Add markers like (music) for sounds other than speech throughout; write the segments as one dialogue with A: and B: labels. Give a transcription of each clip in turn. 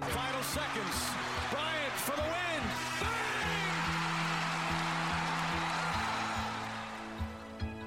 A: Final seconds. Bryant for the win. Bang!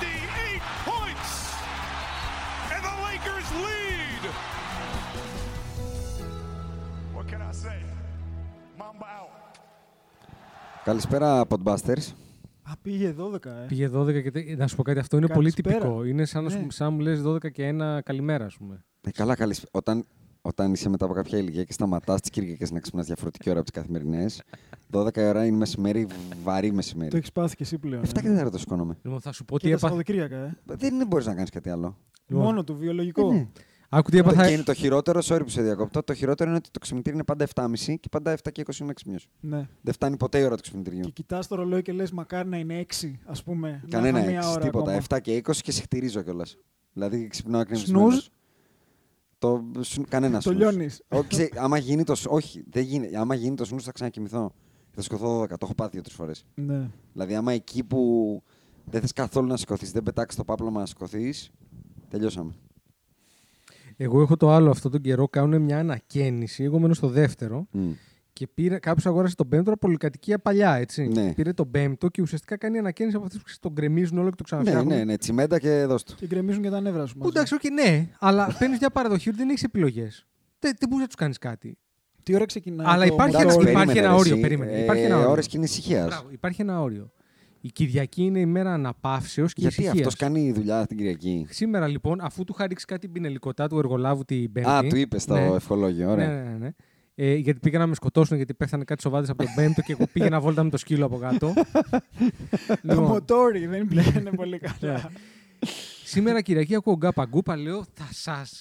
B: 58 points! And the Lakers lead!
C: What can I say? Mamba out.
D: Καλησπέρα, Podbusters.
E: Α, πήγε 12, ε.
F: Πήγε 12 και. τε- Να σου πω κάτι, αυτό είναι πολύ
E: Καλησπέρα.
F: τυπικό. Είναι σαν, να σου-
E: Ναι.
F: σαν μου λες 12 και 1 καλημέρα, ας πούμε.
D: Ε, καλά, καλησπέρα. Όταν, όταν είσαι μετά από κάποια ηλικία και σταματάς τις Κυριακές να ξυπνάς διαφορετική ώρα από τις καθημερινές, 12 η ώρα είναι μεσημέρι, βαρύ
E: Το
D: μεσημέρι.
E: έχεις πάθει και εσύ πλέον.
D: 7 και 4 το σηκώνομαι.
F: Λοιπόν, θα σου πω
E: Και
F: τι
E: τα
F: έπαθα.
E: Σαββατοκύριακα, ε.
D: Δεν μπορείς να κάνεις κάτι άλλο.
F: Λοιπόν.
E: Μόνο του, βιολογικό.
D: Ε, ναι.
F: Άκου τι
D: Το,
F: έπαθα.
D: και είναι το χειρότερο, sorry που σε διακόπτω, το χειρότερο είναι ότι το ξυπνητήρι είναι πάντα 7.30 και πάντα 7 και 20 είμαι ξυπνιός.
E: Ναι.
D: Δεν φτάνει ποτέ η ώρα του
E: Και
D: ξυπνητηριού.
E: κοιτάς το ρολόι και λες: Μακάρι να είναι 6, ας πούμε.
D: Κανένα
E: να είχα μία
D: έξι,
E: ώρα
D: τίποτα.
E: ακόμα.
D: 7 και 20 και σε χτυρίζω κιόλας. Δηλαδή ξυπνάω
E: Snooze.
D: εκνευρισμένος. Το σου- κανένα
E: Το
D: snooze.
E: λιώνεις.
D: Όχι, ξέ- άμα γίνει το. σ- Όχι, δεν γίνει. Άμα γίνει το snooze θα ξανακοιμηθώ. Θα σηκωθώ 12. Το έχω πάθει δύο-τρει φορές.
E: Ναι.
D: Δηλαδή, άμα εκεί που δεν θες καθόλου να σηκωθείς, δεν πετάξεις το πάπλωμα να σηκωθείς, τελειώσαμε.
F: Εγώ έχω το άλλο αυτόν τον καιρό. Κάνουν μια ανακαίνιση. Εγώ μένω στο δεύτερο.
D: Μμ.
F: Και πήρε, κάποιος αγόρασε τον πέμπτο από πολυκατοικία παλιά, έτσι.
D: Ναι.
F: Πήρε τον πέμπτο και ουσιαστικά κάνει ανακαίνιση από αυτούς που τον γκρεμίζουν όλο και το
D: Ναι,
F: ξαναφτιάχνουν.
D: ναι, ναι, τσιμέντα και δώσ' του.
E: Και γκρεμίζουν και τα νεύρα σου.
F: Που
E: μαζί.
F: εντάξει, όχι, ναι, αλλά παίρνεις μια παραδοχή ότι δεν έχεις επιλογές. Δεν, δεν μπορείς να τους κάνεις κάτι.
E: Τι ώρα ξεκινάει.
F: Αλλά
E: το-
F: υπάρχει
E: το-
F: ένας-
D: Ναι, Εντάξει,
F: υπάρχει
D: περίμενε,
F: ένα
D: ρε,
F: όριο,
D: εσύ.
F: περίμενε.
D: Ε,
F: Υπάρχει ένα όριο.
D: Ώρες κοινής ησυχίας.
F: Μπράβο, υπάρχει ένα όριο. Η Κυριακή είναι η μέρα αναπαύσεως και
D: Γιατί
F: ησυχίας.
D: αυτός κάνει δουλειά την Κυριακή.
F: Σήμερα λοιπόν, αφού του είχα ρίξει κάτι την πινελικοτά του εργολάβου την Πέμπτη.
D: Α, του είπες το
F: Ναι.
D: ευχολόγιο. Ωραία.
F: Ναι, ναι, ναι, ναι. Ε, γιατί πήγα να με σκοτώσουν γιατί πέθανε κάτι σοβάδε από τον Πέμπτο και εγώ πήγαινα βόλτα με το σκύλο από
D: (laughs)
F: κάτω.
E: Το
F: Λοιπόν, ναι.
E: μοτόρι δεν πήγαινε πολύ καλά.
F: σήμερα Κυριακή ακούω γκάπα γκούπα, λέω θα σας.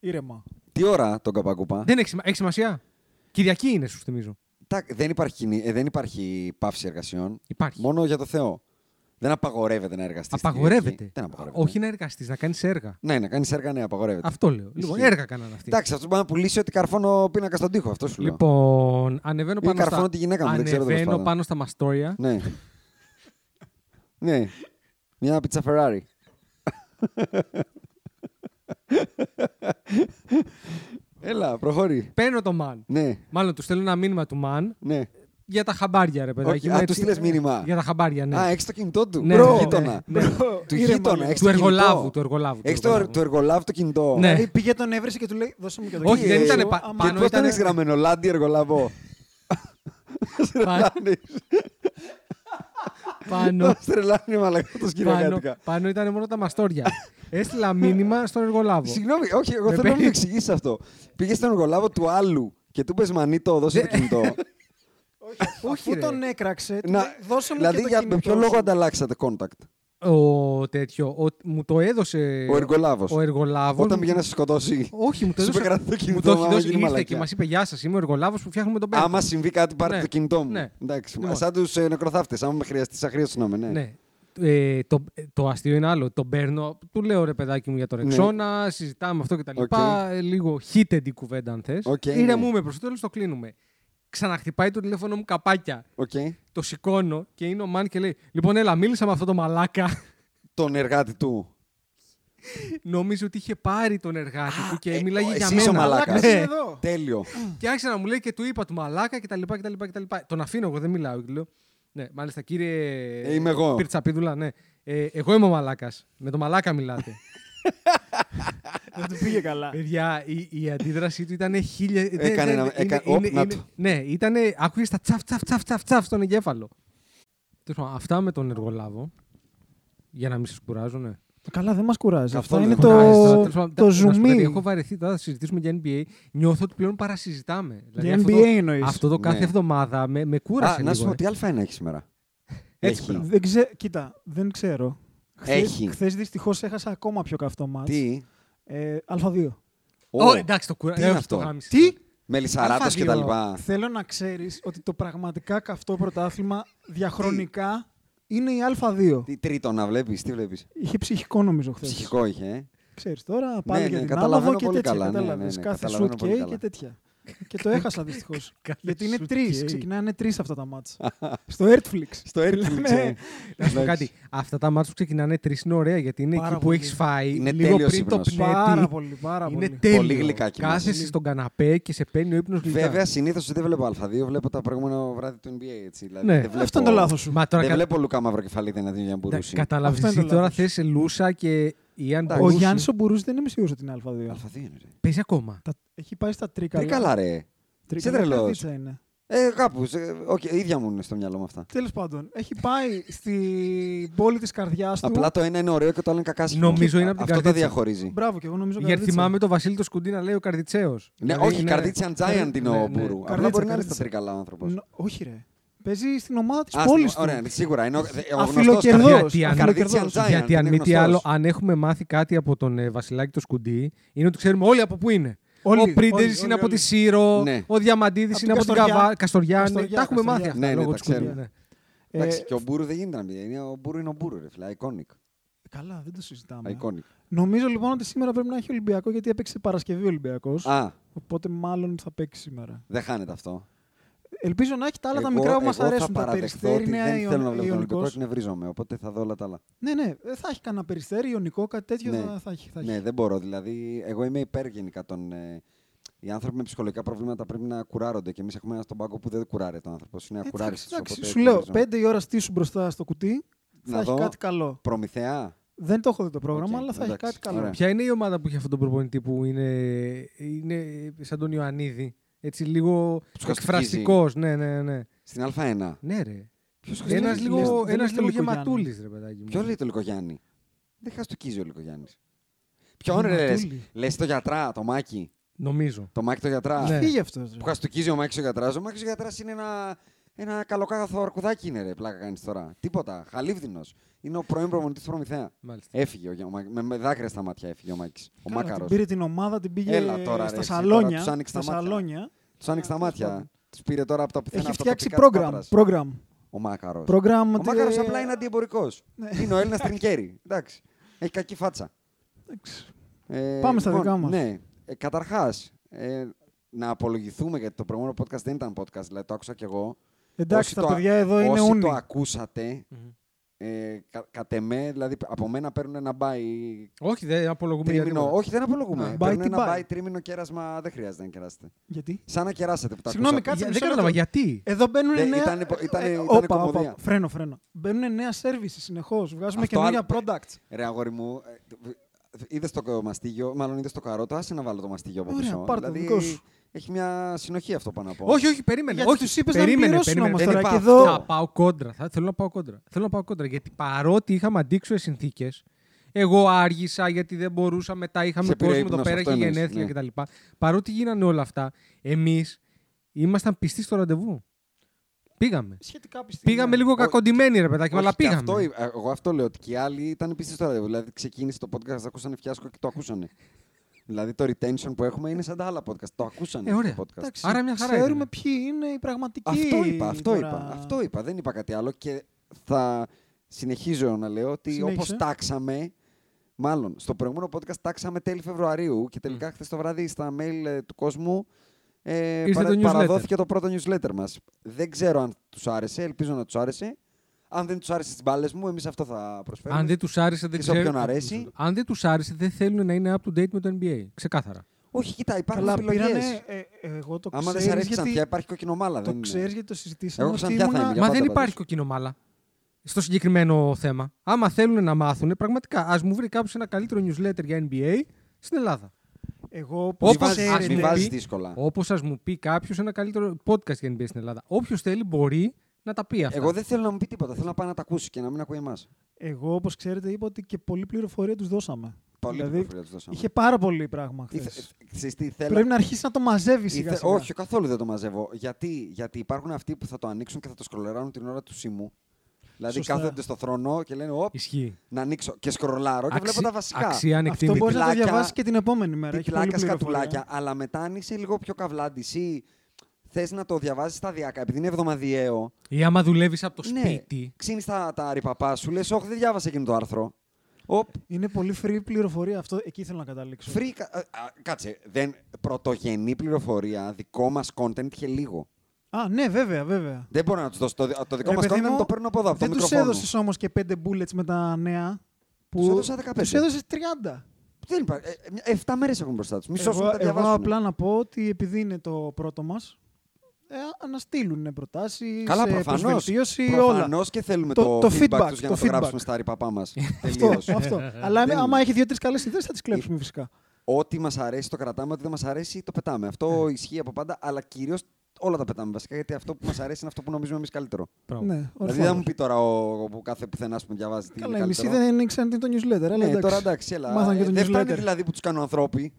E: Ήρεμα.
D: Τι ώρα τον καπακούπα.
F: Δεν έχει, σημα- έχει σημασία. Κυριακή είναι, σου θυμίζω.
D: Τα- Δεν, υπάρχει, κοινή- ε, δεν υπάρχει πάυση εργασιών.
F: Υπάρχει.
D: Μόνο για το Θεό. Δεν απαγορεύεται να εργαστείς.
F: Απαγορεύεται.
D: Δεν απαγορεύεται.
F: Όχι να εργαστείς, να κάνεις έργα.
D: Ναι, να κάνεις έργα, ναι, απαγορεύεται.
F: Αυτό λέω. Λοιπόν,
D: Ισχύει.
F: έργα κάνανε αυτοί.
D: Εντάξει, αυτός μπορεί να πουλήσει ότι καρφώνω πίνακα στον τοίχο. Αυτό σου λέω.
F: Λοιπόν, ανεβαίνω
D: Ή
F: πάνω,
D: καρφώνω
F: στα...
D: τη γυναίκα μου, δεν ξέρω τέλος
F: ανεβαίνω
D: πάντων.
F: πάνω στα μαστόρια.
D: Ναι. ναι. Μια πίτσα Ferrari. Έλα, προχώρη.
F: Παίρνω το man.
D: Ναι,
F: Μάλλον τους στέλνω ένα μήνυμα του man
D: ναι.
F: για τα χαμπάρια, ρε παιδάκι.
D: Όχι,
F: μου,
D: α,
F: έτσι.
D: του στείλες μήνυμα.
F: Για τα χαμπάρια, ναι.
D: Α, έχεις το κινητό του.
F: Ναι,
D: Μπρο,
F: ναι, ναι.
D: γείτονα.
F: Ναι.
D: Του
E: Ήρεμα
D: γείτονα,
E: λίγο.
D: έχεις
F: Του
D: το κινητό.
F: εργολάβου, του εργολάβου, του
D: Έχεις το,
F: εργολάβου.
D: του εργολάβου το κινητό.
F: Ναι.
E: Δηλαδή πήγε τον έβρεσε και του λέει: Δώσε μου και το
F: Όχι,
E: κινητό
F: δεν
E: σου,
F: ήτανε πα-
E: άμα-
F: πάνω,
D: Ε, Και πώς τον
F: ήτανε-
D: έχεις γραμμένο, Λάντι
F: (laughs)
D: εργολάβο.
F: Πα-
D: (laughs)
F: πάνω,
D: Μας τρελάνει μαλακά το
F: πάνω,
D: σκηνοκάτικα.
F: πάνω ήταν μόνο τα
D: (laughs)
F: μαστόρια. Έστειλα μήνυμα στον εργολάβο.
D: Συγγνώμη, όχι, εγώ
F: Με
D: θέλω να μου
F: παίρνει-
D: το εξηγήσεις αυτό. Πήγε στον εργολάβο του άλλου και του πες Μανίτο, δώσε το κινητό.
F: (laughs) Όχι,
E: Αφού
F: ρε.
D: ε-
E: τον έκραξε, του
D: Να-
E: λέει, δώσε μου
D: δηλαδή,
E: και το
D: για με
E: κινητό
D: ποιο
E: σου».
D: λόγο ανταλλάξατε contact.
F: Ο τέτοιο, ο- μου το έδωσε
D: Ο εργολάβος.
F: Ε, ο εργολάβος.
D: Όταν
F: Μου-
D: πήγε να σε σκοτώσει.
F: Όχι, μου το
D: Σου
F: έδωσε.
D: είπε, «Κράτα το κινητό,
F: μου το έχει
D: άμα
F: δώσει.
D: γίνει
F: Ήρθε
D: μαλακιά».
F: και μας είπε: Γεια σας, είμαι ο εργολάβος που φτιάχνουμε τον πέρα.
D: (laughs) Άμα συμβεί κάτι, πάρε
F: Ναι.
D: το κινητό μου.
F: Ναι.
D: Εντάξει,
F: Λοιπόν.
D: σαν τους ε, νεκροθάφτες. Άμα με χρειαστείς, θα χρειαστούμε. Ναι.
F: Ναι. Ε, το, το αστείο είναι άλλο. Τον παίρνω, του λέω ρε παιδάκι μου για το ρεξόνα, συζητάμε αυτό κτλ.
D: Οκ.
F: Ε, Λίγο heated η κουβέντα, αν θες.
D: Οκ, ναι.
F: Ηρεμούμε προς το τέλος, το κλείνουμε. ξαναχτυπάει το τηλέφωνο μου καπάκια.
D: Οκ.
F: Το σηκώνω και είναι ο Μαν και λέει: Λοιπόν, έλα, μίλησα με αυτό το μαλάκα.
D: Τον εργάτη του.
F: Νόμιζε ότι είχε πάρει τον εργάτη του και
D: ε,
F: μιλάγε
D: ο-
F: για
D: εσύ είσαι
F: μένα.
D: ο μαλάκας.
F: Ναι.
E: Εδώ.
D: Τέλειο.
F: Και άρχισε να μου λέει και του είπα του μαλάκα κτλ. κτλ, κτλ. Ε, Τον αφήνω εγώ, δεν μιλάω. Λέω, ναι, μάλιστα κύριε.
D: Ε, είμαι εγώ.
F: Πυρτσαπίδουλα, ναι. Ε, εγώ είμαι ο μαλάκας. Με το μαλάκα
E: (laughs)
F: μιλάτε.
E: Δεν του πήγε καλά.
F: Παιδιά, η, η αντίδρασή του ήταν χίλια. δεν-
D: Έκανε
F: δεν-
D: ένα-
F: είναι-
D: έκα-
F: είναι-
D: όπ, να
F: είναι-
D: το.
F: Ναι, ήταν. Άκουγες τα τσαφ, τσαφ, τσαφ, τσαφ, τσαφ στον εγκέφαλο. Τέλος πάντων, Αυτά με τον εργολάβο. Για να μην σας κουράζω, ναι.
E: Καλά, δεν μας κουράζει.
D: Αυτό
E: Αυτό είναι
D: δεν
E: το,
F: Κουράζει τώρα, τέλος πάντων.
E: το
F: Να σου πω κάτι,
E: ζουμί.
F: Έχω βαρεθεί τώρα, θα συζητήσουμε για NBA. Νιώθω ότι πλέον παρασυζητάμε. Δηλαδή,
E: Για
F: αυτό το-
E: NBA εννοείς.
F: Αυτό το κάθε
D: Ναι.
F: εβδομάδα με, με κούρασε.
D: Α, να σου
F: λίγο,
D: πω
F: ε.
D: τι α1 έχει σήμερα.
F: Έτσι, μπράβο.
E: Δεν ξέ... Κοίτα, δεν ξέρω.
D: Έχει.
E: Χθες δυστυχώς έχασα ακόμα πιο καυτό μάτς.
D: Τι.
E: Ε, Α2.
D: Ω,
F: Ω, εντάξει, το ε, κουράζει.
D: Τι είναι αυτό?
F: Τι?
D: Μελισσαράτος και τα
F: Α2.
D: λοιπά.
E: Θέλω να ξέρεις ότι το πραγματικά καυτό πρωτάθλημα διαχρονικά είναι η Α2.
D: Τι τρίτο να βλέπεις, τι βλέπεις.
E: Είχε ψυχικό νομίζω χθες.
D: Ψυχικό είχε, ε.
E: Ξέρεις τώρα, πάλι
D: Ναι,
E: για
D: ναι,
E: την
D: καταλαβαίνω
E: άνοδο και
D: πολύ
E: τέτοια.
D: καλά, ναι, ναι,
E: Κατάλαβες,
D: ναι,
E: κάθε
D: καταλαβαίνω
E: shoot
D: πολύ
E: και
D: καλά.
E: και τέτοια.
D: (laughs)
E: και το έχασα δυστυχώς.
F: Κάθε
E: γιατί είναι
F: shoot
E: τρει,
F: cake.
E: ξεκινάνε τρεις αυτά τα
D: (laughs)
E: μάτς. Στο Earthflix.
D: Στο Airflix, ε.
F: ναι. Να σου πω κάτι. Αυτά τα μάτια που ξεκινάνε τρεις είναι ωραία γιατί είναι
E: Πάρα
F: εκεί που
E: πολύ.
F: έχεις φάει.
D: Είναι
F: λίγο
D: τέλειος
F: πριν το
D: ύπνος.
F: πνεύμα.
E: Πάρα πολύ, πάρα
F: Είναι
E: πολύ.
F: τέλειο.
D: Πολύ γλυκά κοιμάσαι.
F: Κάθεσαι στον καναπέ και σε παίρνει ο ύπνος γλυκά.
D: Βέβαια, συνήθως δεν βλέπω Α2, βλέπω τα προηγούμενα βράδυ του NBA. Έτσι, δηλαδή,
F: Ναι.
D: δεν βλέπω,
E: Αυτό είναι το λάθος σου.
F: Μα τώρα
D: δεν
F: κα...
D: βλέπω Λουκά Μαυροκεφαλίδη εναντίον για Μπουρούση.
F: Καταλαβαίνεις,
E: Αυτό είναι το
F: εσύ τώρα
E: λάθος.
F: θες Λούσα και η Αν
D: Εντάξει.
E: Ο
F: Μπορούσε-
E: Γιάννης ο Μπουρούζη δεν είμαι σίγουρος ότι είναι Α2.
D: Α2 είναι. Ρε.
F: Παίζει ακόμα.
E: Τα- Έχει πάει στα τρίκαλα.
D: Τι καλά, ρε.
E: Τρίκαλα
D: είσαι τρελός.
E: καρδίτσα είναι.
D: Ε, κάπους. σε- Οκ, ίδια μου είναι στο μυαλό μου αυτά.
E: Τέλος πάντων, έχει πάει στην πόλη της καρδιάς του.
D: Απλά το ένα είναι ωραίο και το άλλο είναι κακάσιμο.
F: Νομίζω είναι απ' την
D: Αυτό τα
F: καρδίτσα.
D: διαχωρίζει.
E: Μπράβο, και εγώ νομίζω
F: Γιατί
E: καρδίτσα.
F: θυμάμαι το Βασίλη το Σκουντή να λέει ο Δηλαδή Καρδιτσέος.
D: Ναι, όχι, καρδίτσα giant
F: Ναι,
D: είναι ο Μπούρου. Απλά
E: Καρδίτσα,
D: μπορεί να είναι στα
E: καρδίτσα.
D: τρικαλά ο άνθρωπος.
E: Νο- Όχι, ρε. Παίζει στην ομάδα της
D: Α,
E: πόλη του.
D: Ωραία, ναι. σίγουρα. Είναι ο, δε- ο γνωστός
E: Αφιλοκερδός.
D: καρδίτσα-
F: Γιατί αν-
D: καρδίτσα giant,
F: Γιατί αν
D: είναι
F: μη τι
D: γνωστός.
F: άλλο, αν έχουμε μάθει κάτι από τον ε, Βασιλάκη το Σκουντή, είναι ότι ξέρουμε όλοι από πού είναι.
E: Όλοι,
F: ο Πρίντεζη
E: όλοι,
F: είναι
E: όλοι,
F: από
E: όλοι.
F: τη Σύρο,
D: Ναι.
F: ο Διαμαντίδης
E: Από την
F: είναι από την
E: Καστοριά.
F: Καβά, Καστοριά. ναι,
E: Καστοριά,
F: Τα έχουμε μάθει
E: Καστοριά.
F: αυτά
D: Ναι, ναι,
F: λόγω
D: τα
F: του Σκουντή.
D: ξέρουμε.
F: ναι.
E: Ε,
D: Εντάξει, και ο Μπούρου δεν γίνεται να μην είναι. Ο Μπούρου είναι ο Μπούρου, ρε φίλε. Iconic.
E: Καλά, δεν το συζητάμε.
D: Iconic.
E: Νομίζω λοιπόν ότι σήμερα πρέπει να έχει Ολυμπιακό γιατί έπαιξε Παρασκευή Ολυμπιακός.
D: Α,
E: Οπότε μάλλον θα παίξει σήμερα.
D: δεν χάνεται αυτό.
E: Ελπίζω να έχει τα άλλα τα
D: Εγώ-
E: μικρά που μας
D: εγώ
E: αρέσουν.
D: Θα
E: Τα
D: παραδεχθώ
E: περιστέρι,
D: ότι
E: νέα
D: δεν θέλω να βλέπω τον Ολυμπιακό,
E: Ιωνικό.
D: εκνευρίζομαι. Οπότε θα δω όλα τα άλλα.
E: Ναι, ναι, ε, θα έχει κανένα περιστέρι, Ιωνικό, κάτι τέτοιο
D: Ναι.
E: θα- θα έχει. θα
D: Ναι,
E: έχει.
D: δεν μπορώ. Δηλαδή, εγώ είμαι υπέρ γενικά των. ε, οι άνθρωποι με ψυχολογικά προβλήματα πρέπει να κουράρονται. Και εμείς έχουμε ένα στον πάγκο που δεν κουράρεται ο άνθρωπο. Είναι
E: Εντάξει,
D: ακουράρησης.
E: Ε, εντάξει, σου λέω, πέντε η ώρα στήσου μπροστά στο κουτί, θα
D: Να
E: έχει
D: δω.
E: κάτι καλό.
D: Προμηθεά.
E: Δεν το έχω δει το πρόγραμμα,
D: Οκ,
E: αλλά θα έχει
D: εντάξει,
E: κάτι καλό.
D: ωραία.
F: Ποια είναι η ομάδα που έχει αυτόν τον προπονητή που είναι, είναι σαν τον Ιωαννίδη. Έτσι λίγο
D: καστικίζει.
F: εκφραστικός. Ναι, ναι, ναι.
D: Στην Α1.
F: Ναι, ρε.
D: Ποιος
E: Δεν
F: Ένα
E: λες- λες-
F: λίγο,
E: δεν
F: ένας
E: λες το
F: λίγο
E: Λυκογιάννη.
F: γεματούλης, ρε παιδάκι μου.
D: Ποιο λέει το Λυκογιάννη. Δεν χαστοκίζει ο Λυκογιάννη. Ποιον ρε, λες.
E: Ματούλη.
D: Λες το γιατρά, το μάκι.
F: Νομίζω.
D: Το μάκι το γιατρά.
F: Ναι.
E: Φύγε αυτό.
D: Που χαστοκίζει ο Μάκης ο γιατράς. Ο Μάκης ο γιατράς είναι ένα, ένα καλοκάγαθο αρκουδάκι είναι ρε, πλάκα κάνεις τώρα. Τίποτα. Χαλίβδινος. Είναι ο πρώην προμονητή του Προμηθέα.
F: Μάλιστα.
D: Έφυγε ο, Γε- ο Μάκη. Με, με δάκρυα στα μάτια έφυγε ο Μάκη. Ο Μάκαρος.
E: Την πήρε την ομάδα, την πήγε
D: Έλα τώρα, ρε,
E: στα
D: εσύ, τώρα
E: σαλόνια.
D: τους άνοιξε
E: στα
D: τα μάτια.
E: σαλόνια.
D: Τους άνοιξε τα
E: τέλος
D: μάτια. Τους πήρε τώρα από τα πουθενά.
E: Έχει
D: από τα
E: φτιάξει
D: τοπικά της
E: πρόγραμμα.
D: Πάτρας.
E: Πρόγραμμα.
D: Ο Μάκαρος.
E: Πρόγραμμα.
D: Ο Μάκαρος απλά είναι αντιεμπορικός.
E: Ναι.
D: Είναι ο Έλληνας τρινκέρι. Εντάξει. Έχει κακή φάτσα. Ε,
E: Πάμε στα
D: λοιπόν,
E: δικά μας.
D: Ναι. Ε, Καταρχάς, ε, να απολογηθούμε γιατί το προηγούμενο podcast δεν ήταν podcast, δηλαδή το άκουσα κι εγώ.
E: Εντάξει,
D: Όσοι
E: τα
D: το α-
E: παιδιά εδώ είναι
D: όσοι
E: ούνι.
D: το ακούσατε, ε, κα, κατ' εμέ, δηλαδή από μένα παίρνουν ένα μπάι
F: Όχι, δεν απολογούμε για
D: τρίμηνο.
F: τίποτα.
D: Όχι, δεν απολογούμε.
E: Α, μπάι
D: Παίρνουν
E: τι
D: ένα
E: μπάι.
D: μπάι τρίμηνο κέρασμα, δεν χρειάζεται να κεράσετε.
E: Γιατί.
D: Σαν να κεράσετε που τα
E: Συγγνώμη,
D: ακούσατε.
E: κάτσε
F: Για-
E: μισό
F: Δεν κατάλαβα
E: λεπτό.
F: γιατί.
E: Εδώ μπαίνουν
D: Δεν,
E: νέα.
D: ήταν υπο- ήταν-
E: ε, ε,
D: ήταν
E: όπα, όπα,
D: κομμωδία.
E: Φρένο, φρένο. Μπαίνουν νέα services συνεχώς. Βγάζουμε
D: Αυτό
E: καινούργια
D: άλλο-
E: products.
D: Ρε αγόρι μου, ε, είδες το μαστίγιο, μάλλον είδες το καρότο, άσε να βάλω το μαστίγιο από
E: Ωραία,
D: πίσω. Δηλαδή,
E: πάρ' το, δικός σου.
D: έχει μια συνοχή αυτό πάνω από.
F: Όχι, όχι, περίμενε.
E: Γιατί
F: όχι,
E: τους είπες να μην
F: περίμενε,
E: πληρώσουν
F: περίμενε.
E: όμως
D: Δεν
E: τώρα
D: είπα
E: και
D: αυτό.
E: εδώ.
F: Θα πάω κόντρα. Θα, θέλω να πάω κόντρα. Θέλω να πάω κόντρα. Γιατί παρότι είχαμε αντίξωες συνθήκες, εγώ άργησα γιατί δεν μπορούσα. Μετά είχαμε
D: Σε πήρε
F: κόσμο εδώ
D: ύπνος,
F: πέρα
D: αυτό
F: και
D: εννοείς,
F: γενέθλια
D: ναι.
F: κτλ. Παρότι γίνανε όλα αυτά, εμείς ήμασταν πιστοί στο ραντεβού. Πήγαμε.
E: Σχετικά πιστεύω.
F: Πήγαμε λίγο κακοντημένοι, ρε παιδάκι, μου, αλλά
D: ναι. Όχι, και
F: πήγαμε.
D: Αυτό, ε, εγώ αυτό λέω ότι και οι άλλοι ήταν επίση στο ραντεβού. Δηλαδή ξεκίνησε το podcast, ακούσανε φιάσκο και το ακούσανε. δηλαδή το retention που έχουμε είναι σαν τα άλλα podcast. Το ακούσανε
F: Ε, ωραία.
D: το podcast.
E: Εντάξει,
F: Άρα μια χαρά
E: Ξέρουμε
F: ήταν.
E: ποιοι είναι οι πραγματικοί.
D: Αυτό είπα, αυτό
E: τώρα.
D: είπα, αυτό είπα. Δεν είπα κάτι άλλο και θα συνεχίζω να λέω ότι
E: Συνέχισε.
D: όπως τάξαμε. Μάλλον, στο προηγούμενο podcast τάξαμε τέλη Φεβρουαρίου και τελικά χθες το βράδυ στα mail ε, του κόσμου Ε,
F: Ήρθε το newsletter.
D: παραδόθηκε το πρώτο newsletter μας. Δεν ξέρω αν τους άρεσε, ελπίζω να τους άρεσε. Αν δεν τους άρεσε τις μπάλες μου, εμείς αυτό θα προσφέρουμε.
F: Αν δεν τους άρεσε, δεν
D: Και σε
F: ξέρω.
D: όποιον αρέσει.
F: Αν δεν τους άρεσε, δεν θέλουν να είναι up to date με το NBA. Ξεκάθαρα.
D: Όχι, κοιτά, υπάρχουν
E: Καλά,
D: επιλογές.
E: πήρανε. ε, ε, εγώ το
D: Άμα δεν
E: ξέρεις
D: σε αρέσει
E: γιατί-
D: ξανθιά, υπάρχει κοκκινομάλα. δεν
E: Το
D: είναι.
E: ξέρεις γιατί το συζητήσαμε.
D: Εγώ
E: ότι
D: ξανθιά θα
E: ήμουνα-
D: είμαι, Για
F: Μα
D: πάντα
F: δεν
D: πάντως.
F: υπάρχει κοκκινομάλα στο συγκεκριμένο θέμα. Άμα θέλουν να μάθουν, πραγματικά ας μου βρει κάποιος ένα καλύτερο newsletter για NBA στην Ελλάδα.
E: Εγώ
D: Μη
E: που
F: Όπως
D: βάζεις-
F: ξέρετε-
D: Μη βάζεις
F: πει-
D: δύσκολα.
F: Όπως ας μου πει κάποιος ένα καλύτερο podcast για NBA στην Ελλάδα. Όποιος θέλει μπορεί να τα πει αυτά.
D: Εγώ δεν θέλω να μου πει τίποτα. Θέλω να πάει να τα ακούσει και να μην ακούει εμάς.
E: Εγώ, όπως ξέρετε, είπα ότι και πολλή πληροφορία τους δώσαμε.
D: Πολύ
E: δηλαδή,
D: πληροφορία τους δώσαμε.
E: Είχε πάρα πολύ πράγμα χθες.
D: Ξέρεις τι, θέλω.
E: Πρέπει να αρχίσει να το μαζεύει
D: Ήθε-
E: σιγά σιγά.
D: Όχι, καθόλου δεν το μαζεύω. Γιατί, γιατί υπάρχουν αυτοί που θα το ανοίξουν και θα το σκρολεράνουν την ώρα του σήμου. Δηλαδή
E: Σωστά.
D: κάθονται στο θρόνο και λένε Ωπ,
F: Ισχύει.
D: να ανοίξω. Και σκρολάρω και
F: Αξι-
D: βλέπω τα βασικά.
F: Αξία
E: Αυτό
F: ανεκτήμητη.
E: μπορείς να το
D: πλάκα-
E: διαβάσεις και την επόμενη μέρα.
D: Τι
E: Έχει πολλή
D: πλάκα
E: πληροφορία.
D: σκατουλάκια. Αλλά μετά αν είσαι λίγο πιο καβλάντη ή θες να το διαβάζεις σταδιακά, επειδή είναι εβδομαδιαίο.
F: Ή άμα δουλεύεις από το
D: ναι,
F: σπίτι.
D: ξύνεις τα, τα ρηπαπά σου, λες, Όχι, δεν διάβασα εκείνο το άρθρο. Οπ,
E: Είναι πολύ free πληροφορία αυτό. Εκεί θέλω να καταλήξω.
D: Free, κα- α, α, κάτσε, δεν, πρωτογενή πληροφορία, δικό μας content είχε λίγο.
E: Α, ναι, βέβαια, βέβαια.
D: Δεν μπορώ να του δώσω. Το, το δικό
E: Ρε,
D: μας
E: παιδί
D: content
E: μου,
D: το παίρνω από εδώ, από το
E: Δεν τους
D: μικρόφωνο.
E: έδωσες όμως και 5 bullets με τα νέα. Που
D: Τους έδωσα 15.
E: Τους έδωσες 30.
D: Δεν υπάρχει. Ε, μια- εφτά μέρες έχουν μπροστά τους. Μισό σου
E: εγώ,
D: τα διαβάσουν.
E: εγώ απλά να πω ότι επειδή είναι το πρώτο μας, ε, να στείλουν προτάσεις,
D: Καλά, προφανώς.
E: προσβελτίωση, όλα.
D: Προφανώς και θέλουμε το,
E: Το- το
D: feedback
E: feedback,
D: τους για
E: το
D: να το
E: feedback.
D: γράψουμε στα ρηπαπά μας. Τελείως.
E: Αυτό,
D: (laughs)
E: αυτό. Αλλά
D: Δεν-
E: άμα έχει δύο-τρει καλές ιδέες, θα τις κλέψουμε φυσικά.
D: Ό,τι μας αρέσει το κρατάμε, ό,τι δεν μας αρέσει το πετάμε. Αυτό
E: Ε.
D: ισχύει από πάντα, αλλά κυρίως όλα τα πετάμε βασικά, γιατί αυτό που μας αρέσει είναι αυτό που νομίζουμε εμείς καλύτερο.
F: Μπράβο.
E: Ναι,
D: Δηλαδή δεν μου πει τώρα ο, ο- ο κάθε πουθενάς που διαβάζει τι είναι
E: Καλά, οι μισοί
D: καλύτερο.
E: δεν ήξεραν τι είναι το newsletter. Αλλά
D: Ναι, τώρα εντάξει, έλα.
E: Μάθαν
D: Ε,
E: και το
D: δεν φτάνει
E: newsletter.
D: δηλαδή που τους κάνω ανθρώποι.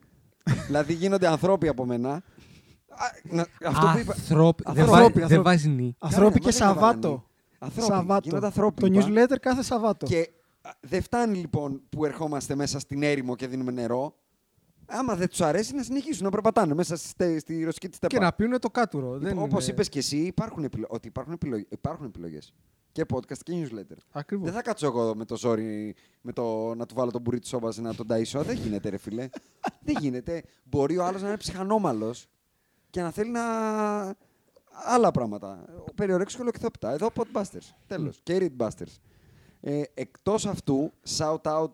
D: δηλαδή γίνονται άνθρωποι από μένα. Α, να- Αυτό που είπα.
F: Ανθρώπι- δεν
D: Ανθρώπι,
F: βά-
E: ανθρώπι.
F: Δεν βάζει νη.
E: Ανθρώποι
D: Κάνε,
E: και
D: μα δεν είναι
E: Σαββάτο.
D: βαρανοί. Άνθρωποι, γίνονται
E: Σαββάτο.
D: ανθρώποι,
E: Το
D: είπα.
E: newsletter κάθε Σαββάτο.
D: Και α, δεν φτάνει λοιπόν που ερχόμαστε μέσα στην έρημο και δίνουμε νερό. Άμα δεν τους αρέσει, να συνεχίσουν να περπατάνε μέσα στη, στη ρωσική της
F: Και
D: τέπα.
F: να πίνουν το κάτουρο. Δεν
D: Όπως
F: είναι-
D: είπες και εσύ, υπάρχουν, επιλο- ότι υπάρχουν, επιλογ... υπάρχουν επιλογές. Και podcast και newsletter.
F: Ακριβώς.
D: Δεν θα κάτσω εγώ με το ζόρι με το να του βάλω τον μπουρί της σόμπα να τον ταΐσω. Δεν γίνεται, ρε
F: (laughs)
D: φίλε. Δεν γίνεται. Μπορεί ο άλλος να είναι ψυχανόμαλος και να θέλει να. άλλα πράγματα. Περιορέξου και ολοκληρωθεί. Εδώ podbusters. Τέλος. Και readbusters. Ε, Εκτός αυτού, shout out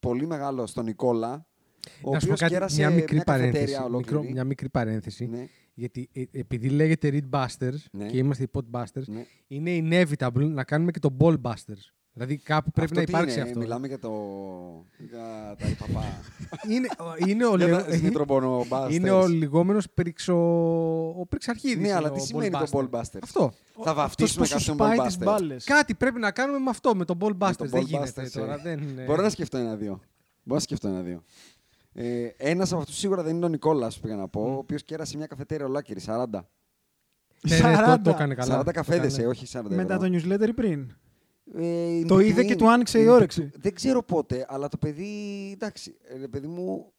D: πολύ μεγάλο στον Νικόλα. Ο
F: Να σου πω
D: οποίος
F: κάτι,
D: κέρασε
F: μια μικρή
D: καφετέρια
F: παρένθεση.
D: ολόκληρη.
F: Μικρό- μια μικρή παρένθεση.
D: Ναι,
F: Γιατί ε, επειδή λέγεται Readbusters
D: Ναι.
F: και είμαστε οι Podbusters,
D: ναι.
F: είναι inevitable να κάνουμε και το Ballbusters. Δηλαδή κάπου πρέπει
D: Αυτό
F: να
D: τι
F: υπάρξει
D: είναι,
F: αυτό.
D: Μιλάμε για το. για τα υπαπά.
F: Είναι, είναι ο,
D: για
F: λεγό-
D: τα συνητρομπόνο
F: (laughs) είναι ο λιγόμενος πρίξο... ο πρίξαρχίδης.
D: Ναι,
F: είναι
D: αλλά
F: ο
D: τι σημαίνει το
F: Ballbusters.
D: Ballbusters?
F: Αυτό.
D: Θα
E: Αυτός που
D: βαφτίσουμε
E: σου
D: κάποιον
E: σπάει τις
D: Ballbuster.
E: μπάλες.
F: Κάτι πρέπει να κάνουμε με αυτό, με τον Ballbusters.
D: τον
F: Δεν
D: Ballbusters,
F: γίνεται
D: ε.
F: τώρα. Δεν, ε,
D: Μπορώ να σκεφτώ ένα-δύο. Μπορώ να σκεφτώ ένα-δύο. Ε, Ένας από αυτούς σίγουρα δεν είναι ο Νικόλας, πήγα να πω, ο οποίος κέρασε μια καφετέρια ολάκερη, 40.
F: Ναι, ναι, το,
E: 40.
F: το έκανε καλά. ναι.
D: 40 καφέδε, ε, όχι 40.
E: ναι. Μετά
D: ευρώ.
E: το newsletter ή πριν.
D: Ε,
E: Το
D: ειλικρινή-
E: είδε και του άνοιξε η όρεξη.
D: Δεν ξέρω πότε, αλλά το παιδί. Εντάξει, ε, ρε παιδί μου.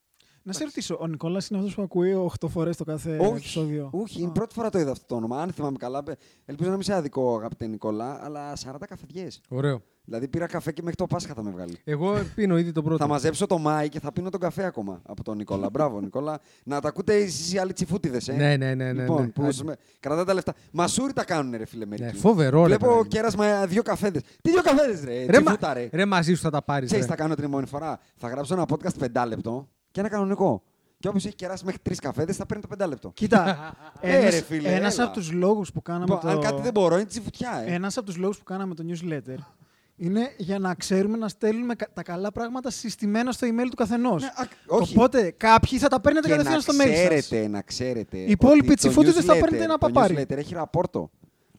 E: Να σε ρωτήσω, ο Νικόλας είναι αυτός που ακούει 8 φορές το κάθε
D: Όχι,
E: Ε, επεισόδιο.
D: όχι,
E: Α.
D: είναι πρώτη φορά το είδα αυτό το όνομα. Αν θυμάμαι καλά, ε, ελπίζω να μην σε αδικό, αγαπητέ Νικόλα, αλλά 40 καφεδιέ.
F: Ωραίο.
D: Δηλαδή πήρα καφέ και μέχρι το Πάσχα θα με βγάλει.
F: Εγώ πίνω ήδη τον πρώτο.
D: Θα μαζέψω το Μάη και θα πίνω τον καφέ ακόμα από τον Νικόλα. Μπράβο, Νικόλα. Να τα ακούτε εσείς οι άλλοι τσιφούτιδες, ε.
F: Ναι, ναι, ναι, ναι,
D: Λοιπόν,
F: ναι.
D: που
F: Άντε.
D: με- κρατάτε τα λεφτά. Μασούρι τα κάνουν, ρε φίλε μερικοί.
F: Ναι, φοβερό, ρε,
D: Βλέπω
F: παιδί.
D: κέρασμα ε, δύο καφέδες. Τι δύο καφέδες, ρε.
F: Ρε, μα-
D: τσιφούτα, ρε.
F: ρε, μαζί σου θα τα πάρεις.
D: Ξέρεις, θα κάνω την επόμενη φορά. Θα γράψω ένα podcast πεντάλεπτο και ένα κανονικό. Και όποιος έχει κεράσει μέχρι τρεις καφέδες θα παίρνει το πεντάλεπτο.
E: Κοίτα,
D: Ε, ρε φίλε,
E: ένας
D: έλα.
E: από τους λόγους που κάναμε
D: Λοιπόν,
E: το...
D: Αν κάτι δεν μπορώ, είναι τσιφουτιά, ε.
E: Ένας από τους λόγους που κάναμε το newsletter είναι για να ξέρουμε να στέλνουμε κα- τα καλά πράγματα συστημένα στο email του καθενός.
D: Ναι, α, όχι.
E: Οπότε κάποιοι θα τα παίρνετε
D: Και
E: κατευθείαν
D: να
E: στο mail σας.
D: ξέρετε, να ξέρετε.
E: Οι υπόλοιποι
D: ότι το
E: τσιφούτιδες θα
D: newsletter-
E: παίρνετε ένα
D: το
E: παπάρι.
D: newsletter έχει ραπόρτο.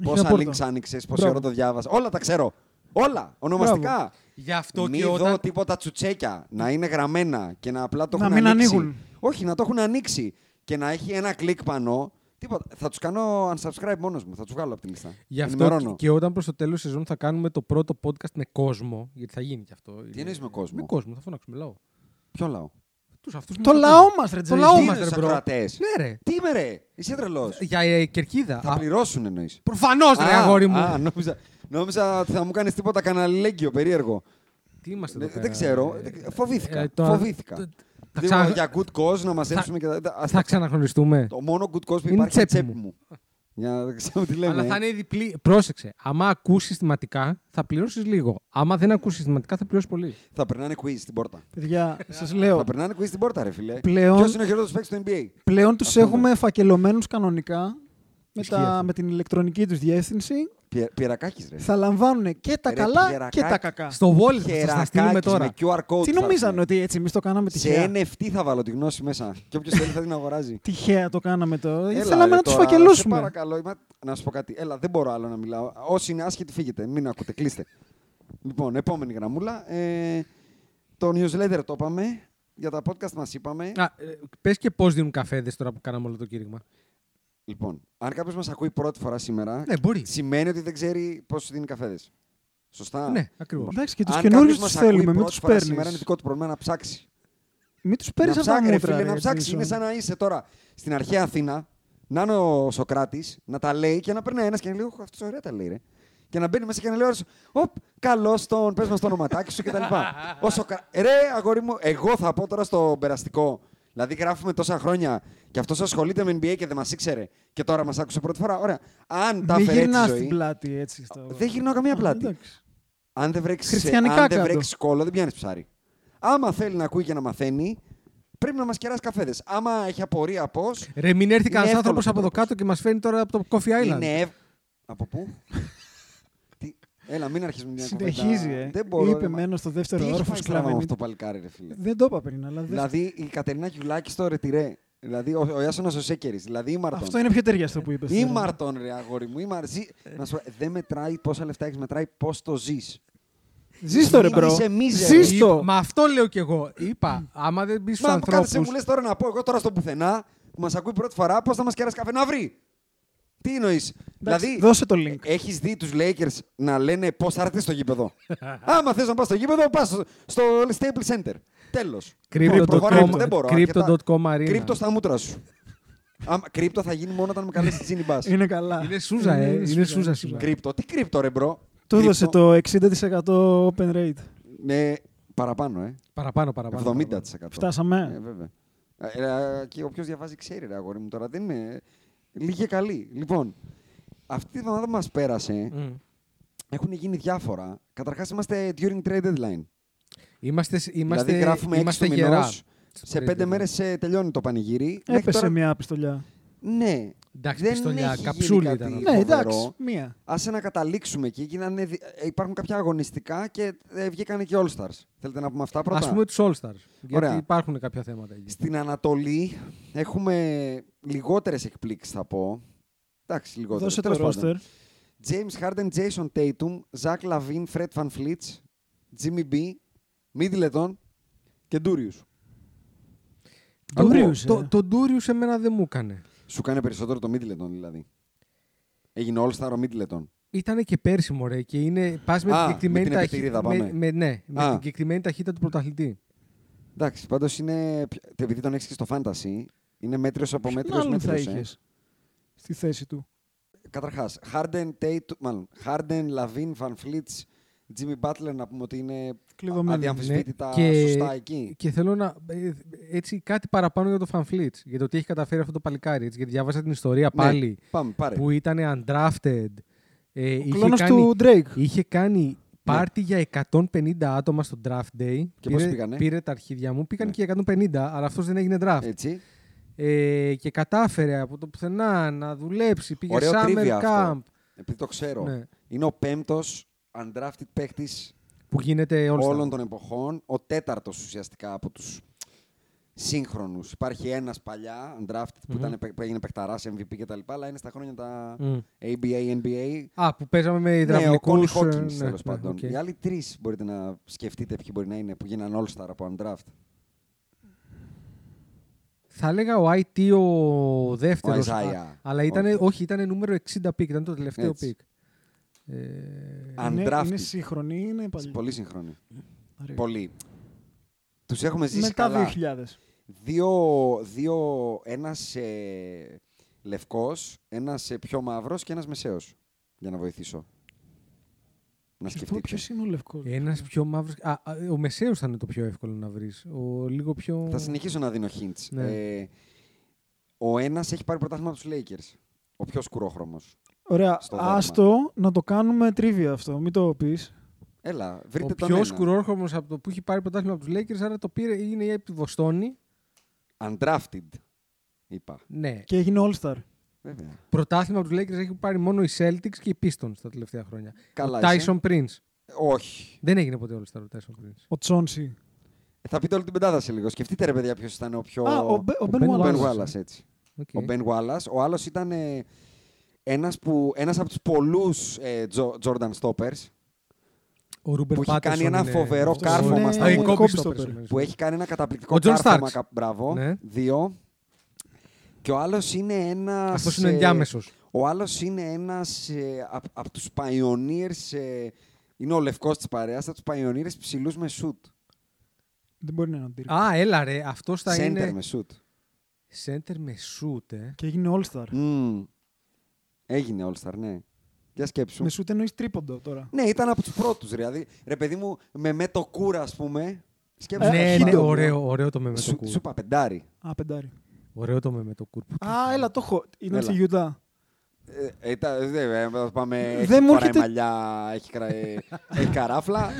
D: Πόσα
E: ραπόρτο.
D: links άνοιξες, πόση
E: Μπράβο.
D: ώρα το διάβασα. Όλα τα ξέρω. Όλα. Ονομαστικά.
F: Γι' αυτό
D: Μη
F: και
D: δω
F: όταν-
D: τίποτα τσουτσέκια να είναι γραμμένα και να απλά το
E: Να
D: έχουν
E: μην
D: ανοίξει.
E: ανοίγουν.
D: Όχι, να το έχουν ανοίξει και να έχει ένα κλικ πάνω. Τίποτα. Θα τους κάνω unsubscribe μόνος μου. Θα τους βγάλω από τη λίστα.
F: Γι' αυτό
D: Ενημερώνω.
F: και, και όταν προς το τέλος τη σεζόν θα κάνουμε το πρώτο podcast με κόσμο, γιατί θα γίνει και αυτό.
D: Τι εννοείς με κόσμο.
F: Με κόσμο, θα φωνάξουμε λαό.
D: Ποιο λαό.
F: Τους αυτούς
E: Το
F: που-
E: λαό μας, ρε
F: Το
E: Τζέι.
F: λαό
D: Τι
F: μα,
D: είναι
F: ρε
D: στους
F: μπρο.
D: ακροατές.
F: Ναι, ρε.
D: Τι είμαι, ρε. Είσαι τρελός.
F: Για ε, κερκίδα.
D: Θα πληρώσουν εννοείς.
F: Προφανώς, ρε,
D: Α,
F: αγόρι μου.
D: α, νόμιζα, νόμιζα ότι θα μου κάνεις τίποτα καναλέγγυο περίεργο.
F: Τι είμαστε
D: Ναι,
F: εδώ πέρα.
D: δεν ξέρω.
F: ε,
D: Δεν- φοβήθηκα,
F: τώρα-
D: φοβήθηκα.
F: το- Θα,
D: Λίγο
F: ξα...
D: Για good cause να μαζέψουμε και τα- τα.
F: θα
D: ας-
F: ξαναγνωριστούμε.
D: Το μόνο good cause που
F: Είναι
D: υπάρχει
F: η
D: είναι
F: τσέπη
D: τσέπη μου. Για να ξέρουμε τι λέμε.
F: Αλλά θα
D: ε.
F: είναι διπλή. Πρόσεξε. Άμα ακούσει συστηματικά, θα πληρώσεις λίγο. Άμα δεν ακούσει συστηματικά, θα πληρώσεις πολύ.
D: Θα περνάνε quiz στην πόρτα.
E: Παιδιά, σας λέω.
D: Θα περνάνε quiz στην πόρτα, ρε φίλε.
E: Πλέον-
D: Ποιος είναι ο χειρότερος παίκτης του NBA.
E: Πλέον τους
D: Ας πούμε.
E: έχουμε φακελωμένους κανονικά με,
F: Ισχύει
E: τα,
F: αυτό.
E: με την ηλεκτρονική τους διεύθυνση.
D: Πιε- Πιερακάκης, ρε.
E: Θα λαμβάνουν και τα
D: Ρε,
E: καλά
D: πιερακάκι.
E: και τα κακά.
F: Στο wallet θα σας τα στείλουμε
D: Πιερακάκης
F: τώρα.
D: με QR code.
E: Τι
D: θα
E: νομίζανε
D: έρθουνε.
E: ότι έτσι εμείς το κάναμε τυχαία.
D: Σε NFT θα βάλω τη γνώση μέσα. Και όποιος θέλει θα την αγοράζει.
E: Τυχαία το κάναμε τώρα.
D: Έλα,
E: Θέλαμε
D: ρε,
E: να τους
D: τώρα,
E: φακελώσουμε.
D: Σε παρακαλώ, μα- να σου πω κάτι. Έλα, δεν μπορώ άλλο να μιλάω. Όσοι είναι άσχετοι, φύγετε. Μην ακούτε, κλείστε. λοιπόν, επόμενη γραμμούλα. Ε, το newsletter το είπαμε. Για τα podcast μας είπαμε.
F: Πε ε, και πώς δίνουν καφέδες τώρα που κάναμε όλο το κήρυγμα.
D: Λοιπόν, αν κάποιος μας ακούει πρώτη φορά σήμερα,
F: Ναι, μπορεί.
D: σημαίνει ότι δεν ξέρει πώς δίνει καφέδες. Σωστά. Λοιπόν,
F: Ναι, ακριβώς.
E: Εντάξει, και τους
D: Αν
E: καινούριους
D: κάποιος
E: τους
D: μας ακούει
E: θέλουμε, μην
D: πρώτη
E: τους
D: φορά
E: παίρνεις.
D: Σήμερα είναι δικό του πρόβλημα να ψάξει.
E: Μην τους παίρνεις
D: να
E: αυτά τα
D: ψάξει, ρε
E: μούτρα.
D: φίλε,
E: ρε,
D: να ψάξει.
E: Jason.
D: Είναι σαν να είσαι τώρα στην αρχαία Αθήνα, να είναι ο Σοκράτης, να τα λέει και να παίρνει ένας και να λέει: Όχι, αυτός ωραία τα λέει, ρε. Και να μπαίνει μέσα και να λέει: «Ωρες, Οπ, καλώς τον, πες μας το ονοματάκι σου κτλ.
E: (laughs)
D: ο Σοκρα... Ρε, αγόρι μου, εγώ θα πω τώρα στο περαστικό. Δηλαδή, γράφουμε τόσα χρόνια και αυτός ασχολείται με NBA και δεν μας ήξερε και τώρα μας άκουσε πρώτη φορά. Ωραία. Αν τα
E: Μην
D: φέρει
E: γυρνά
D: έτσι η
E: την
D: ζωή.
E: πλάτη έτσι. Στο...
D: Δεν γυρνάω καμία
E: Α,
D: πλάτη.
E: εντάξει.
D: Αν δεν βρέξεις
E: Χριστιανικά
D: αν δεν
E: κάτω.
D: βρέξεις κόλλο, δεν πιάνεις ψάρι. Άμα θέλει να ακούει και να μαθαίνει, πρέπει να μας κεράσει καφέδες. Άμα έχει απορία πώς.
F: Ρε, μην έρθει κανένας
D: εύκολο
F: άνθρωπος
D: το
F: από εδώ
D: τρόπος.
F: κάτω και μας φέρνει τώρα από το Coffee Island.
D: Είναι ευ... Από πού? (laughs) Τι... Έλα, μην αρχίσουμε μια κουβέντα.
E: Συνεχίζει, ε.
D: Δεν μπορώ.
E: Είπε
D: ρε, μα-
E: μένω στο δεύτερο
D: Τι έχει
E: όροφος
D: πάει στραβά με
E: σκλαβενή.
D: αυτό το παλικάρι, ρε φίλε.
E: Δεν το είπα πριν, αλλά δεν-
D: Δηλαδή η Κατερίνα Κιουλάκη στο ρετυρέ. Δηλαδή ο, ο Ιάσονας ο Σέκερης. Δηλαδή η Μαρτών.
E: Αυτό είναι πιο ταιριαστό που είπες.
D: Ή Μαρτών, ρε αγόρι μου. Ή Μαρ- Ζη- Να σου πω, δεν μετράει πόσα λεφτά έχεις, μετράει πώς το ζεις.
E: Ζήστο ρε, μπρο.
D: Είσαι μίζερο.
E: Ζήστο.
F: Μα αυτό λέω κι εγώ. Είπα, άμα δεν μπεις στου
D: Μα κάθεσαι μου
F: ανθρώπου.
D: λες τώρα να πω εγώ τώρα στο πουθενά που μας ακούει πρώτη φορά πώς θα μας κεράσει καφέ να βρει. Τι εννοείς. Δηλαδή,
E: δώσε το link.
D: Έχεις δει τους Lakers να λένε πώς θα έρθει στο
E: (laughs)
D: γήπεδο. Άμα θες να πας στο γήπεδο, πας στο, στο Staples Center. Τέλο.
F: Crypto.com,
D: δεν μπορώ.
F: Crypto.com Arena.
D: Κρύπτο στα μούτρα σου. Άμα, κρύπτο θα γίνει μόνο όταν με καλέσεις
E: (laughs)
D: Τζίνι Μπάς.
E: Είναι καλά.
F: Είναι σούζα, ε. Είναι σούζα σήμερα.
D: Κρύπτο. Τι κρύπτο, ρε μπρο.
E: Του
D: Κρύπτο.
E: έδωσε το 60% open rate.
D: Ναι, παραπάνω, ε.
F: Παραπάνω, παραπάνω.
D: 70%.
E: Φτάσαμε.
D: Ε, βέβαια. Ε, ε, και όποιος διαβάζει ξέρει, ρε αγόρι μου τώρα. Δεν είναι. Λίγη και καλή. Λοιπόν, αυτή τη βδομάδα που μας πέρασε
F: Μμ.
D: έχουν γίνει διάφορα. Καταρχάς είμαστε during trade deadline.
F: Είμαστε, είμαστε,
D: δηλαδή γράφουμε
F: είμαστε
D: 6 του
F: γερά.
D: μηνός, Σε πέντε μέρες τελειώνει το πανηγύρι. Μέχρι
E: Έπεσε
D: τώρα-
E: μια πιστολιά.
D: Ναι.
F: Εντάξει,
D: δεν
F: πιστολιά,
D: έχει
F: καψούλη
D: γίνει
F: ήταν
D: κάτι
F: αυτό.
E: Ναι,
D: φοβερό.
E: εντάξει. Μία.
D: Άσε να καταλήξουμε εκεί. Γίνανε δι- ε, υπάρχουν κάποια αγωνιστικά και ε, βγήκανε και All Stars. Θέλετε να πούμε αυτά πρώτα.
F: Ας πούμε τους All Stars. Γιατί
D: Ωραία.
F: υπάρχουν κάποια θέματα εκεί.
D: Στην Ανατολή έχουμε λιγότερες εκπλήξεις θα πω. Εντάξει, λιγότερες.
E: Δώσε το
D: Τέλος πάντων.
E: ρόστερ.
D: James Harden, Jason Tatum, Zach Lavin, Fred Van Fleets, Jimmy B, Middleton και Durius.
F: Το-
E: Ντούριους, ε.
F: Το, το Ντούριου σε μένα δεν μου έκανε.
D: Σου κάνει περισσότερο το Middleton δηλαδή. Έγινε All Star ο Middleton.
F: Ήταν και πέρσι, μωρέ, και είναι. Πας με
D: Α,
F: την
D: με
F: κεκτημένη
D: την επιτηρίδα
F: ταχύτητα.
D: πάμε.
F: με, ναι, με
D: Α.
F: την κεκτημένη ταχύτητα του πρωταθλητή.
D: Εντάξει, πάντως είναι, επειδή τον έχεις και στο Fantasy, είναι μέτριος από
E: Ποιον
D: μέτριος
E: άλλον θα
D: μέτριος. ε.
E: είχες στη θέση του.
D: Καταρχάς, Harden, Tatum, μάλλον, Harden, Lavin, Van Fleets, Jimmy Butler να πούμε ότι είναι
E: Κλειδωμένοι,
D: αδιαμφισβήτητα
F: ναι. Και-
D: σωστά εκεί.
F: Και θέλω να. ε, Έτσι, κάτι παραπάνω για το Φανφλίτ. Για το τι έχει καταφέρει αυτό το παλικάρι. Έτσι, γιατί διάβασα την ιστορία
D: Ναι,
F: πάλι
D: πάμε, πάρε.
F: που ήταν undrafted. Ε,
E: Ο κλόνος του Drake.
F: Είχε κάνει
D: Ναι.
F: πάρτι για 150 άτομα στο draft day.
D: Και πώς πήγανε?
F: Πήρε τα αρχίδια μου, πήγαν
D: Ναι.
F: και 150, αλλά αυτός δεν έγινε draft.
D: Έτσι.
F: Ε, και κατάφερε από το πουθενά να δουλέψει, πήγε
D: Ωραίο
F: summer
D: trivia
F: camp.
D: αυτό. Επειδή το ξέρω.
F: Ναι.
D: Είναι ο πέμπτος undrafted παίχτης
F: Που γίνεται all-star.
D: όλων των εποχών. Ο τέταρτος ουσιαστικά από τους σύγχρονους. Υπάρχει ένας παλιά undrafted που
F: Μμμ.
D: ήταν, που έγινε παιχταράς, MVP κτλ. Αλλά είναι στα χρόνια τα
F: Μμ.
D: ABA, NBA.
F: Α, που παίζαμε με
D: Ναι, ο Κόνι
F: υδραυλικούς. ε,
D: Χόκκινς τέλος πάντων.
F: οκ.
D: Οι άλλοι τρεις μπορείτε να σκεφτείτε ποιοι μπορεί να είναι που γίναν All-Star από undraft.
F: Θα έλεγα ο IT ο δεύτερο.
D: Ο Isaiah.
F: Αλλά ήταν,
D: Όχι.
F: όχι. ήταν νούμερο 60 πικ, ήταν το τελευταίο
D: Έτσι.
F: πικ. Ε,
E: Είναι,
D: Undrafted.
E: ναι, είναι σύγχρονη, είναι παλιά.
D: Πολύ σύγχρονοι.
E: Ωραία.
D: Πολύ. Τους έχουμε ζήσει
E: Μετά
D: καλά.
E: 2000.
D: δύο, δύο ένας ε, λευκός, ένας ε, πιο μαύρος και ένας μεσαίος, για να βοηθήσω. να
E: Ποιος
D: σκεφτείτε.
E: ποιος είναι ο λευκός.
F: Ένας πιο μαύρος. Ο μεσαίος θα είναι το πιο εύκολο να βρεις. Ο λίγο πιο.
D: Θα συνεχίσω να δίνω hints.
F: Ναι.
D: Ε, ο ένας έχει πάρει πρωτάθλημα από τους Lakers. Ο πιο σκουρόχρωμος.
E: Ωραία,
D: στο δέρμα.
E: άστο να το κάνουμε τρίβια αυτό. Μην το πεις.
D: Έλα, βρείτε
F: Ο
D: τον
F: πιο
D: ένα.
F: σκουρόρχομο από το που έχει πάρει πρωτάθλημα από τους Lakers, άρα το πήρε είναι η από τη Βοστόνη.
D: Undrafted, είπα.
F: Ναι.
E: Και έγινε All Star.
D: Βέβαια.
F: Πρωτάθλημα από τους Lakers έχει πάρει μόνο οι Celtics και οι Pistons τα τελευταία χρόνια.
D: Καλά
F: ο
D: είσαι.
F: Tyson Prince.
D: Όχι. Ε,
F: Δεν έγινε ποτέ All-Star ο Tyson Prince.
E: Ο Τσόνσι.
D: Θα πείτε όλη την πεντάδα σε λίγο. Σκεφτείτε ρε παιδιά ποιος ήταν ο πιο.
E: Α, ο, Μπε- ο
F: ο
E: Μπεν
F: Ben
D: Ο Ben
E: Wallace.
F: Wallace.
D: Wallace, έτσι.
F: Οκ.
D: Ο Ben Wallace. Ο άλλος ήταν ε, ένας, που, ένας από τους πολλούς ε, Τζο- Jordan Stoppers
F: Ο Ρούμπερ
D: που έχει κάνει
F: Patterson
D: ένα
F: είναι-
D: φοβερό
E: Αυτός
D: κάρφωμα
E: είναι-
D: στα
F: Α, η
E: ο
D: γόνατα.
F: Kobe
E: Kobe
F: Stopper.
E: Stopper.
D: Που έχει κάνει ένα καταπληκτικό
F: Ο John
D: κάρφωμα.
F: Starks.
D: κα- Μπράβο.
F: Ναι.
D: Δύο. Και ο άλλος είναι ένας...
F: Αυτός είναι
D: ε,
F: ενδιάμεσος.
D: Ο άλλος είναι ένας ε, από απ τους pioneers... ε, είναι ο λευκός της παρέας, από τους pioneers ψηλούς με σουτ.
E: Δεν μπορεί να είναι ο Ντύρκ.
F: Α, έλα ρε, αυτός θα
D: Center
F: είναι.
D: με σουτ.
F: Center με shoot, ε.
E: Και έγινε All Star.
D: Μμμ. Έγινε All-Star, ναι. Για σκέψου.
E: Με σούτ εννοείς τρίποντο τώρα.
D: Ναι, ήταν από τους πρώτους. Δηλαδή, ρε παιδί μου, με με το κούρα, ας πούμε. Σκέψτε
F: ναι,
E: χίλιο
F: ναι,
E: μου.
F: ωραίο, ωραίο το με με το
D: Σου,
F: κουρ.
D: σου είπα πεντάρι.
E: Α, πεντάρι.
F: Ωραίο το με με το κουρ. Πού το-
E: Α, έλα, το έχω. Είναι
D: Έλα.
E: στη Γιούτα.
D: Ε, ε, τα- δεν- ε, θα πάμε.
E: Δεν
D: Έχει
E: μου
D: φοράει
E: έρχεται-
D: μαλλιά, έχει, κρα- ε, έχει καράφλα.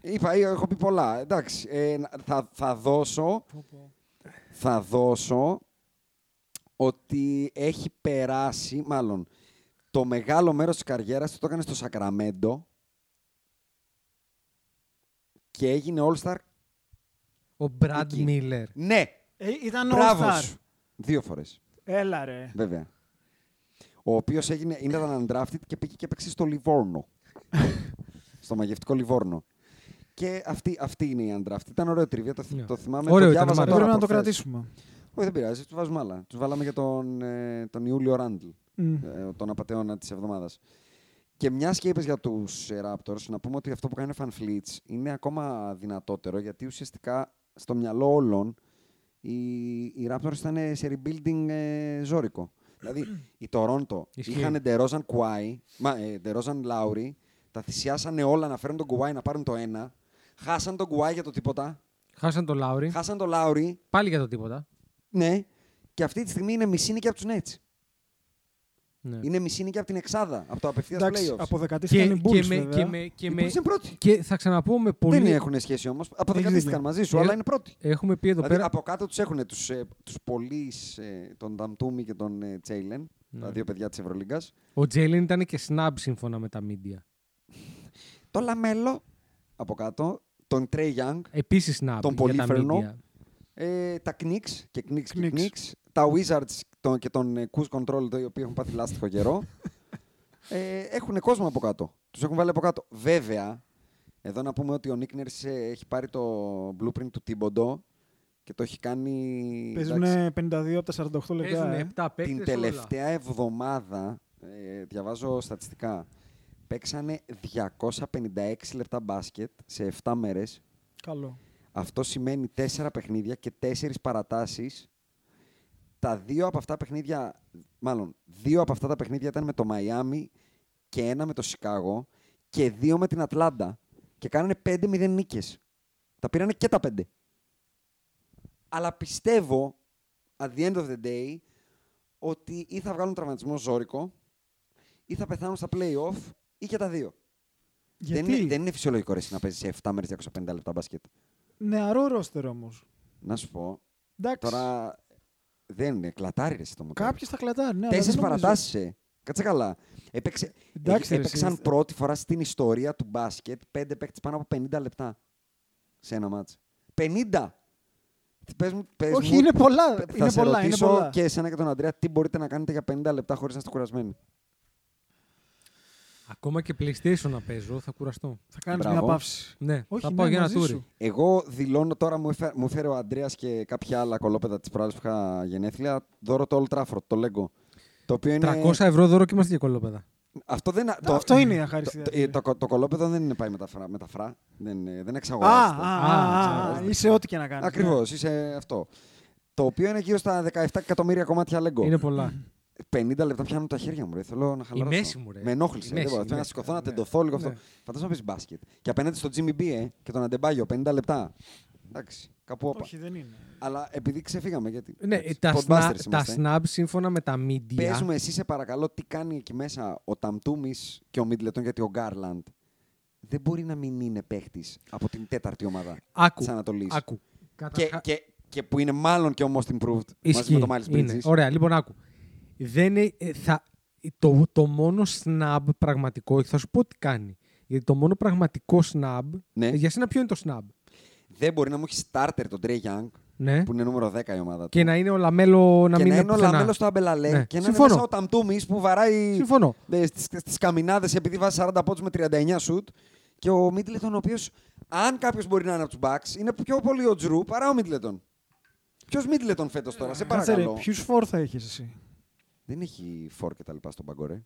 D: είπα, ε, έχω πει πολλά. Εντάξει, ε, να- θα, θα δώσω. Θα δώσω ότι έχει περάσει, μάλλον, το μεγάλο μέρος της καριέρας του το έκανε στο Σακραμέντο και έγινε All-Star.
F: Ο Brad
D: εκεί.
F: Miller.
D: Ναι,
E: Ε, ήταν All
D: μπράβος
E: Star.
D: σου. Δύο φορές,
E: Έλα ρε.
D: βέβαια. Ο οποίος έγινε, ήταν undrafted και πήγε και έπαιξε στο
E: (laughs)
D: Λιβόρνο. στο μαγευτικό Λιβόρνο. Και αυτή, αυτή είναι η undrafted. Ήταν ωραίο τρίβια, το, θυ-
F: Ναι.
D: το θυμάμαι.
F: Ωραίο
D: το
F: ήταν,
D: διάβαζα
F: μ'
E: Δεν
F: αρέσει.
D: τώρα
E: πρέπει να το
D: προχθές.
E: κρατήσουμε.
D: Όχι, δεν πειράζει, τους βάζουμε άλλα. Τους βάλαμε για τον, ε, τον Ιούλιο Ράντλ,
E: Μμ.
D: ε, τον απαταιώνα της εβδομάδας. Και μιας και είπες για τους Raptors, να πούμε ότι αυτό που κάνει ο Fan Fleets είναι ακόμα δυνατότερο γιατί ουσιαστικά στο μυαλό όλων οι, οι Raptors ήταν ε, σε rebuilding ε, ζώρικο. Δηλαδή οι Toronto
F: Ισχύει.
D: είχαν Ντερόζαν Κουάι, μα, ε, Ντερόζαν Λάουρι, τα θυσιάσανε όλα να φέρουν τον Κουάι να πάρουν το ένα. Χάσαν τον Κουάι για το τίποτα.
F: Χάσαν τον Λάουρι.
D: Χάσαν τον Λάουρι,
F: Πάλι για το τίποτα.
D: ναι. Και αυτή τη στιγμή είναι μισή νίκη από τους Nets.
F: Ναι.
D: Είναι μισή νίκη από την Εξάδα, από το απευθείας
E: Εντάξει,
D: playoffs.
E: από
F: Και,
E: δεκατίστηκαν οι
F: και,
E: Bulls
F: με, και,
E: βέβαια.
F: με,
D: Οι
F: και, με,
D: Bulls είναι πρώτοι.
F: και θα ξαναπώ με πολύ.
D: Δεν έχουν σχέση όμως. Αποδεκατίστηκαν μαζί σου,
F: Ε,
D: αλλά είναι πρώτοι.
F: Έχουμε πει εδώ
D: Δηλαδή
F: πέρα.
D: από κάτω τους έχουν τους ε, τους πολλείς, ε, τον Ταμτούμι και τον ε, Τσέιλεν, τα
F: Ναι.
D: δύο παιδιά της Ευρωλίγκας.
F: Ο Τζέιλεν ήταν και snap σύμφωνα με τα media.
D: Το Λαμέλο από κάτω, τον Τρέι Young,
F: Επίσης snap.
D: Τον
F: για τα
D: Πολύφερνο.
F: media.
D: ε, τα Knicks και Knicks και
E: Knicks.
D: Knicks, τα Wizards τον- και τον ε, Cruise Control, το οι οποίοι έχουν πάθει λάστιχο
F: (laughs)
D: καιρό. ε, έχουν κόσμο από κάτω. Τους έχουν βάλει από κάτω. Βέβαια, εδώ να πούμε ότι ο Nick Nurse, ε, έχει πάρει το blueprint του Τίμποντο και το έχει κάνει.
E: Παίζουν
D: εντάξει,
E: 52 από τα 48 λεπτά. ε.
F: Παίζουν 7 παίκτες
D: την
F: όλα.
D: τελευταία εβδομάδα, ε, διαβάζω στατιστικά, παίξανε 256 λεπτά μπάσκετ σε 7 μέρες.
E: Καλό.
D: Αυτό σημαίνει 4 παιχνίδια και 4 παρατάσεις. Τα δύο από αυτά παιχνίδια, μάλλον, δύο από αυτά τα παιχνίδια ήταν με το Μαϊάμι και ένα με το Σικάγο και δύο με την Ατλάντα. Και κάνανε 5-0 νίκες. Τα πήρανε και τα 5. Αλλά πιστεύω, at the end of the day, ότι ή θα βγάλουν τραυματισμό ζώρικο, ή θα πεθάνουν στα play-off, ή και τα δύο.
E: Γιατί
D: Δεν, είναι, δεν είναι φυσιολογικό ρε, εσύ, να παίζεις σε 7 μέρες 250 λεπτά μπάσκετ.
E: νεαρό ρόστερ όμως.
D: Να σου πω,
E: Εντάξει.
D: Τώρα δεν είναι, κλατάρι ρε εσύ το μοντέλο.
E: Κάποιοι θα κλατάρουν. Ναι, αλλά
D: Τέσσερι
E: δεν νομίζω.
D: παρατάσεις. ε. Κάτσε καλά. Έπαιξε, ε,
E: Εντάξει, ρε,
D: έπαιξαν
E: εσύ.
D: πρώτη φορά στην ιστορία του μπάσκετ πέντε παίκτες πάνω από 50 λεπτά σε ένα μάτς. 50! Τι Πες μου, πες
E: Όχι,
D: μου,
E: είναι πολλά.
D: θα
E: είναι
D: σε
E: πολλά, είναι
D: ρωτήσω
E: πολλά.
D: και εσένα και τον Αντρέα τι μπορείτε να κάνετε για 50 λεπτά χωρίς να είστε κουρασμένοι.
F: Ακόμα και PlayStation να παίζω, θα κουραστώ.
E: Θα κάνεις
D: Μπράβο.
E: μια παύση.
F: Ναι,
E: Όχι,
F: θα
E: ναι,
F: πάω για ένα
E: μαζί
F: τούρι.
E: σου.
D: Εγώ δηλώνω τώρα, μου έφερε, μου έφερε ο Αντρέας και κάποια άλλα κολόπεδα της προάλλης που είχα γενέθλια, δώρο το Old Trafford, το Lego. Το οποίο είναι.
F: 300 ευρώ δώρο και είμαστε για κολόπεδα.
D: Αυτό, δεν,
E: Το, αυτό είναι η αχάριστη.
D: Το, το, το, το κολόπεδο δεν είναι πάει με τα φρά. με τα φρά. Δεν, ε, δεν
E: Α,
D: εξαγοράζεται.
E: α,
F: Α,
E: α, α, είσαι ό,τι και να ναι. κάνεις.
D: Ακριβώς, είσαι αυτό. Το οποίο είναι γύρω στα 17 εκατομμύρια κομμάτια Lego. (clears throat)
F: Είναι πολλά.
D: 50 λεπτά πιάνω τα χέρια μου. Ρε. Θέλω να χαλαρώσω.
F: μέση μου, ρε.
D: Με ενόχλησε.
F: Η
D: Δεν
F: μέση,
D: μπορώ.
F: η
D: Θέλω να
F: μέση.
D: σηκωθώ, να
F: Ναι.
D: τεντωθώ λίγο αυτό.
F: Ναι.
D: Φαντάζομαι να πει μπάσκετ. Και απέναντι στο Jimmy B ε, και τον Αντεμπάγιο, 50 λεπτά. Εντάξει, κάπου όπα.
E: ναι. Όχι, δεν είναι.
D: Αλλά επειδή ξεφύγαμε. Γιατί...
F: Ναι,
D: εντάξει,
F: τα,
D: podbusters
F: σνα, τα
D: είμαστε.
F: snap σύμφωνα με τα media.
D: Παίζουμε εσύ, σε παρακαλώ, τι κάνει εκεί μέσα ο Ταμτούμη και ο Μίτλετον, γιατί ο Γκάρλαντ δεν μπορεί να μην είναι παίχτης από την τέταρτη ομάδα
F: Άκου.
D: της Ανατολής.
F: Άκου.
D: Και,
F: Καταρχά-
D: και, και που είναι μάλλον και ο most improved μαζί
F: Ισχύει.
D: με τον Miles
F: Είναι.
D: Bridges.
F: Ωραία, λοιπόν, άκου. Δεν, είναι- ε, θα, το, το μόνο snub πραγματικό, θα σου πω τι κάνει. Γιατί το μόνο πραγματικό snub.
D: Ναι.
F: Ε, Για σένα ποιο είναι το snub.
D: Δεν μπορεί να μου έχει starter τον Trey Young,
F: Ναι.
D: που είναι νούμερο 10 η ομάδα του.
F: Και να είναι ο Λαμέλο να
D: και
F: μην
D: να είναι ο
F: πουθενά.
D: Λαμέλος στο Αμπελαλέ
F: Ναι.
D: και να
F: Συμφωνώ.
D: είναι μέσα ο Ταμτούμη που βαράει ε,
F: Συμφωνώ.
D: στις καμινάδες επειδή βάζει 40 πόντους με 39 σουτ. Και ο Μίτλετον, ο οποίος, αν κάποιος μπορεί να είναι από τους Bucks, είναι πιο πολύ ο Τζρου παρά ο Μίτλετον. Ποιος Μίτλετον φέτος τώρα,
F: Ε,
D: σε
E: Κάτσε ρε,
D: παρακαλώ.
E: ποιους φόρ θα έχεις εσύ.
D: Δεν έχει φόρ και τα λοιπά στον παγκορέ.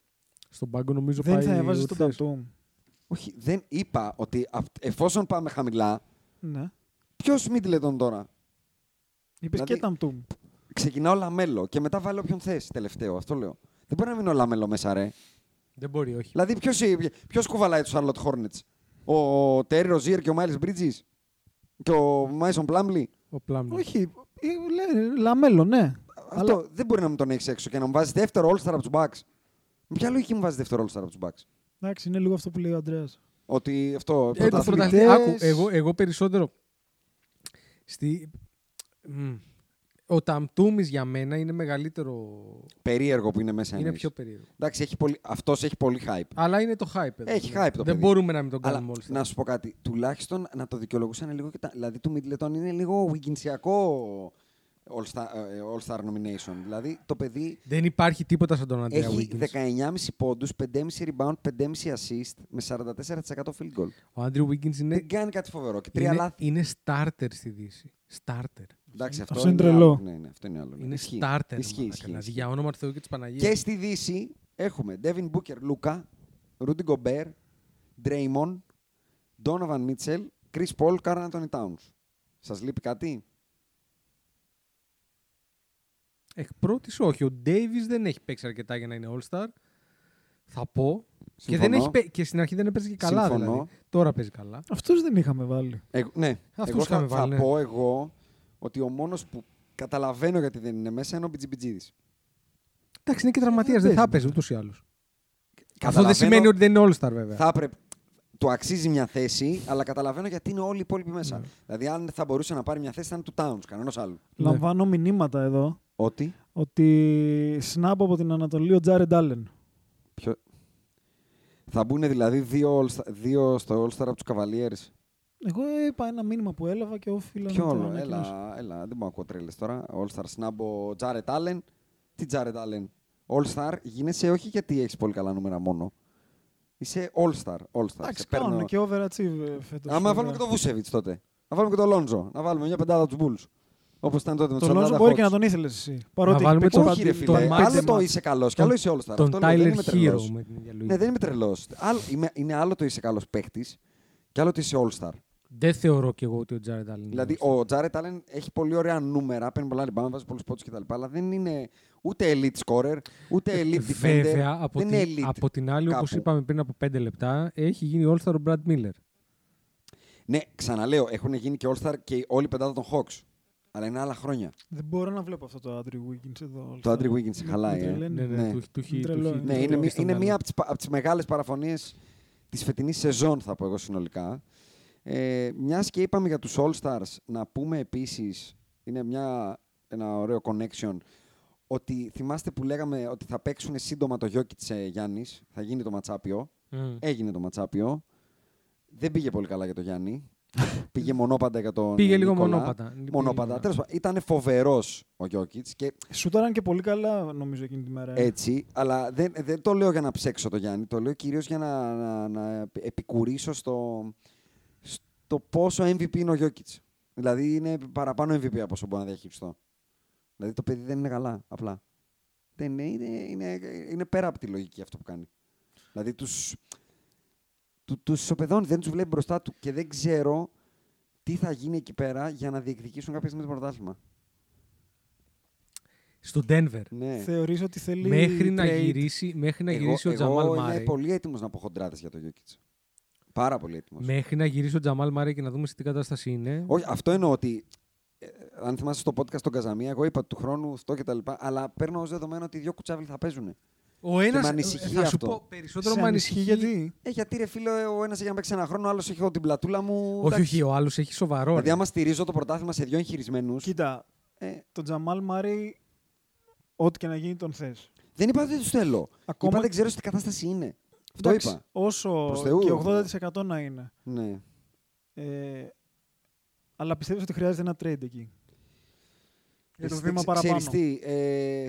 F: Στον πάγκο νομίζω
E: Δεν
F: πάει
E: θα έβαζε
F: ο
E: τον
F: Ορθέας.
E: Ταμτούμ.
D: Όχι, δεν είπα ότι απ- εφόσον πάμε χαμηλά,
E: Ναι.
D: ποιος Μίτλετον τώρα.
E: Είπες
D: Δηλαδή-
E: και Ταμτούμ.
D: Ξεκινά ο Λαμέλο και μετά βάλει όποιον θες τελευταίο. Αυτό λέω. Δεν μπορεί να μείνει ο Λαμέλο μέσα, ρε.
F: Δεν μπορεί, όχι.
D: Δηλαδή, ποιος ποιος κουβαλάει τους Charlotte Hornets, Ο Τέρι Ροζίερ και ο Miles Bridges. Και ο Μάισον Πλάμπλι.
F: Ο Πλάμνη.
E: Όχι, ε, λέ- λαμέλο, ναι.
D: Αυτό δεν μπορεί να μην τον έχεις έξω και να μου βάζεις δεύτερο All-Star από τους Bucks. Με ποια λογική μου βάζεις δεύτερο All-Star από τους Bucks.
E: Εντάξει, είναι λίγο αυτό που λέει ο Αντρέα.
D: Ότι αυτό.
F: Ε, το
D: πρωταθλητές-
F: πρωταθλητή- Άκου, εγώ, εγώ περισσότερο. Στη... Μμ. Ο Ταμτούμι για μένα είναι μεγαλύτερο.
D: Περίεργο που είναι μέσα.
F: Είναι
D: εννοείς.
F: πιο περίεργο.
D: Εντάξει, έχει πολύ... αυτός έχει πολύ hype.
F: Αλλά είναι το hype. εδώ. ναι.
D: Έχει hype το
F: Δεν
D: παιδί.
F: μπορούμε να μην τον
D: Αλλά
F: κάνουμε όλοι.
D: να σου πω κάτι. Τουλάχιστον να το δικαιολογούσαν λίγο και τα. Δηλαδή του Μίτλετον είναι λίγο Wiggins-ιακό All-Star, ε, All-Star nomination. Δηλαδή το παιδί
F: Δεν υπάρχει τίποτα σαν τον Αντρέα
D: Έχει
F: Wiggins.
D: 19,5 πόντου, 5,5 rebound, 5,5 assist με 44% field goal.
F: Ο Άντριου Wiggins είναι,
D: Δεν κάνει κάτι φοβερό. Και τρία
F: είναι,
D: λάθη.
F: είναι starter στη Δύση. Starter.
D: Εντάξει, αυτό,
E: Αυτό είναι
D: άλλο.
E: τρελό.
D: Ναι, ναι, αυτό είναι άλλο. ναι.
F: Είναι
D: Ισχύει.
F: starter.
D: Ισχύει,
F: μαλάκα,
D: ισχύει,
F: δηλαδή,
D: ισχύει.
F: Για όνομα του Θεού και της Παναγίας.
D: Και στη Δύση έχουμε Devin Booker, Luca, Rudy Gobert, Draymond, Donovan Mitchell, Chris Paul, Carl Anthony Towns. Σας λείπει κάτι?
F: Εκ πρώτης όχι. Ο Ντέιβις δεν έχει παίξει αρκετά για να είναι All-Star. Θα πω. Και,
D: Συμφωνώ.
F: δεν έχει, παί- και στην αρχή δεν έπαιζε και καλά.
D: Συμφωνώ.
F: Δηλαδή. Τώρα παίζει καλά.
E: Αυτούς δεν είχαμε βάλει.
D: Εγώ, ναι.
F: Αυτούς
D: εγώ θα,
F: είχαμε
D: θα
F: βάλει, ναι.
D: πω εγώ ότι ο μόνος που καταλαβαίνω γιατί δεν είναι μέσα είναι ο Μπιτζιμπιτζίδης.
F: Εντάξει,
D: Ε,
F: είναι και τραυματίας. Δεν θα παίζει ούτως ή άλλως. Αυτό
D: ναι. Καταλαβαίνω-
F: δεν σημαίνει ότι δεν είναι All-Star
E: Ναι.
F: βέβαια.
D: θα έπρεπε. Του αξίζει μια θέση, αλλά καταλαβαίνω γιατί είναι όλοι οι υπόλοιποι μέσα.
E: Ναι.
D: Δηλαδή, αν θα μπορούσε να πάρει μια θέση, θα είναι του Towns, κανένας άλλου.
E: Λαμβάνω μηνύματα εδώ
D: Ότι.
E: ότι σνάπ από την Ανατολή ο Τζάρεντ Άλεν.
D: Ποιο... Θα μπουν δηλαδή δύο, all-star- δύο στο All-Star από τους Cavaliers.
E: Εγώ είπα ένα μήνυμα που έλαβα και όφιλα
D: Ποιο
E: να το
D: όλο,
E: ανακοινώσω.
D: έλα, έλα, δεν μου ακούω τρέλες τώρα. All-Star Snap, Τζάρετ Άλεν. Τι Τζάρετ Άλεν. All-Star γίνεσαι όχι γιατί έχεις πολύ καλά νούμερα μόνο. Είσαι All-Star. all-star. Σε
E: Εντάξει, κάνουν και ε, overachieve φέτος.
D: Άμα βάλουμε και τον Βούσεβιτ τότε. Να βάλουμε και τον Λόντζο. Να βάλουμε μια πεντάδα από τους Bulls. Όπως ήταν τότε με του
E: Τον Λόζο μπορεί και να τον ήθελες εσύ. Παρότι
F: βάλουμε
E: έχει πει
F: τον-
E: το
D: Όχι, ρε
E: παντή-
D: φίλε.
F: τον
D: άλλο
F: Miles
D: το
F: Mott.
D: είσαι καλός και άλλο είσαι όλος τώρα.
F: Τον
D: Αυτό λέω, δεν
F: Tyler
D: είμαι
F: Hero
D: τρελός.
F: με την ίδια
D: Ναι,
F: λογική.
D: δεν είμαι τρελός. Είναι άλλο το είσαι καλός παίχτη και άλλο το είσαι all-star.
F: Δεν θεωρώ κι εγώ ότι ο Τζάρετ Άλεν.
D: Δηλαδή, ο Τζάρετ Άλεν έχει πολύ ωραία νούμερα, παίρνει πολλά λιμπάμα, βάζει πολλούς πόντους κτλ. Αλλά δεν είναι ούτε elite scorer, ούτε elite defender.
F: Ε, Βέβαια, από,
D: δεν είναι
F: την,
D: elite.
F: από την άλλη, όπως
D: κάπου.
F: είπαμε πριν από 5 λεπτά, έχει γίνει All-Star ο Brad Miller.
D: Ναι, ξαναλέω, έχουν γίνει και all-star και όλη η πεντάδα των Hawks. Αλλά είναι άλλα χρόνια.
E: Δεν μπορώ να βλέπω αυτό το Άντρι Wiggins εδώ.
D: Το Άντρι Wiggins σε χαλάει. ε.
E: τρελαίνει.
F: Ναι, ναι,
D: Ναι.
F: του έχει- του έχει-
E: Είναι
F: του
E: τρελό,
F: έχει-
E: ε.
D: Ναι,
F: του
D: είναι,
F: έχει
D: μία-
F: στο
D: είναι
F: μυαλό.
D: μία από τις, πα- από τις μεγάλες παραφωνίες της φετινής σεζόν, θα πω εγώ συνολικά. Ε, μιας και είπαμε για τους All Stars, να πούμε επίσης, είναι μια, ένα ωραίο connection, ότι θυμάστε που λέγαμε ότι θα παίξουν σύντομα το Jokic ε, Γιάννης, θα γίνει το ματσάπιο.
F: Μμμ.
D: Έγινε το ματσάπιο. Δεν πήγε πολύ καλά για το Γιάννη.
F: (laughs)
D: πήγε μονόπαντα για τον ε,
F: Πήγε λίγο
D: Νικόλα.
F: μονόπατα.
D: Μονόπαντα.
F: Πήγε
D: Τέλος πάντων, ήταν φοβερός ο Γιώκητς και
E: Σούταραν και πολύ καλά νομίζω εκείνη τη μέρα. ε.
D: έτσι, αλλά δεν, δεν το λέω για να ψέξω το Γιάννη, το λέω κυρίως για να, να, να επικουρήσω στο, στο πόσο MVP είναι ο Γιώκητς. Δηλαδή είναι παραπάνω MVP από όσο μπορώ να διαχειριστώ. Δηλαδή το παιδί δεν είναι καλά, απλά. Δεν είναι, είναι, είναι, είναι πέρα από τη λογική αυτό που κάνει. Δηλαδή τους, του, τους ισοπεδώνει, δεν τους βλέπει μπροστά του και δεν ξέρω τι θα γίνει εκεί πέρα για να διεκδικήσουν κάποια στιγμή το πρωτάθλημα.
F: στο Denver.
D: Ναι.
E: Θεωρείς ότι θέλει
F: Μέχρι να,
E: trade.
F: γυρίσει, μέχρι να
D: Εγώ-
F: Ναι, γυρίσει ο
D: εγώ
F: Τζαμάλ
D: είμαι
F: Μάρεϊ.
D: πολύ έτοιμος να πω χοντράδες για το Γιώκητ. Πάρα πολύ έτοιμος.
F: Μέχρι να γυρίσει ο Τζαμάλ Μάρεϊ και να δούμε σε τι κατάσταση είναι.
D: Όχι, αυτό εννοώ ότι. ε, αν θυμάσαι στο podcast στον Καζαμία, εγώ είπα του χρόνου αυτό και τα λοιπά. Αλλά παίρνω ως δεδομένο ότι οι δύο κουτσάβλοι θα παίζουν.
F: Ο ένας,
D: με ανησυχεί
F: θα σου
D: αυτό.
F: πω περισσότερο
E: Σε
F: με
E: ανησυχεί
F: ανησυχεί
E: γιατί.
D: Ε, γιατί ρε φίλε, ο ένας έχει να παίξει ένα χρόνο, ο άλλος έχει εγώ την πλατούλα μου.
F: Όχι,
D: εντάξει.
F: όχι, ο άλλος έχει σοβαρό.
D: Δηλαδή,
F: ρε.
D: άμα στηρίζω το πρωτάθλημα σε δύο εγχειρισμένους.
E: Κοίτα,
D: Ε,
E: τον Τζαμάλ Μάρι, ό,τι και να γίνει τον θες.
D: δεν είπα ότι δεν τους θέλω.
E: Ακόμα-
D: Είπα δεν ξέρω σε τι κατάσταση είναι. Αυτό
E: Εντάξει,
D: είπα.
E: Όσο
D: Προς Θεού.
E: και 80% να είναι.
D: Ναι.
E: Ε, αλλά πιστεύεις ότι χρειάζεται ένα trade εκεί. Για το
D: Ξέρεις
E: βήμα
D: τι,
E: παραπάνω.
D: ξέρεις τι, ε,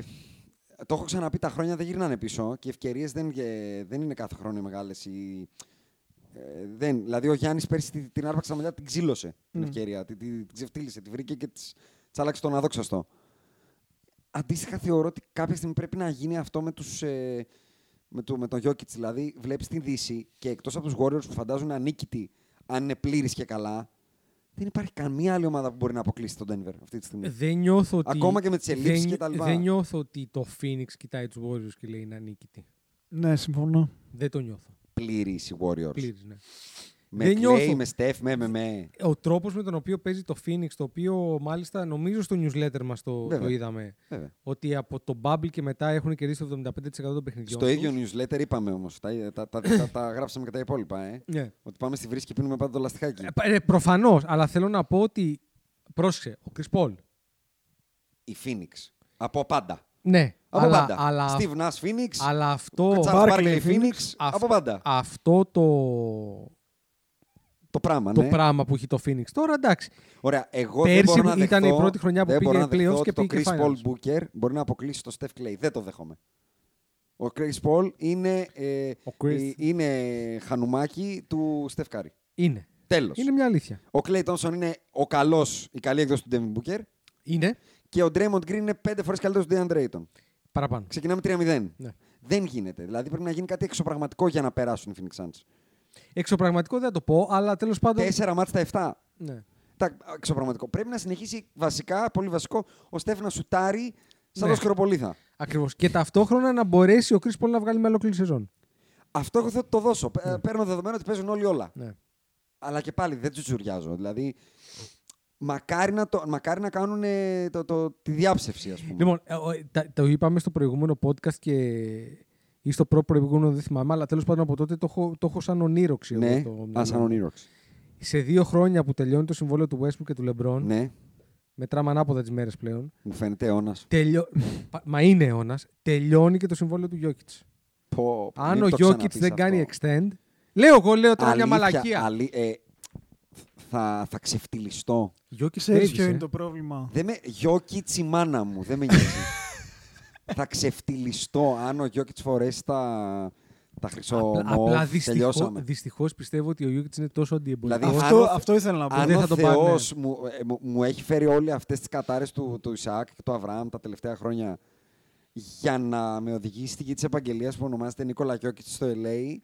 D: το έχω ξαναπεί, τα χρόνια δεν γυρνάνε πίσω και οι ευκαιρίες δεν, γε- δεν είναι κάθε χρόνο οι μεγάλες. Οι... Ε, δεν. Δηλαδή, ο Γιάννης πέρσι την, την άρπαξε τα μαλλιά, την ξύλωσε την
E: Μμ.
D: ευκαιρία. Την, την, την ξεφτύλισε, τη βρήκε και της τσάλαξε τον αδόξαστο. Αντίστοιχα, θεωρώ ότι κάποια στιγμή πρέπει να γίνει αυτό με, τους, ε, με, το, με τον Γιώκητ. Δηλαδή, βλέπεις την Δύση και εκτός από τους Warriors που φαντάζουν ανίκητοι, αν είναι πλήρης και καλά, δεν υπάρχει καμία άλλη ομάδα που μπορεί να αποκλείσει τον Denver αυτή τη στιγμή.
F: Δεν νιώθω ότι.
D: Ακόμα και με τις ελλείψεις
F: δεν-
D: και τα λοιπά.
F: Δεν νιώθω ότι το Phoenix κοιτάει τους Warriors και λέει είναι ανίκητη.
E: Ναι, συμφωνώ.
F: Δεν το νιώθω.
D: πλήρης οι Warriors.
F: Πλήρης, ναι.
D: Με
F: Δεν
D: Clay,
F: νιώθω.
D: με Steph, με, με, με.
F: Ο τρόπος με τον οποίο παίζει το Phoenix, το οποίο μάλιστα νομίζω στο newsletter μας το, το
D: Βέβαια.
F: είδαμε,
D: Βέβαια.
F: ότι από το Bubble και μετά έχουν κερδίσει το 75% των
D: Στο
F: παιχνιδιών. τους.
D: ίδιο newsletter είπαμε όμως. Τα, τα, τα, τα,
F: (laughs)
D: τα γράψαμε και τα υπόλοιπα. Ε.
F: Ναι.
D: Ότι πάμε στη βρύση και πίνουμε πάντα το
F: Ε,
D: λαστιχάκι.
F: Προφανώς, αλλά θέλω να πω ότι. Πρόσεξε, ο Chris Paul.
D: Η Phoenix. Από πάντα.
F: Ναι,
D: Από
F: αλλά,
D: πάντα.
F: αλλά,
D: Steve Nash Phoenix.
F: αλλά αυτό.
D: Charles
E: Barkley
D: Barkley
E: Phoenix.
D: Phoenix.
F: αυ-
D: Από πάντα.
F: Αυτό το,
D: Το πράγμα,
F: το
D: ναι.
F: πράγμα που έχει το Phoenix τώρα, εντάξει.
D: Ωραία, εγώ
F: Πέρσι
D: δεν μπορώ να
F: ήταν η
D: δεχθώ-
F: πρώτη χρονιά που
D: δεν μπορώ
F: πήγε
D: να δεχθώ
F: playoffs
D: ότι
F: και
D: το
F: πήγε
D: Chris
F: finals.
D: Paul Booker μπορεί να αποκλείσει το Steph Clay. Δεν το δέχομαι. Ο Chris Paul είναι, ε,
F: Ο Chris.
D: ε, είναι χανουμάκι του Steph Curry.
F: Είναι.
D: Τέλος.
F: Είναι μια αλήθεια.
D: Ο Clay Thompson είναι ο καλός, η καλή έκδοση του Devin Booker
F: Είναι.
D: και ο Draymond Green είναι πέντε φορές καλύτερος του DeAndre Ayton.
F: Παραπάνω.
D: Ξεκινάμε 3-0.
F: Ναι.
D: Δεν γίνεται. Δηλαδή πρέπει να γίνει κάτι εξωπραγματικό για να περάσουν οι Phoenix Suns.
F: Εξωπραγματικό δεν θα το πω, αλλά τέλος πάντων.
D: Τέσσερα μάτια στα 7.
F: Ναι.
D: Τα, εξωπραγματικό. Πρέπει να συνεχίσει βασικά, πολύ βασικό, ο Στέφ να σουτάρει σαν
F: Ναι.
D: το σκροπολίθα.
F: Ακριβώς. Και ταυτόχρονα να μπορέσει ο Chris Paul να βγάλει μια ολόκληρη σεζόν.
D: Αυτό εγώ θα το δώσω. Πε- Παίρνω δεδομένο ότι παίζουν όλοι όλα.
F: Ναι.
D: Αλλά και πάλι δεν τσουτσουριάζω. Δηλαδή, μακάρι να, το, μακάρι να κάνουν ε, το, το, τη διάψευση, ας πούμε.
F: Λοιπόν, ε, ο- ε, τα- το είπαμε στο προηγούμενο podcast και ή στο προ προηγούμενο, δεν θυμάμαι, αλλά τέλος πάντων από τότε το έχω, το έχω σαν ονείροξη. εγώ
D: ναι,
F: το μυαλό
D: ας
F: μου.
D: ανονείροξη.
F: Σε δύο χρόνια που τελειώνει το συμβόλαιο του Westbrook και του LeBron,
D: Ναι,
F: μετράμε ανάποδα τις μέρες πλέον.
D: μου φαίνεται αιώνας.
F: Τελειω... Πα- Μα είναι αιώνας. Τελειώνει και το συμβόλαιο του Jokic.
D: Πω,
F: Αν
D: μην
F: ο
D: το
F: Jokic
D: ξαναπείς
F: δεν κάνει
D: αυτό.
F: extend. Λέω εγώ, λέω τώρα μια
D: Αλήθεια,
F: μαλακία.
D: αλή- ε, θα, θα ξεφτυλιστώ.
F: Jokic
E: Ξέρεις
F: Davis,
E: ποιο
F: ε.
E: είναι το πρόβλημα.
D: Δεν με... Γιώκητς η μάνα μου, δεν με νοιάζει.
F: (laughs)
D: θα ξεφτυλιστώ αν ο Γιώκητς φορέσει τα, τα χρυσό
F: Απλά,
D: μόβ.
F: απλά δυστυχώ,
D: Τελειώσαμε.
F: δυστυχώς πιστεύω ότι ο Γιούκητ είναι τόσο αντιεμπορικό.
D: Δηλαδή,
E: Αυτό,
D: αν ο-
E: αυτό ήθελα να πω.
D: αν
F: δεν
D: ο
F: θα το πάρει,
D: Θεός μου, ε, μου, μου έχει φέρει όλοι αυτές τις κατάρες του, του Ισαάκ και του Αβραάμ τα τελευταία χρόνια για να με οδηγήσει στη γη της επαγγελίας που ονομάζεται Νίκολα Γιώκητς στο LA,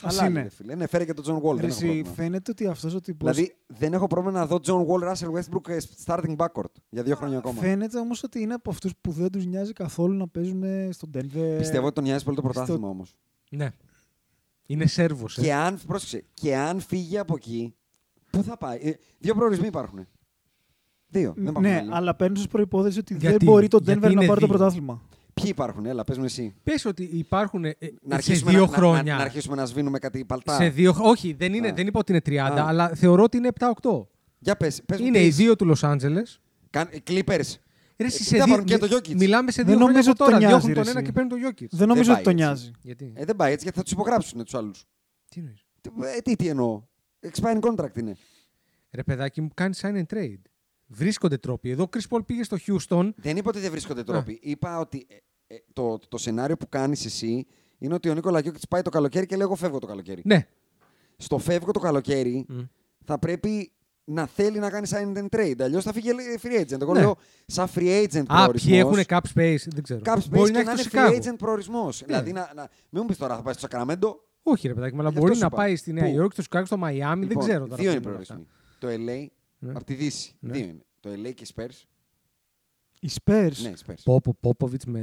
D: χαλάει,
E: είναι.
D: ρε φίλε. Ναι, φέρε και τον Τζον Wall. δεν έχω
E: Ρε, εσύ,
D: πρόβλημα.
E: φαίνεται ότι αυτός ο τύπος...
D: Δηλαδή, δεν έχω πρόβλημα να δω John Wall, Russell Westbrook ε, starting backward για δύο χρόνια ακόμα.
E: Φαίνεται όμως ότι είναι από αυτούς που δεν τους νοιάζει καθόλου να παίζουν στον Denver.
D: Πιστεύω ότι τον νοιάζει πολύ το πρωτάθλημα όμως.
F: Ναι. Είναι Σέρβος. Ε.
D: Και αν, πρόσεξε, και αν φύγει από εκεί, πού θα πάει. Ε, δύο προορισμοί υπάρχουν. Δύο. Δεν υπάρχουν.
E: Ναι,
D: άλλοι.
E: αλλά παίρνει ω προπόθεση ότι
F: Γιατί?
E: δεν μπορεί το
F: Γιατί
E: Denver να
F: είναι
E: πάρει το
F: δύο.
E: πρωτάθλημα.
D: Ποιοι υπάρχουν, έλα, πες μου εσύ.
F: Πες ότι υπάρχουν ε,
D: Να
F: σε
D: αρχίσουμε,
F: δύο
D: να,
F: χρόνια.
D: Να, να, να αρχίσουμε να σβήνουμε κάτι παλτά.
F: σε δύο, χ- όχι, δεν, είναι,
D: Α.
F: δεν είπα ότι είναι 30,
D: Α.
F: αλλά θεωρώ ότι είναι 7-8.
D: Για πες, πες μου
F: Είναι οι
D: τρεις.
F: δύο του Los Angeles.
D: Καν- Clippers.
F: Ρε,
D: Ε,
F: εσύ,
D: τι θα
F: σε δύο,
D: πάρουν και το Jokic.
F: Μιλάμε σε
E: Δεν
F: δύο χρόνια
E: νομίζω
F: από
E: ότι τον
F: τώρα.
E: νοιάζει,
F: Διώχνουν
E: ρε,
F: τον ένα
E: εσύ.
F: και παίρνουν τον Jokic.
E: Δεν νομίζω
D: πάει
E: ότι τον
D: έτσι.
E: νοιάζει.
F: Γιατί.
D: Ε, δεν πάει έτσι γιατί θα τους υπογράψουν τους άλλους.
F: Τι νοείς.
D: Τι, ε, τι, τι εννοώ. Expiring contract είναι.
F: Ρε παιδάκι μου, κάνεις sign and trade. Βρίσκονται τρόποι. Εδώ ο Chris Paul πήγε στο Houston.
D: Δεν είπα ότι δεν βρίσκονται τρόποι. Είπα ότι ε, ε, το, το σενάριο που κάνεις εσύ είναι ότι ο Νίκολα Γιώκητ πάει το καλοκαίρι και λέει: Εγώ φεύγω το καλοκαίρι.
F: Ναι.
D: Στο φεύγω το καλοκαίρι
F: Μμ.
D: θα πρέπει να θέλει να κάνει sign and trade. Αλλιώς θα φύγει ε, free agent. Εγώ
F: Ναι.
D: λέω σαν free agent
F: Α,
D: προορισμός,
F: ποιοι έχουν cap space, δεν ξέρω.
D: cap space
F: Μπορεί
D: και
F: να έχει το
D: είναι free
F: Chicago. Ναι.
D: agent προορισμό. Δηλαδή, να, να, μην μου πεις τώρα θα πάει στο Σακραμέντο.
F: Όχι, ρε παιδάκι μου, αλλά
D: Γι' αυτό
F: μπορεί
D: σου
F: να
D: είπα.
F: πάει στη Νέα
D: Πού?
F: Υόρκη, στο Σικάγο, στο Μαϊάμι, δεν
D: Λοιπόν,
F: ξέρω. τώρα
D: Δύο
F: πώς
D: είναι
F: είναι όλα αυτά.
D: προορισμοί. Το LA
F: Ναι.
D: από τη Δύση.
F: Ναι.
D: Δύο είναι. Το LA και οι Spurs.
E: Οι Spurs.
D: Ναι, Spurs.
F: Πόπο Πόποβιτ με,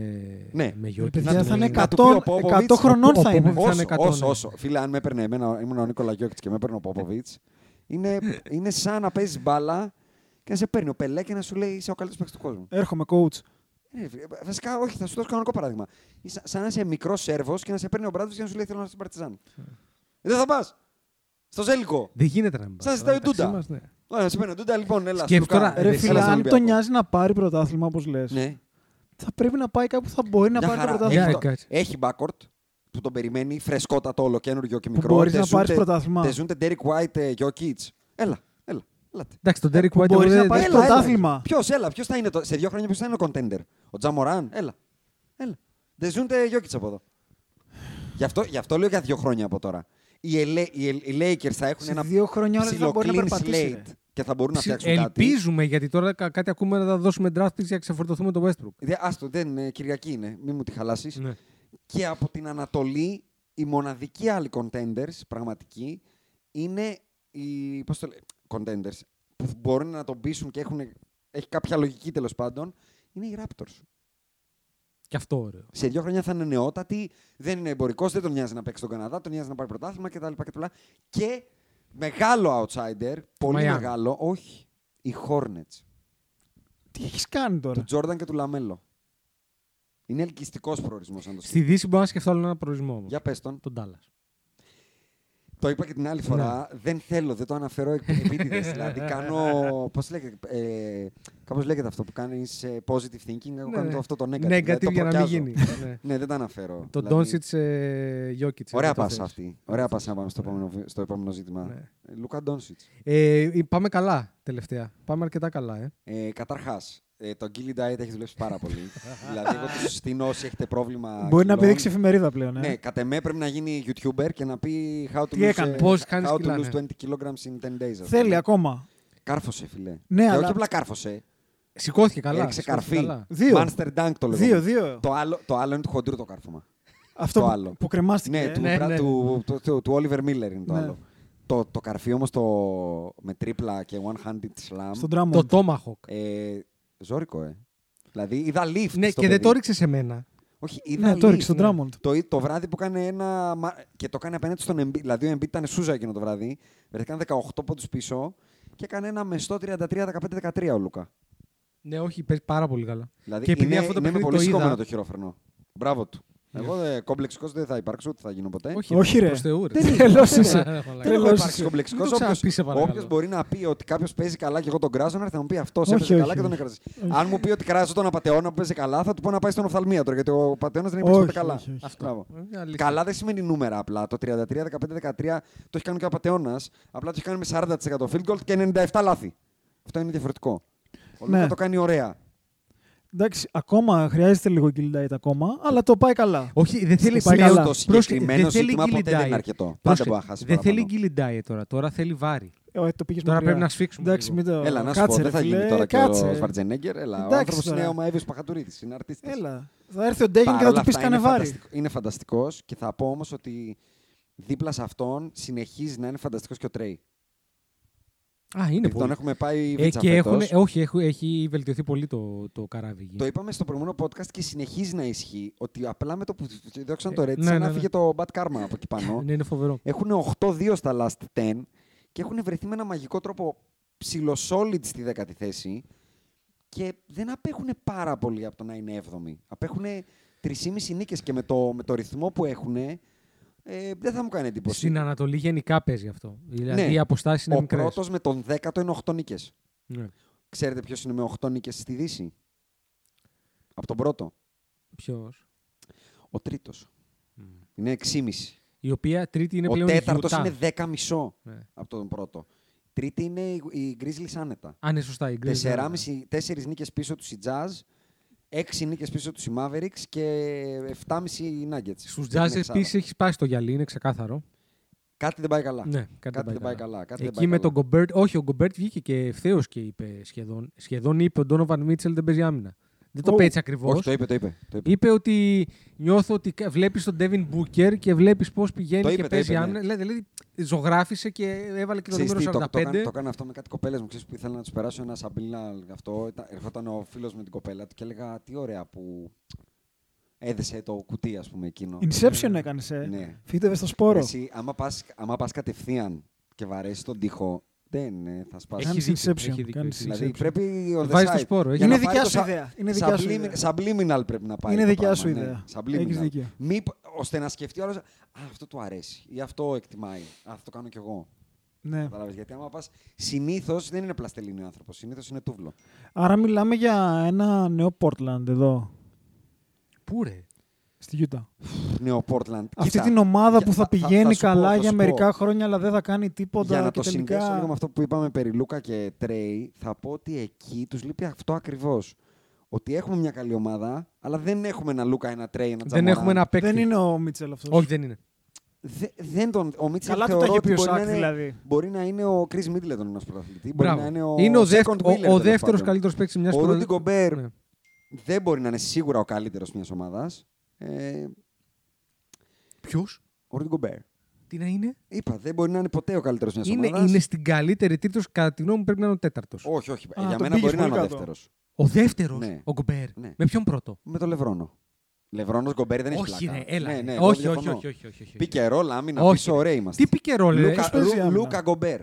D: Ναι.
F: με
E: Ρε
F: Γιώκη.
E: παιδιά, θα είναι
D: Να
E: 100,
D: του πει ο Popovic.
E: 100 χρονών
F: Ο
E: θα είναι.
F: Popovic.
D: Όσο,
F: ήταν 100,
D: όσο,
F: ναι.
D: όσο. Φίλε, αν με έπαιρνε εμένα, ήμουν ο Νίκολα Γιώκητ και με έπαιρνε ο Πόποβιτ, είναι, είναι σαν να παίζεις μπάλα και να σε παίρνει ο Πελέ και να σου λέει είσαι ο καλύτερος παίκτης του κόσμου.
E: Έρχομαι, coach.
D: Ε, φίλε, βασικά, όχι, θα σου δώσω κανονικό παράδειγμα. Είσαι σαν να είσαι μικρός Σέρβος και να σε παίρνει ο Μπράντοβιτ και να σου λέει θέλω να είσαι στην Παρτιζάν. Ε, Δεν θα πας. Στο Ζέλικο.
F: Δεν γίνεται να μην
D: Σαν
F: πας.
D: ζητάει ο
F: Μεταξύ
D: Ντούντα.
F: μας, ναι.
D: Ωραία, να σε παίρνει. Ντούντα, λοιπόν, έλα.
F: Σκέψου
D: Λουκά.
F: τώρα,
D: Έλα
E: Ρε
F: δεν
D: στον
E: φίλε, αν
D: Ολυμπιακό.
E: τον νοιάζει να πάρει πρωτάθλημα, όπως λες,
D: Ναι.
E: θα πρέπει να πάει κάπου που θα μπορεί να
D: Μια
E: πάρει το
D: χαρά.
E: πρωτάθλημα.
F: Ναι,
D: Έχει, το-
F: κάτσε.
D: έχει backcourt που τον περιμένει, φρεσκότατο όλο, καινούριο και
E: Που
D: μικρό.
E: μπορείς να
D: Τεζούνται-
E: πάρει πρωτάθλημα.
D: Τεζούνται Derek White, ε, Jokic. Έλα, έλα. Ελάτε.
F: Εντάξει, τον Derek
E: Που
F: White...
E: μπορείς
F: εγώ
E: να
F: δεν-
E: πάρεις
F: δεν-
E: το πρωτάθλημα.
D: Ποιος, έλα, ποιος θα είναι το, σε δύο χρόνια ποιος θα είναι ο contender. Ο Τζαμοράν, έλα. έλα. Δεν ζουν γιόκιτ από εδώ. Γι αυτό, γι' αυτό λέω για δύο χρόνια από τώρα. Οι, LA, οι, L- οι Lakers θα έχουν
E: Σε
D: ένα
E: δύο χρόνια όλα δεν θα μπορεί να
D: ψιλοκλίνη
E: περπατήσει, ρε.
D: slate και θα μπορούν να φτιάξουν κάτι.
F: Ελπίζουμε, γιατί τώρα κα- κάτι ακούμε να τα δώσουμε draft picks για να ξεφορτωθούμε το Westbrook.
D: Δε- Άστο, δεν είναι, Κυριακή είναι, μην μου τη χαλάσεις.
F: Ναι.
D: Και από την Ανατολή, οι μοναδικοί άλλοι contenders, πραγματικοί, είναι οι. Πώς το λέει, contenders, που μπορούν να τον πείσουν και έχουν, έχει κάποια λογική τέλος πάντων, είναι οι Raptors.
F: Και αυτό ωραίο.
D: Σε δύο χρόνια θα είναι νεότατη, δεν είναι εμπορικός, δεν τον νοιάζει να παίξει στον Καναδά, τον νοιάζει να πάρει πρωτάθλημα κτλ. κτλ. Και μεγάλο outsider, πολύ
F: Miami.
D: μεγάλο, όχι, οι Hornets.
E: Τι έχεις κάνει τώρα.
F: Ναι.
D: Του Τζόρνταν και του Λαμέλο. Είναι ελκυστικός προορισμός, αν το
F: Στη
D: σκεφτείς.
F: Δύση μπορώ να σκεφτώ άλλο ένα προορισμό μου.
D: Για πες τον.
F: Τον Dallas.
D: Το είπα και την άλλη φορά.
F: Ναι.
D: Δεν θέλω, δεν το αναφέρω επίτηδες.
F: (laughs)
D: δηλαδή, κάνω. Πώς λέγεται. Ε, Κάπως λέγεται αυτό που κάνεις positive thinking. Εγώ
F: Ναι,
D: κάνω
F: ναι.
D: το- αυτό το negative.
F: Negative
D: δηλαδή, το
F: για να μην
D: προκιάζω.
F: γίνει.
D: (laughs)
F: Ναι.
D: Ναι, δεν τα αναφέρω.
F: Το
D: Δηλαδή,
F: Doncic ε, Jokic.
D: Ωραία
F: εδώ το
D: πάσα
F: θες.
D: αυτή. Ωραία πάσα να πάμε στο επόμενο, βι- στο επόμενο ζήτημα.
F: Ναι.
D: Ε, Λούκα Ντόνσιτ.
F: Ε, πάμε καλά τελευταία. Πάμε αρκετά καλά. Ε.
D: Ε, Καταρχάς, ε, το Gilly Diet έχει δουλέψει πάρα
F: (laughs)
D: πολύ. δηλαδή, εγώ τους στείνω όσοι έχετε πρόβλημα.
E: Μπορεί να
D: κιλών.
E: πηδήξει εφημερίδα πλέον. ε.
D: Ναι, κατ' εμέ πρέπει να γίνει YouTuber και να πει how to
E: Τι
D: lose,
E: έκανε,
D: ε,
F: πώς κάνεις
D: how
F: κιλά,
D: to
F: ναι.
D: lose 20 kilograms in 10 days. ας
E: Θέλει
D: πούμε.
E: ακόμα.
D: Κάρφωσε, φιλέ.
E: Ναι,
D: και
E: αλλά-
D: όχι απλά κάρφωσε.
F: Σηκώθηκε καλά.
D: Έριξε
F: σηκώθηκε
D: καρφί.
F: καλά.
E: Δύο.
D: Monster Dunk το λέγαμε.
E: Δύο, δύο.
D: Το άλλο, το άλλο είναι του χοντρού το κάρφωμα.
E: Αυτό
D: το
E: που-
D: άλλο.
E: που κρεμάστηκε.
D: Ναι,
E: ε.
D: του,
F: ναι,
D: Μπρα-
F: ναι.
D: του, του, του, του Oliver Miller είναι το
E: Ναι.
D: άλλο. Το, το καρφί όμως το, με τρίπλα και one-handed slam.
E: Στον Drummond.
F: Το Tomahawk.
D: Ε, ζόρικο, ε. Δηλαδή είδα lift.
F: Ναι,
D: στο
F: και δεν
D: παιδί.
F: το ρίξε σε μένα.
D: Όχι, είδα
E: Ναι, το
D: lift,
E: έριξε τον
D: ναι.
E: Drummond.
D: Το, το βράδυ που έκανε ένα. μα- και το κάνει απέναντι στον Embiid. Δηλαδή ο Embiid ήταν σούζα εκείνο το βράδυ. Βρεθήκαν 18 πόντους πίσω και έκανε ένα μεστό 33-15-13 ο Λούκα.
F: Ναι, όχι, παίζει πάρα πολύ καλά.
D: Δηλαδή
F: και επειδή
D: είναι,
F: αυτό το
D: είναι με
F: παιχνίδι
D: πολύ
F: το
D: σηκωμένο
F: είδα.
D: το χειρόφρενο. Μπράβο του. Εγώ δε, κομπλεξικός δεν θα υπάρξω, ούτε θα γίνω ποτέ.
E: Όχι, ρε.
F: προς Θεού, ρε. (laughs)
E: Τελώς είσαι.
F: Ε, μαλάκα.
D: Δεν έχω
E: τρελός
D: υπάρξει
E: είσαι.
D: κομπλεξικό.
F: Μην το ξαναπείς, σε παρακαλώ.
D: Όποιος μπορεί να πει ότι κάποιος παίζει καλά και εγώ τον κράζω, να έρθει να μου πει αυτός
E: Όχι,
D: έπαιζε
E: όχι,
D: καλά και τον
E: όχι.
D: έκραζε. Αν μου πει ότι κράζω τον απαταιώνα που παίζει καλά, θα του πω να πάει στον οφθαλμίατρο γιατί ο πατεώνα δεν
E: Όχι,
D: υπήρξε
E: όχι,
D: καλά.
E: όχι.
D: Αυτό. Μπράβο.
F: Ε, αλήθεια.
D: Καλά δεν σημαίνει νούμερα απλά. Το 33, 15, 13 το έχει κάνει και ο απαταιώνα. Απλά το έχει κάνει με 40% field goal και 97 λάθη. Αυτό είναι διαφορετικό. Ο
E: Ναι.
D: Λούκα το κάνει ωραία.
E: Εντάξει, ακόμα χρειάζεται λίγο Gildite ακόμα, αλλά το πάει καλά.
F: Όχι, δεν θέλει
E: Πάει
F: Λέω
E: καλά.
D: Το
F: Πρόσεχε,
D: συγκεκριμένο
F: δεν θέλει
D: ζήτημα
F: Gilly
D: ποτέ δεν είναι
F: Diet.
D: αρκετό. Πάντα
F: Πρόσεχε,
D: μπορεί να χάσει
F: Δεν θέλει
D: παραπάνω.
F: γκυλιντάι τώρα. Τώρα θέλει βάρη.
E: Ε, το πήγες
F: Τώρα
E: μακριά.
F: πρέπει να σφίξουμε
E: Εντάξει,
F: λίγο.
E: μην το...
D: Έλα, να σου πω,
E: κάτσε,
D: δεν θα
E: ρε,
D: γίνει
E: φίλε, Ε,
D: τώρα και ο
E: κάτσε.
D: Σβαρτζενέγκερ. Έλα, ο
E: Εντάξει
D: άνθρωπος
E: τώρα.
D: είναι ο Μαέβιο Παχατουρίδης. Είναι αρτίστη.
E: Έλα. Θα έρθει ο Ντέγιον
D: Παρ'
E: και θα
D: όλα
E: του πει
D: αυτά είναι
E: κανεβάρι.
D: φανταστικ- Είναι φανταστικός και θα πω όμως ότι δίπλα σε αυτόν συνεχίζει να είναι φανταστικός και ο Τρέι.
F: Α, είναι
D: Επειδή Ε, τον
F: πολύ.
D: έχουμε πάει
F: Ε,
D: βίτσα
F: και έχουν,
D: φέτος.
F: όχι, έχουν, έχει βελτιωθεί πολύ το, το καράβι. εκεί.
D: Το είπαμε στο προηγούμενο podcast και συνεχίζει να ισχύει ότι απλά με το που διώξαν το
F: Ε,
D: Ρέτσι,
F: ναι,
D: σαν
F: ναι,
D: να
F: ναι.
D: φύγε το Bad Karma από εκεί
F: (laughs)
D: πάνω.
F: Ναι, είναι φοβερό.
D: Έχουν 8-2 στα last 10 και έχουν βρεθεί με ένα μαγικό τρόπο ψηλοσόλιτ στη δέκατη θέση και δεν απέχουν πάρα πολύ από το να είναι 7η. Απέχουν 3,5 νίκες και με το, με το ρυθμό που έχουν ε, δεν θα μου κάνει εντύπωση.
F: Στην Ανατολή γενικά παίζει αυτό. Δηλαδή
D: Ναι.
F: οι αποστάσεις είναι
D: Ο
F: μικρές.
D: πρώτος με τον δέκατο είναι 8 νίκες. Ξέρετε ποιος είναι με 8 νίκες στη Δύση. Από τον πρώτο.
F: Ποιος.
D: Ο τρίτος. Είναι 6,5.
F: Η οποία τρίτη είναι
D: Ο
F: πλέον η
D: τέταρτος
F: Utah.
D: είναι 10,5
F: Ναι.
D: από τον πρώτο. Τρίτη είναι η, η Grizzlies άνετα.
F: Α, ναι, σωστά. η Grizzlies.
D: Τεσσεράμιση- Τέσσερις νίκες πίσω τους οι Jazz, έξι νίκες πίσω τους οι Mavericks και 7,5 οι Nuggets.
F: Στους
D: Στην
F: Jazz
D: εξάδα.
F: επίσης έχεις σπάσει το γυαλί, είναι ξεκάθαρο.
D: Κάτι δεν πάει καλά.
F: Ναι, κάτι,
D: Κάτι δεν πάει καλά. κάτι δεν
F: Εκεί
D: πάει
F: με
D: καλά.
F: τον Γκομπέρτ, όχι, ο Γκομπέρτ βγήκε και ευθέως και είπε σχεδόν. Σχεδόν είπε ο Ντόνοβαν Μίτσελ δεν παίζει άμυνα. Δεν το είπε έτσι ακριβώς.
D: Όχι, το είπε, το είπε. Το είπε.
F: Είπε ότι νιώθω ότι βλέπεις τον Devin Booker και βλέπεις πώς πηγαίνει
D: Το
F: και
D: είπε, το
F: παίζει
D: είπε,
F: άμυνα.
D: ναι.
F: Δηλαδή, δηλαδή, ζωγράφισε και έβαλε και το
D: Ξέρεις τι,
F: νούμερο
D: το,
F: 45.
D: το, έκανα- το έκανα αυτό με κάτι κοπέλες μου. Ξέρεις, που ήθελα να τους περάσω ένα σαμπίλα αυτό. Ήταν- Ερχόταν ο φίλος με την κοπέλα του και έλεγα τι ωραία που έδεσε το κουτί, ας πούμε, εκείνο.
E: Inception έκανες. Ε.
D: Ναι.
E: Φύτευε στο σπόρο.
D: Εσύ, άμα πας, άμα πας κατευθείαν και βαρέσεις τον τοίχο, δεν ε, θα σπάσει.
E: Κάνεις
F: Έχει δίκιο,
E: Inception,
F: έχει δίκιο,
E: κάνεις
F: έχει
D: Δηλαδή
F: δίκιο.
D: πρέπει
E: Ε,
D: ο
F: Βάζεις το
D: site.
F: σπόρο, έχει.
D: Για
E: Είναι
D: να
E: δικιά
D: πάρει το
E: σου
D: σα-
E: ιδέα, είναι δικιά σου
D: sublimi-
E: ιδέα.
D: subliminal πρέπει να πάει.
E: Είναι
D: το
E: δικιά
D: πράγμα,
E: σου
D: ναι.
E: ιδέα.
D: Subliminal.
E: Έχεις δίκιο.
D: Μη, ώστε να σκεφτεί ο άλλος, Α, αυτό του αρέσει. Ή αυτό εκτιμάει. Α, θα το κάνω κι εγώ.
E: Ναι.
D: Καταλάβες, γιατί άμα πας συνήθως δεν είναι πλαστελίνη ο άνθρωπος, συνήθως είναι τούβλο.
E: Άρα μιλάμε για ένα νέο Portland εδώ,
F: Πού ρε.
E: στη Utah.
D: Νέο Portland.
E: Αυτή
D: Κοίτα,
E: την ομάδα που
D: για-
E: θα
D: θα
E: πηγαίνει
D: σου πω,
E: καλά
D: θα
E: για
D: σου πω.
E: μερικά χρόνια, αλλά δεν θα κάνει τίποτα.
D: Για να
E: και
D: το
E: τελικά...
D: συνδέσω λίγο με αυτό που είπαμε περί Λούκα και Τρέι, θα πω ότι εκεί τους λείπει αυτό ακριβώς. Ότι έχουμε μια καλή ομάδα, αλλά δεν έχουμε ένα Λούκα, ένα Τρέι, ένα
F: Δεν
D: Τζαμοράν.
F: έχουμε ένα παίκτη.
E: Δεν είναι ο Μίτσελ αυτός.
F: Όχι, δεν είναι.
D: Δε- δεν τον, ο Μίτσελ
E: Καλά του τα
D: θεωρώ
E: είχε πει
D: ότι
E: ο
D: μπορεί να
E: Σάκ,
D: είναι-
E: δηλαδή.
D: Μπορεί να είναι ο Κρι Μίτλετον ένας πρωταθλητής. Μπορεί
F: Μπράβο.
D: να είναι ο,
F: Είναι ο, δεύτερο
D: second wheeler,
F: ο,
D: τέλος
F: δεύτερος
D: πάντων.
F: καλύτερος παίκτης μιας
D: Ο Rudy Gobert.
F: Ναι.
D: Δεν μπορεί να είναι σίγουρα ο καλύτερος μιας ομάδας. Ε,
F: Ποιος,
D: ο Ρούντι Γκομπέρ.
F: τι να είναι.
D: Είπα, δεν μπορεί να είναι ποτέ ο καλύτερος μιας
F: Είναι,
D: ομάδας.
F: είναι στην καλύτερη τρίτος, κατά τη γνώμη μου πρέπει να είναι ο τέταρτος. Ο,
D: Όχι, όχι.
E: Α,
D: για
E: τον
D: μένα
E: πήγες
D: μπορεί να
E: πολύ
D: είναι ο
E: κάτω.
D: δεύτερος.
F: δεύτερος,
D: Ναι.
F: ο Γκομπέρ.
D: Ναι.
F: Με ποιον πρώτο.
D: Με τον Λευρόνο. Λευρόνος Γκομπέρ δεν έχει
F: όχι,
D: πλάκα.
F: ρε, έλα.
D: Ναι,
F: ρε.
D: ναι, εγώ
F: όχι, όχι,
D: διαφωνώ.
F: όχι, όχι, όχι, όχι.
D: Πήκε ρόλ, άμυνα,
F: Όχι,
D: πίσω,
F: ρε.
D: ωραία είμαστε.
F: Τι πικέ ρόλ, ρε.
D: Λούκα,
E: παίζει
D: Λου-
E: άμυνα.
D: Λούκα Γκομπέρ.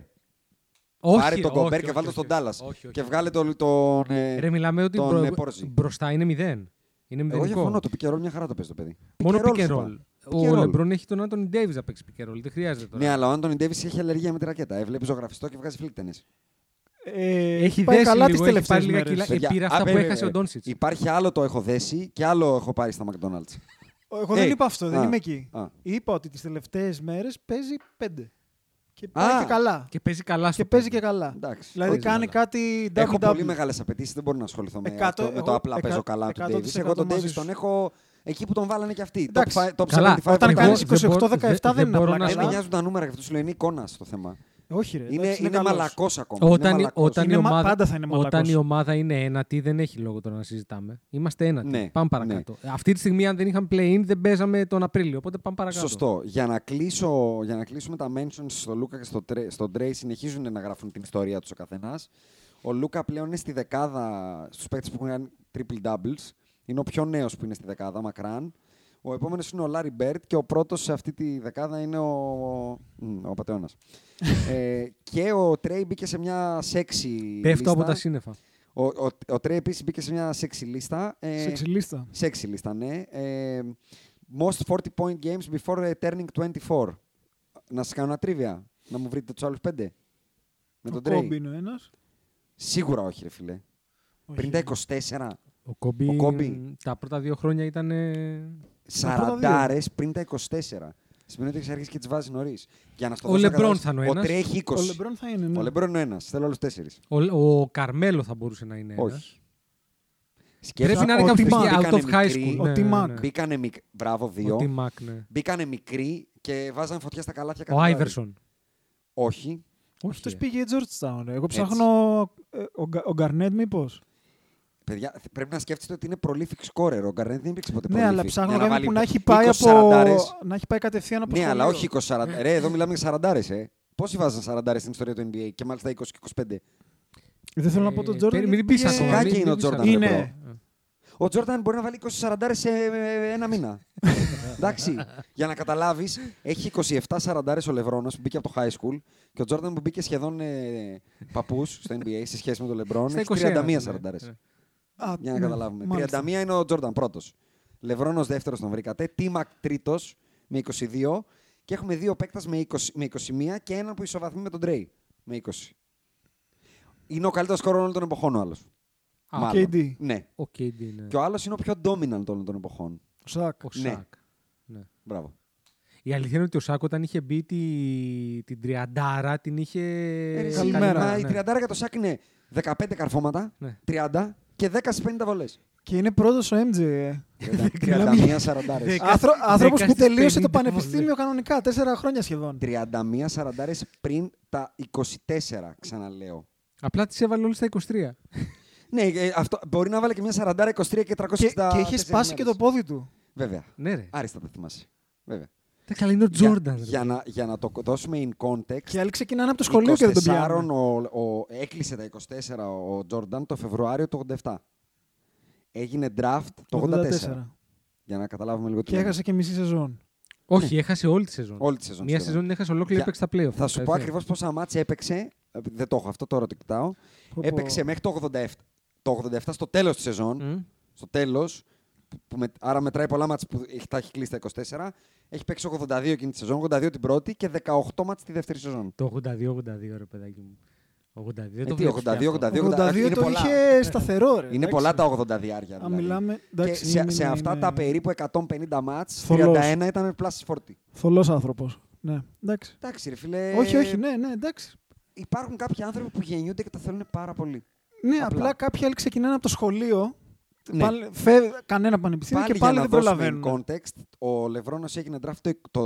F: Όχι,
D: Πάρε τον
F: όχι,
D: Γκομπέρ
F: όχι,
D: και βάλτε
F: όχι,
D: στον
F: όχι,
D: Τάλλα.
F: όχι, όχι,
D: Και
F: όχι.
D: βγάλε τον. τον ε,
F: Ρε, μιλάμε ότι
D: τον,
F: μπρο-
D: ε, Πόρζη.
F: μπροστά είναι μηδέν. Είναι
D: Εγώ διαφωνώ,
F: μηδενικό.
D: το πικερόλ μια χαρά το παίζει το παιδί.
F: Μόνο
D: Pick and roll
F: πικέ
D: σου
F: ρόλ.
D: πάει. Pick and
F: Ο
D: roll.
F: Λεμπρόν έχει τον Άντων Ντέιβις να παίξει πικέ ρόλ. Δεν χρειάζεται
D: Ναι,
F: τώρα.
D: αλλά ο Άντωνι Ντέβι έχει αλλεργία με τη ρακέτα. Ε, βλέπει ζωγραφιστό και βγάζει φλίκτενε.
E: Ε,
F: Έχει
E: πάει
F: δέσει
E: καλά
F: λίγο,
E: τις
F: έχει
E: τελευταίε
F: πάρει λίγα
E: μέρες.
F: κιλά. Ε, πήρε αυτά που έχασε ο Doncic.
D: Υπάρχει άλλο το έχω δέσει και άλλο έχω πάρει στα McDonald's.
E: Εγώ δεν
D: Ε,
E: είπα αυτό, δεν
D: α,
E: είμαι εκεί.
D: α.
E: Είπα ότι τις τελευταίες μέρες παίζει πέντε. Και
D: Α,
E: πάει και καλά.
F: Και παίζει καλά στο
E: Και παίζει
F: πέντε.
E: και καλά.
D: Εντάξει.
E: Δηλαδή
D: Παίζει
E: κάνει
D: καλά.
E: κάτι double
D: Έχω πολύ
E: double.
D: μεγάλες απαιτήσεις, δεν μπορώ να ασχοληθώ με,
E: Εκατό-
D: αυτό, με το
E: εγώ-
D: απλά
E: εκα-
D: παίζω καλά του Ντέβι.
E: 100%
D: Εγώ τον
E: μαζί
D: Ντέβι
E: σου.
D: τον έχω εκεί που τον βάλανε και αυτοί.
E: Εντάξει,
D: Top fi- Top 75.
F: Καλά,
E: Όταν
F: Εγώ
E: κάνει
F: δεν μπορώ-
E: 28-17
F: δεν
E: δεν είναι
F: μπορώ
E: απλά
F: να
D: Δεν με
F: καλά.
D: νοιάζουν τα νούμερα, γι' αυτό σου λέω είναι εικόνας στο θέμα.
E: Ε, Όχι, ρε.
D: Είναι,
E: εντάξει,
D: είναι
E: καλός.
D: μαλακός ακόμα. είναι
F: Όταν, η-
D: μαλακός.
F: όταν, η
E: Είναι μα-
F: ομάδα,
E: πάντα θα είναι μαλακός.
F: όταν η ομάδα είναι ένατη, δεν έχει λόγο τώρα να συζητάμε. Είμαστε ένατη.
D: Ναι,
F: πάμε παρακάτω. Αυτή τη στιγμή, αν δεν είχαμε play-in, δεν παίζαμε τον Απρίλιο. Οπότε πάμε παρακάτω.
D: Σωστό. Για να, κλείσω, για να κλείσουμε τα mentions στο Λούκα και στο Τρέ, στον Τρέι, συνεχίζουν να γράφουν την ιστορία τους ο καθένας. Ο Λούκα πλέον είναι στη δεκάδα στους παίκτες που έχουν κάνει triple doubles. Είναι ο πιο νέος που είναι στη δεκάδα, μακράν. Ο επόμενος είναι ο Λάρι Μπέρτ και ο πρώτος σε αυτή τη δεκάδα είναι ο, Μμ, ο Πατεώνα.
F: (laughs)
D: ε, και ο Τρέι μπήκε σε μια σεξι.
F: Πέφτω από
D: λίστα.
F: τα σύννεφα.
D: Ο, ο, ο Τρέι επίσης μπήκε σε μια σεξι λίστα. Ε,
E: Σε ξυλίστα.
D: Sexy λίστα, ναι. Ε, most 40 point games before eh, turning 24. Να σας κάνω ένα τρίβια. Να μου βρείτε τους άλλους πέντε. Με
E: Ο
D: τον Τρέι.
E: Κόμπι είναι ο ένας.
D: Σίγουρα όχι, ρε φίλε. Πριν τα 24.
F: Ο Κόμπι,
D: Ο Κόμπι.
F: τα πρώτα δύο χρόνια ήταν. ε,
D: Σαραντάρες πριν τα 24. Σημαίνει ότι έχεις αρχίσει και τις βάζει νωρίς. Για να στο
F: Ο
D: δώσω να
F: Λεμπρόν
D: καταλάβεις,
F: θα είναι ο
D: Ο
F: ένας.
D: Τρέι έχει 20.
E: Ο Λεμπρόν θα είναι. ναι.
D: Ο Λεμπρόν είναι ο ένας. Θέλω άλλους τέσσερις.
F: Ο, ο Καρμέλο θα μπορούσε να είναι. ένας.
D: Όχι. Σκέψου
F: Πρέπει να είναι
D: ότι
F: κάποιος
D: μπήκανε
F: out of high
D: μικροί,
F: school. Ναι,
E: Ο Tim Mac.
D: Μπήκανε μικροί. Μπράβο,
F: Ο
D: δύο.
F: Τιμάκ, ναι.
D: Μπήκανε μικροί και βάζαν φωτιά στα καλάθια
F: Ο
D: κατά βάρη.
F: Άιβερσον.
D: Όχι.
F: Όχι,
E: Αυτός
F: ρε.
E: πήγε Georgetown. ρε. Εγώ ψάχνω ε, ο Γκα- ο Γκαρνέτ μήπως.
D: Παιδιά, θ- πρέπει να σκέφτεστε ότι είναι prolific scorer. Ο Γκαρνέτ δεν υπήρξε ποτέ
E: Ναι,
D: prolific.
E: αλλά ψάχνω
D: Για
E: κάποιον
D: βάλει
E: που να έχει πάει
D: 20
E: από.
D: σαραντάρες.
E: Να έχει πάει κατευθείαν από
D: Ναι, αλλά
E: σχολείο.
D: όχι 20-40. Ρε, εδώ μιλάμε για 40 ε. Πόσοι βάζαν 40 στην ιστορία του NBA και μάλιστα 20 και 25.
E: Δεν θέλω να
F: Ε,
E: πω τον
F: περι-
E: Τζόρνταν.
F: Μην πεις
E: γιατί
F: ακόμα.
D: Σιγά
F: μην-
D: και είναι
F: μην
D: ο
F: πεις
D: Τζόρνταν,
F: ακόμα.
E: ρε,
F: Είναι.
D: Ο Τζόρνταν μπορεί να βάλει 20-40 σε ε, ένα
F: (laughs)
D: μήνα. Εντάξει. Για να καταλάβεις, έχει 27-40 ο Λευρόνα που μπήκε από το high school και ο Τζόρνταν που μπήκε σχεδόν ε, παππούς στο NBA σε σχέση με τον Λεμπρόν.
F: Στα
D: Έχει
F: 21,
D: 31-40.
F: ναι.
E: Α,
D: Για να
E: ναι,
D: καταλάβουμε.
E: μάλιστα.
D: 31 είναι ο Τζόρνταν πρώτος. Λευρόνος δεύτερος τον βρήκατε. Τίμακ τρίτος με 22. Και έχουμε δύο παίκτες με, 20, με 21 και έναν που ισοβαθμεί με τον Τρέι με 20. Είναι ο καλύτερος σκορ όλων των εποχών ο άλλος.
F: Α,
E: ο KD.
D: Ναι.
F: Ο KD, ναι.
D: Και ο άλλος είναι ο πιο dominant όλων των εποχών.
E: Ο Σάκ.
F: Ο
D: Ναι.
F: Σάκ. Ναι.
D: Μπράβο.
F: Η αλήθεια είναι ότι ο Σάκο όταν είχε μπει τη, την τριαντάρα την είχε.
D: Ε, ρε,
E: καλημέρα,
D: μα Η
F: ναι.
D: 30 για το σάκ είναι 15 καρφώματα,
F: Ναι.
D: 30 και 10 στι 50 βολές.
E: Και είναι πρώτος ο MJ. ε.
D: 31-40.
F: Δέκα-
E: Άνθρω- Άνθρωπος που
F: στις
E: τελείωσε
F: 50
E: το πανεπιστήμιο κανονικά. Τέσσερα χρόνια σχεδόν.
D: 31-40 πριν τα 24, ξαναλέω.
F: Απλά τις έβαλε όλες στα 23.
D: Ναι, ε, αυτό, μπορεί να βάλει και μια 40, 23 και 360.
E: Και, και είχε σπάσει και το πόδι του.
D: Βέβαια.
F: Ναι, ρε.
D: Άριστα τα θυμάσαι. Βέβαια.
F: Τα καλά είναι ο Τζόρνταν.
D: Για, για, να, για να το δώσουμε in context.
E: Και άλλοι ξεκινάνε από το σχολείο και δεν τον
D: 24
E: πιάνουν.
D: Ο, ο, έκλεισε τα 24 ο Τζόρνταν το Φεβρουάριο του 87. Έγινε draft το 84.
E: 84.
D: Για να καταλάβουμε λίγο τι
E: Και
D: λέμε.
E: έχασε και μισή σεζόν.
F: Όχι, έχασε όλη τη σεζόν.
D: Όλη τη σεζόν.
F: Μια
D: σχεδόν.
F: σεζόν την έχασε ολόκληρη
D: Για-
F: έπαιξε τα playoff.
D: Θα σου πω
F: Τελευταία.
D: ακριβώς πόσα μάτια έπαιξε. Ε, Δεν το έχω αυτό, τώρα το κοιτάω.
E: πω.
D: Έπαιξε μέχρι το 87. Το 87 στο τέλος της σεζόν.
F: Μμ.
D: Στο τέλος. Που με, άρα μετράει πολλά μάτια που έχει- τα έχει κλείσει τα 24. Έχει παίξει 82 εκείνη τη σεζόν, 82 την πρώτη και 18 μάτια τη δεύτερη σεζόν.
F: Το 82-82, ρε παιδάκι μου. 82, δεν το
D: Ε, τι,
F: βλέπεις
D: 82,
F: πια αυτό.
D: 82,
E: 82
D: είναι
E: το
D: πολλά.
E: είχε σταθερό, ρε.
D: Είναι
E: εντάξει.
D: πολλά τα 80 διάρια.
E: Α,
D: Δηλαδή.
E: μιλάμε.
D: και
E: Εντάξει, ναι,
D: σε,
E: είναι-
D: σε
E: είναι-
D: αυτά τα περίπου 150 μάτς,
E: Θολός.
D: 31 ήταν plus 40.
E: Θολός άνθρωπος. Ναι, εντάξει.
D: Εντάξει, ρε φίλε.
E: Όχι, όχι, ναι, ναι, εντάξει.
D: Υπάρχουν κάποιοι άνθρωποι που γεννιούνται και τα θέλουν πάρα πολύ.
E: Ναι,
D: Απλά.
E: απλά, κάποιοι άλλοι ξεκινάνε από το σχολείο.
D: Ναι.
E: Πάλι, φεύγει κανένα πανεπιστήμιο
D: Πάλι
E: και πάλι
D: για
E: δεν
D: να δώσουμε in
E: προλαβαίνουν.
D: context, ο Λευρόνος έγινε draft το, το,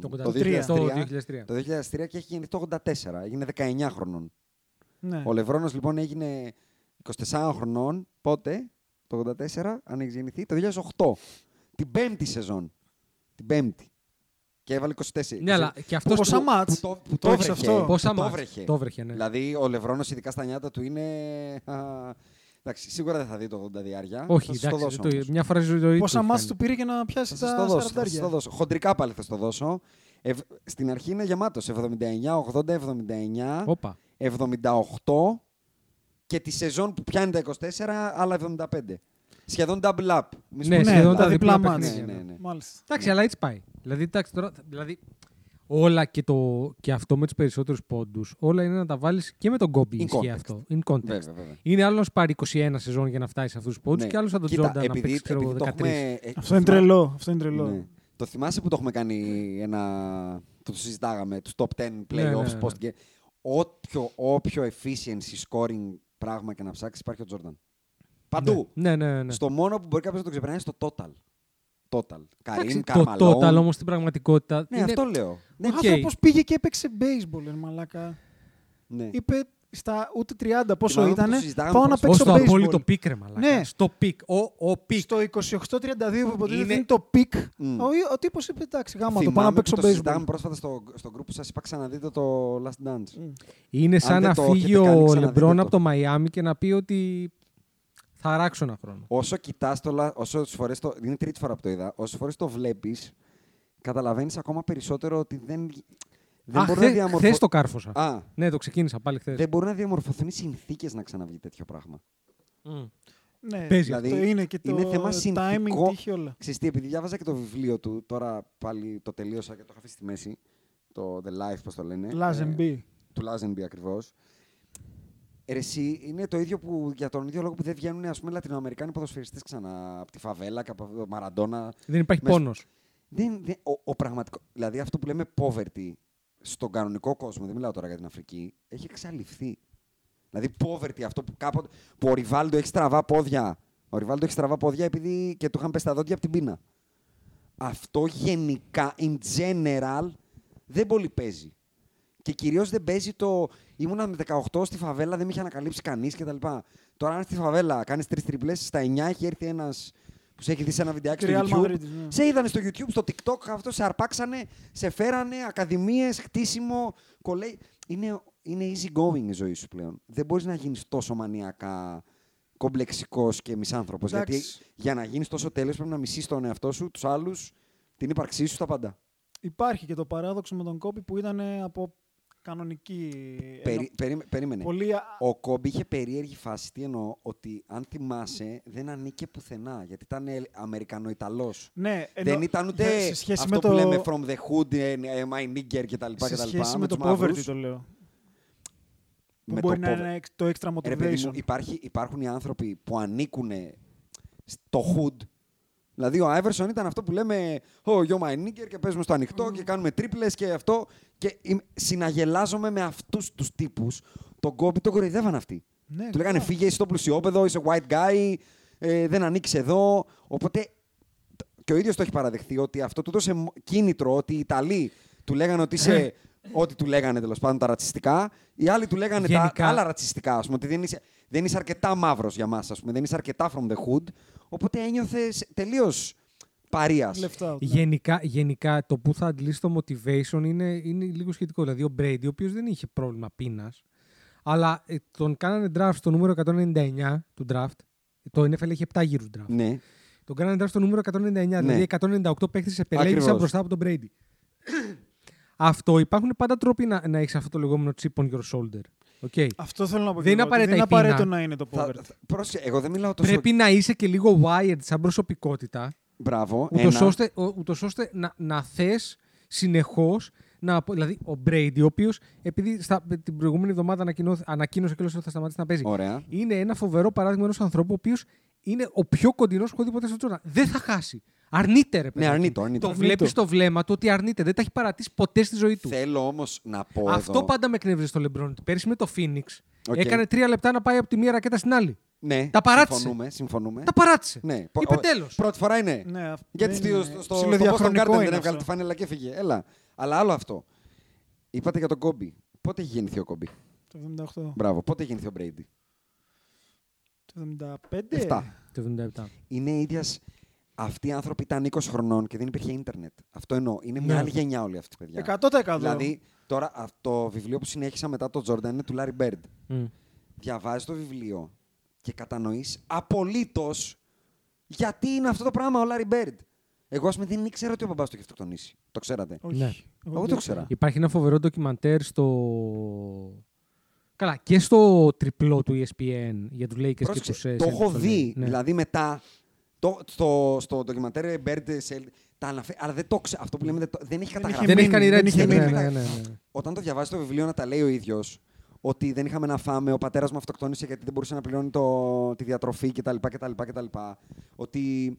F: Το
D: το
F: 83,
D: 2003,
F: το 2003.
D: το 2003 και έχει γεννηθεί το 84. Έγινε 19 χρονών.
E: Ναι.
D: Ο Λευρόνος λοιπόν έγινε 24 χρονών. Πότε? Το 84, αν έχει γεννηθεί. Το 2008. Την πέμπτη σεζόν. Την πέμπτη. Και έβαλε 24.
F: Ναι, αλλά και αυτός.
E: Πόσα
F: του-
E: μάτς.
D: Που το, που
E: Το
D: το,
E: έχεις
D: βρέχε,
E: αυτό.
D: που
F: Πόσα
D: το
F: μάτς.
D: βρέχε.
F: Το βρέχε, ναι.
D: Δηλαδή, ο Λευρόνος ειδικά στα νιάτα του είναι... α, εντάξει, σίγουρα δεν θα δει το 80 διάρια.
F: Όχι,
D: θα σας το
F: εντάξει,
D: δώσω,
F: το-
D: όμως.
F: μια φορά στη ζωή
E: Πόσα
F: του
E: μάτς του
F: κάνει.
E: πήρε για να πιάσει
D: Θα
E: τα
D: σας το δώσω, θα σας το
E: σαραντάρια.
D: δώσω. Χοντρικά πάλι θα σας το δώσω. Ε, στην αρχή είναι γεμάτος. 79, 80, 79,
F: Όπα.
D: 78 και τη σεζόν που πιάνει τα 24, άλλα 75. Σχεδόν double up. Μη σου
F: Ναι,
D: πω
E: Ναι,
F: σχεδόν
D: τίποτα.
E: τα διπλά
F: παιχνίδια,
E: μάτς.
D: ναι, ναι, ναι.
E: Μάλιστα.
F: Εντάξει, αλλά έτσι πάει. Δηλαδή, εντάξει, τώρα, δηλαδή όλα και, το, και αυτό με τους περισσότερους πόντους, όλα είναι να τα βάλεις και με τον Κόμπι.
D: In
F: Ισχύει
D: context.
F: αυτό. In context.
D: Βέβαια, βέβαια.
F: Είναι άλλο να σου πάρει 21 σεζόν για να φτάσει σε αυτούς τους πόντους
D: Ναι.
F: και άλλος να τον
D: Κοίτα,
F: Τζόρνταν να
D: επειδή-
F: παίξει ξέρω, εγώ, Ναι.
D: επειδή το
F: 13.
D: έχουμε- ε,
E: Αυτό είναι τρελό. Αυτό είναι τρελό.
D: Ναι. Το θυμάσαι που το έχουμε κάνει ένα. Το συζητάγαμε, τους top 10 playoffs,
F: Ναι, ναι, ναι.
D: post game. Όποιο, όποιο efficiency scoring πράγμα και να ψάξεις, υπάρχει ο Τζόρνταν. Παντού.
F: Ναι, ναι, ναι.
D: Στο μόνο που μπορεί κάποιος να το ξεπεράσει είναι στο total. Total. Καρίν,
F: Εντάξει, το total όμως στην πραγματικότητα.
D: Ναι,
F: είναι-
D: αυτό λέω.
E: Ο
D: Ναι,
F: Οκ.
E: άνθρωπος πήγε και έπαιξε baseball, ρε μαλάκα.
D: ναι.
E: Είπε στα ούτε 30 πόσο
D: Θυμάμαι που
E: ήταν.
D: το συζητάγαμε
E: Πάω να
D: πρόσφατα.
F: Ω
E: παίξω
F: το
E: baseball.
F: απόλυτο πικ, ρε μαλάκα.
E: Ναι.
F: Στο πικ. Ο, ο πικ.
E: Στο 28-32 που υποτίθεται
F: Είναι-
E: είναι το πικ,
D: Μμ.
E: ο, ο τύπος είπε εντάξει, γάμα το πάω
D: Θυμάμαι
E: να
D: που
E: παίξω
D: το συζητάγαμε
E: baseball.
D: πρόσφατα στο, στο group σας. Είπα ξαναδείτε το Last Dance.
F: Είναι σαν
D: δεν
F: να
D: το έχετε
F: φύγει
D: κάνει,
F: ο
D: ξαναδείτε
F: Λεμπρόν
D: το.
F: από το Μαϊάμι και να πει ότι θα αράξω ένα χρόνο.
D: Όσο κοιτάς το. λα- Όσο φορές το είναι η τρίτη φορά που το είδα. Όσε φορές το βλέπεις, καταλαβαίνεις ακόμα περισσότερο ότι δεν. Δεν
F: Α,
D: μπορεί
F: χθε-
D: να διαμορφω...
F: χθες το κάρφωσα.
D: Α,
F: Ναι, το ξεκίνησα πάλι χθες.
D: δεν μπορούν να διαμορφωθούν οι συνθήκες να ξαναβγεί τέτοιο πράγμα.
E: Ναι,
F: Παίζει
E: δηλαδή,
D: αυτό.
E: είναι και το
D: Είναι θέμα συνθηκό.
E: timing, τύχη όλα.
D: Ξέρεις τι, επειδή διάβαζα και το βιβλίο του, τώρα πάλι το τελείωσα και το είχα αφήσει στη μέση. Το The Life, πώς το λένε. ε,
E: Λάζεμπι.
D: Του Λάζενμπι ακριβώ. Εσύ είναι το ίδιο που για τον ίδιο λόγο που δεν βγαίνουν ας πούμε, Λατινοαμερικάνοι ποδοσφαιριστές ξανά από τη Φαβέλα και από το Μαραντόνα.
F: Δεν υπάρχει
D: Μέσα-
F: πόνος.
D: Δεν, δεν, ο, ο πραγματικό, δηλαδή αυτό που λέμε poverty στον κανονικό κόσμο, δεν μιλάω τώρα για την Αφρική, έχει εξαλειφθεί. Δηλαδή poverty αυτό που κάποτε. που ο Ριβάλντο έχει στραβά πόδια. Ο Ριβάλντο έχει στραβά πόδια επειδή και του είχαν πέσει τα δόντια από την πείνα. Αυτό γενικά, in general, δεν πολύ παίζει. Και κυρίως δεν παίζει το. Ήμουνα με 18 στη φαβέλα, δεν με είχε ανακαλύψει κανείς κτλ. Τώρα, αν στη φαβέλα κάνεις τρεις τριπλές, στα 9 έχει έρθει ένας που σε έχει δει σε ένα βιντεάκι στο
E: Real
D: YouTube.
E: Madrid, ναι.
D: Σε είδανε στο YouTube, στο TikTok, αυτό σε αρπάξανε, σε φέρανε, ακαδημίες, χτίσιμο, κολέ. Είναι, είναι easy going η ζωή σου πλέον. Δεν μπορείς να γίνεις τόσο μανιακά κομπλεξικός και μισάνθρωπος. Γιατί
E: Εντάξει.
D: για να γίνεις τόσο τέλειος πρέπει να μισείς τον εαυτό σου, τους άλλους, την ύπαρξή σου, τα πάντα.
E: Υπάρχει και το παράδοξο με τον Κόπι που ήταν ε, από κανονική.
D: Περί,
E: ενώ-
D: περί- περίμενε.
E: Πολύ. α-
D: Ο Κόμπι είχε περίεργη φάση. Τι εννοώ, ότι αν θυμάσαι, δεν ανήκε πουθενά. Γιατί ήταν ε, Αμερικανοϊταλό.
E: Ναι, ενώ-
D: δεν ήταν ούτε
E: για- σε σχέση
D: αυτό
E: με
D: που
E: το-
D: λέμε from the hood, ε, ε, my nigger κτλ.
E: σε σχέση με, το poverty το λέω. Που
D: Με
E: μπορεί
D: το
E: να
D: poverty.
E: είναι εξ- το extra
D: Ρε παιδί μου,
E: motivation.
D: υπάρχει, υπάρχουν οι άνθρωποι που ανήκουν στο hood. Δηλαδή, ο Άιβερσον ήταν αυτό που λέμε «Ω, yo my nigger» και παίζουμε στο ανοιχτό και κάνουμε τρίπλες και αυτό. Και είμαι- συναγελάζομαι με αυτούς τους τύπους. Τον Κόμπι τον κοροϊδεύαν αυτοί.
E: Ναι,
D: Του λέγανε
E: καλά.
D: «Φύγε, είσαι στο πλουσιόπεδο, είσαι white guy, ε, δεν ανήκεις εδώ». Οπότε,
F: Ε.
D: τ- και ο ίδιος το έχει παραδεχθεί ότι αυτό του δώσε μ- κίνητρο ότι οι Ιταλοί του λέγανε ότι είσαι ό,τι του λέγανε τέλος πάντων τα ρατσιστικά. Οι άλλοι του λέγανε τα
F: Γενικά-
D: άλλα ρατσιστικά, ας πούμε. Ότι δεν είσαι, δεν είσαι αρκετά μαύρος για μας, ας πούμε. Δεν είσαι αρκετά from the hood. Οπότε ένιωθες τελείως παρία.
E: Λεφτά.
F: Γενικά, γενικά το που θα αντλήσει το motivation είναι, είναι λίγο σχετικό. Δηλαδή ο Brady, ο οποίος δεν είχε πρόβλημα πείνας, αλλά ε, τον κάνανε draft στο νούμερο 199 του draft. Το NFL έχει 7 γύρους draft.
D: Ναι.
F: Τον κάνανε draft στο νούμερο 199, δηλαδή 198 παίχτε επελέγησαν
D: Ακριβώς.
F: μπροστά από τον Brady. αυτό υπάρχουν πάντα τρόποι να, να έχεις αυτό το λεγόμενο chip on your shoulder. Okay.
E: Αυτό θέλω να πω. και
F: Δεν είναι
E: εγώ, ότι
F: απαραίτητα
E: δεν
F: η πείνα.
E: απαραίτητο να είναι το
D: Θα-
E: poverty.
D: θα- πρόσεξε, εγώ δεν μιλάω τόσο.
F: Πρέπει να είσαι και λίγο wired σαν προσωπικότητα.
D: Μπράβο.
F: Ούτως
D: ένα.
F: ώστε, ο- ούτως ώστε να, να θες συνεχώς να, απο- δηλαδή ο Brady, ο οποίος επειδή στα, την προηγούμενη εβδομάδα ανακοινώθη- ανακοίνωσε και ότι θα σταματήσει να παίζει.
D: Ωραία.
F: Είναι ένα φοβερό παράδειγμα ενός ανθρώπου ο οποίος είναι ο πιο κοντινός που έχω δει ποτέ στον Τζόρνταν. Δεν θα χάσει. Αρνείται, ρε παιδί.
D: Ναι,
F: μου.
D: αρνείται, αρνείται.
F: Το
D: Αρνείται.
F: βλέπει στο βλέμμα του ότι αρνείται. Δεν τα έχει παρατήσει ποτέ στη ζωή του.
D: Θέλω όμως να πω.
F: Αυτό
D: εδώ-
F: πάντα με εκνεύριζε στο Λεμπρόν. Πέρυσι με το Phoenix
D: Οκ.
F: έκανε τρία λεπτά να πάει από τη μία ρακέτα στην άλλη.
D: Ναι,
F: Τα παράτησε.
D: Συμφωνούμε. συμφωνούμε.
F: Τα παράτησε.
D: Ναι, πο-
F: Είπε
D: ο-
F: τέλος.
D: Πρώτη φορά είναι.
E: Ναι, αυτό
D: Γιατί
E: δεν
D: στο,
E: είναι.
D: στο, στο Boston
E: Ψιλοδιαχρονικό
D: Garden δεν
E: είναι
D: έβγαλε τη
E: αυτό.
D: φανέλα και έφυγε. Έλα. Αλλά άλλο αυτό. Είπατε για τον Κόμπι. Πότε γεννηθεί ο Κόμπι.
E: Το
D: Μπράβο. Πότε γεννηθεί ο Μπρέιντι.
E: 78. Το 75.
D: 7.
F: Το 77.
D: Είναι ίδιας. Αυτοί οι άνθρωποι ήταν 20 χρονών και δεν υπήρχε ίντερνετ. Αυτό εννοώ. Είναι μια
F: Ναι.
D: άλλη γενιά όλοι αυτοί, παιδιά.
E: 100%.
D: Δηλαδή, τώρα αυτό το βιβλίο που συνέχισα μετά το Τζόρνταν είναι του Λάρι Μπέρντ.
F: Μμ.
D: Διαβάζεις το βιβλίο και κατανοείς απολύτως γιατί είναι αυτό το πράγμα ο Λάρι Μπέρντ. Εγώ, ας πούμε, δεν ήξερα ότι ο μπαμπάς του είχε αυτοκτονήσει. Το ξέρατε.
E: Όχι.
F: Ναι.
E: Εγώ
D: Εγώ
E: δεν
D: το ξέρα.
F: Υπάρχει ένα φοβερό ντοκιμαντέρ στο. Καλά, και στο τριπλό του E ESPN για τους Lakers και
D: Πρόσεξε,
F: τους ε,
D: το
F: Celtics,
D: έχω
F: λέει.
D: δει.
F: Ναι.
D: Δηλαδή μετά. Το, στο, στο ντοκιμαντέρ Bird Cell, τα αναφέρει. Αλλά δεν το ξέρω. Αυτό που λέμε δεν, το- δεν έχει καταγραφεί.
F: δεν έχει κάνει
E: Δεν
F: ρέντ.
E: είχε
F: Ναι, ναι,
E: μείνει.
F: ναι, ναι, ναι.
D: Όταν το διαβάζεις το βιβλίο να τα λέει ο ίδιος ότι δεν είχαμε να φάμε, ο πατέρας μου αυτοκτόνησε γιατί δεν μπορούσε να πληρώνει το, τη διατροφή κτλ. κτλ, κτλ. Ότι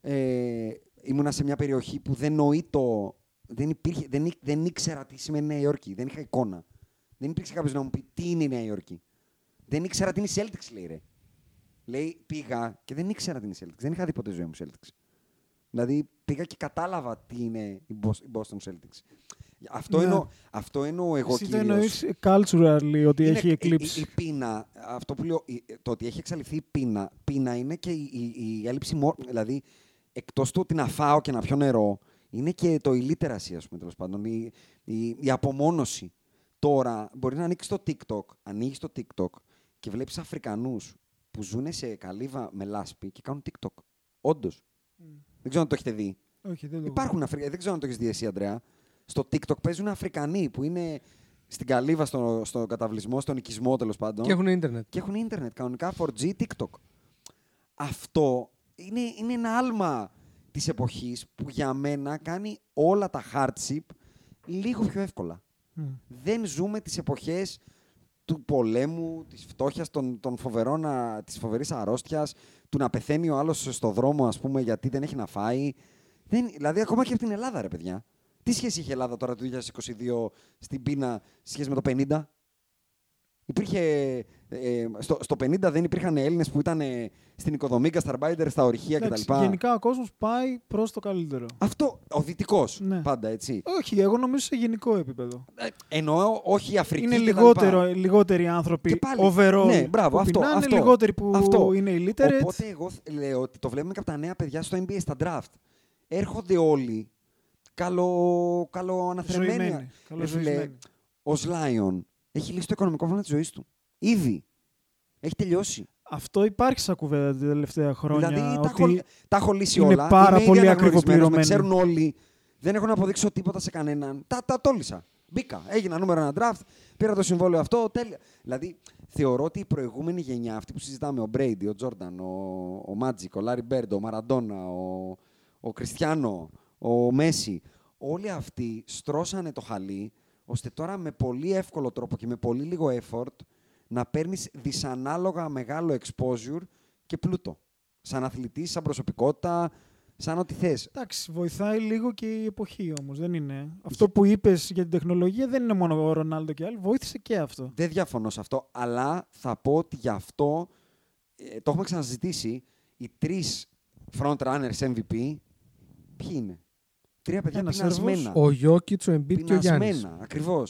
D: ε, ήμουνα σε μια περιοχή που δεν νοεί το. Δεν, υπήρχε, δεν, ή- δεν ήξερα τι σημαίνει Νέα Υόρκη. Δεν είχα εικόνα. Δεν υπήρξε κάποιος να μου πει τι είναι η Νέα Υόρκη. Δεν ήξερα τι είναι η Celtics, λέει ρε. Λέει πήγα και δεν ήξερα τι είναι η Celtics. Δεν είχα δει ποτέ ζωή μου Celtics. Δηλαδή πήγα και κατάλαβα τι είναι η Bos- η Boston Celtics. Αυτό,
E: Ναι.
D: εννοώ, αυτό εννοώ εγώ
E: Εσύ το
D: κυρίως.
E: εννοείς culturally ότι
D: Είναι ε,
E: έχει
D: η-
E: εκλείψει.
D: Η, η πείνα, αυτό που λέω, η- το ότι έχει εξαλειφθεί η πείνα, πείνα είναι και η, η, η έλλειψη μόρ, δηλαδή εκτός του ότι να φάω και να πιω νερό, είναι και το η literacy, ας πούμε, τέλος πάντων, η, η, η απομόνωση. Τώρα μπορεί να ανοίξεις το TikTok, ανοίγεις το TikTok και βλέπεις Αφρικανούς που ζουν σε καλύβα με λάσπη και κάνουν TikTok. Όντως. Δεν ξέρω αν το έχετε δει.
E: Όχι, δεν το έχω.
D: Υπάρχουν Αφρικανοί. Δεν ξέρω αν το έχεις δει εσύ, Αντρέα. Στο TikTok παίζουν Αφρικανοί που είναι στην καλύβα, στο, στον καταβλισμό, στον οικισμό τέλος πάντων.
F: Και έχουν ίντερνετ.
D: Και έχουν ίντερνετ κανονικά 4G TikTok. Αυτό είναι, είναι ένα άλμα της εποχής που για μένα κάνει όλα τα hardship λίγο πιο εύκολα.
E: Μμ.
D: Δεν ζούμε τις εποχές του πολέμου, της φτώχειας, των, των φοβερών, α, της φοβερής αρρώστιας, του να πεθαίνει ο άλλος στο δρόμο, ας πούμε, γιατί δεν έχει να φάει. Δεν, δηλαδή, ακόμα και από την Ελλάδα, ρε παιδιά. Τι σχέση είχε η Ελλάδα τώρα το 2022 στην πείνα σε σχέση με το 50. Υπήρχε, ε, στο, στο 50 δεν υπήρχαν Έλληνες που ήταν ε, στην οικοδομή, κασταρμπάιντερ, στα ορυχεία
E: Εντάξει,
D: κτλ.
E: Γενικά ο κόσμος πάει προς το καλύτερο.
D: Αυτό, ο δυτικός
E: Ναι.
D: πάντα, έτσι.
E: Όχι, εγώ νομίζω σε γενικό επίπεδο.
D: Ε, Εννοώ όχι η Αφρική.
E: είναι
D: και τα
E: λιγότερο,
D: λοιπά.
E: λιγότεροι άνθρωποι
D: Και πάλι,
E: overall.
D: ναι, μπράβο,
E: που
D: αυτό,
E: πεινάνε,
D: αυτό,
E: λιγότεροι που
D: αυτό.
E: είναι illiterate.
D: Οπότε εγώ θ- λέω ότι το βλέπουμε και από τα νέα παιδιά στο NBA, στα draft. Έρχονται όλοι καλο, καλοαναθρεμένοι.
E: Ζωημένοι, καλοζωισμένοι.
D: Ο Σλάιον έχει λύσει το οικονομικό πρόβλημα της ζωής του. Ήδη. Έχει τελειώσει.
E: Αυτό υπάρχει σαν κουβέντα τα τελευταία χρόνια.
D: δηλαδή τα,
E: ότι...
D: έχω, τα έχω λύσει
E: είναι
D: όλα.
E: πάρα
D: Είμαι ήδη
E: πολύ
D: αναγνωρισμένος, Με
E: ακριβοπληρωμένοι.
D: ξέρουν όλοι. Δεν έχω να αποδείξω τίποτα σε κανέναν. Τα, τα τόλισα. Μπήκα. Έγινα νούμερο ένα draft. Πήρα το συμβόλαιο αυτό. Τέλεια. Δηλαδή θεωρώ ότι η προηγούμενη γενιά, αυτή που συζητάμε, ο Μπρέιντι, ο Τζόρνταν, ο, ο Μάτζικ, ο Λάρι Μπέρντο, ο Μαραντόνα, ο, ο Κριστιανό, ο Μέση, όλοι αυτοί στρώσανε το χαλί ώστε τώρα με πολύ εύκολο τρόπο και με πολύ λίγο effort να παίρνεις δυσανάλογα μεγάλο exposure και πλούτο. Σαν αθλητής, σαν προσωπικότητα, σαν ό,τι θες.
E: Εντάξει, βοηθάει λίγο και η εποχή όμως. Δεν είναι. Αυτό που είπες για την τεχνολογία δεν είναι μόνο ο Ρονάλντο και άλλοι. Βοήθησε και αυτό.
D: Δεν διαφωνώ σε αυτό, αλλά θα πω ότι γι' αυτό ε, το έχουμε ξαναζητήσει. Οι τρεις front runners MVP, ποιοι είναι. τρία παιδιά
E: Ένας
D: πεινασμένα.
F: Ο Γιώκητ, ο Εμπίτ και ο Γιάννη.
D: Πεινασμένα, ακριβώ.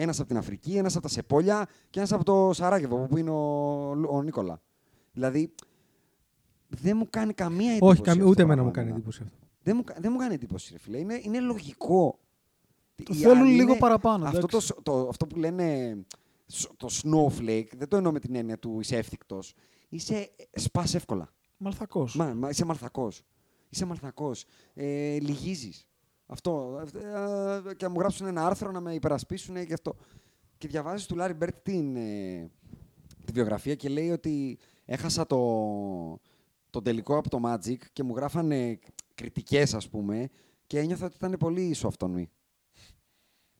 D: Ένα από την Αφρική, ένας από τα Σεπόλια και ένας από το Σαράγεβο από που είναι ο, Λου- ο Νίκολα. Δηλαδή, δεν μου κάνει καμία εντύπωση.
F: Όχι, καμ-
D: αυτό το
F: ούτε
D: πράγμα
F: εμένα
D: ναι.
F: μου κάνει
D: εμένα.
F: εντύπωση αυτό.
D: Δεν μου, κα- δεν μου κάνει εντύπωση, ρε φίλε. Είναι, είναι λογικό.
E: Το
D: Οι
E: θέλουν
D: άλλοι
E: λίγο
D: είναι-
E: παραπάνω,
D: Αυτό,
E: εντάξει.
D: το, σ- το, αυτό που λένε σ- το snowflake, δεν το εννοώ με την έννοια του είσαι εύθυκτος. Είσαι σπα εύκολα.
E: Μαλθακός.
D: Μα, μα, είσαι μαλθακός. Είσαι μαλθακός. Ε, Λυγίζεις. Αυτό. Ε, ε, και να μου γράψουν ένα άρθρο να με υπερασπίσουν και αυτό. Και διαβάζεις του Λάρι Μπέρτ την, ε, τη βιογραφία και λέει ότι έχασα το, τον τελικό από το Magic και μου γράφανε κριτικές, ας πούμε, και ένιωθα ότι ήταν πολύ soft on me.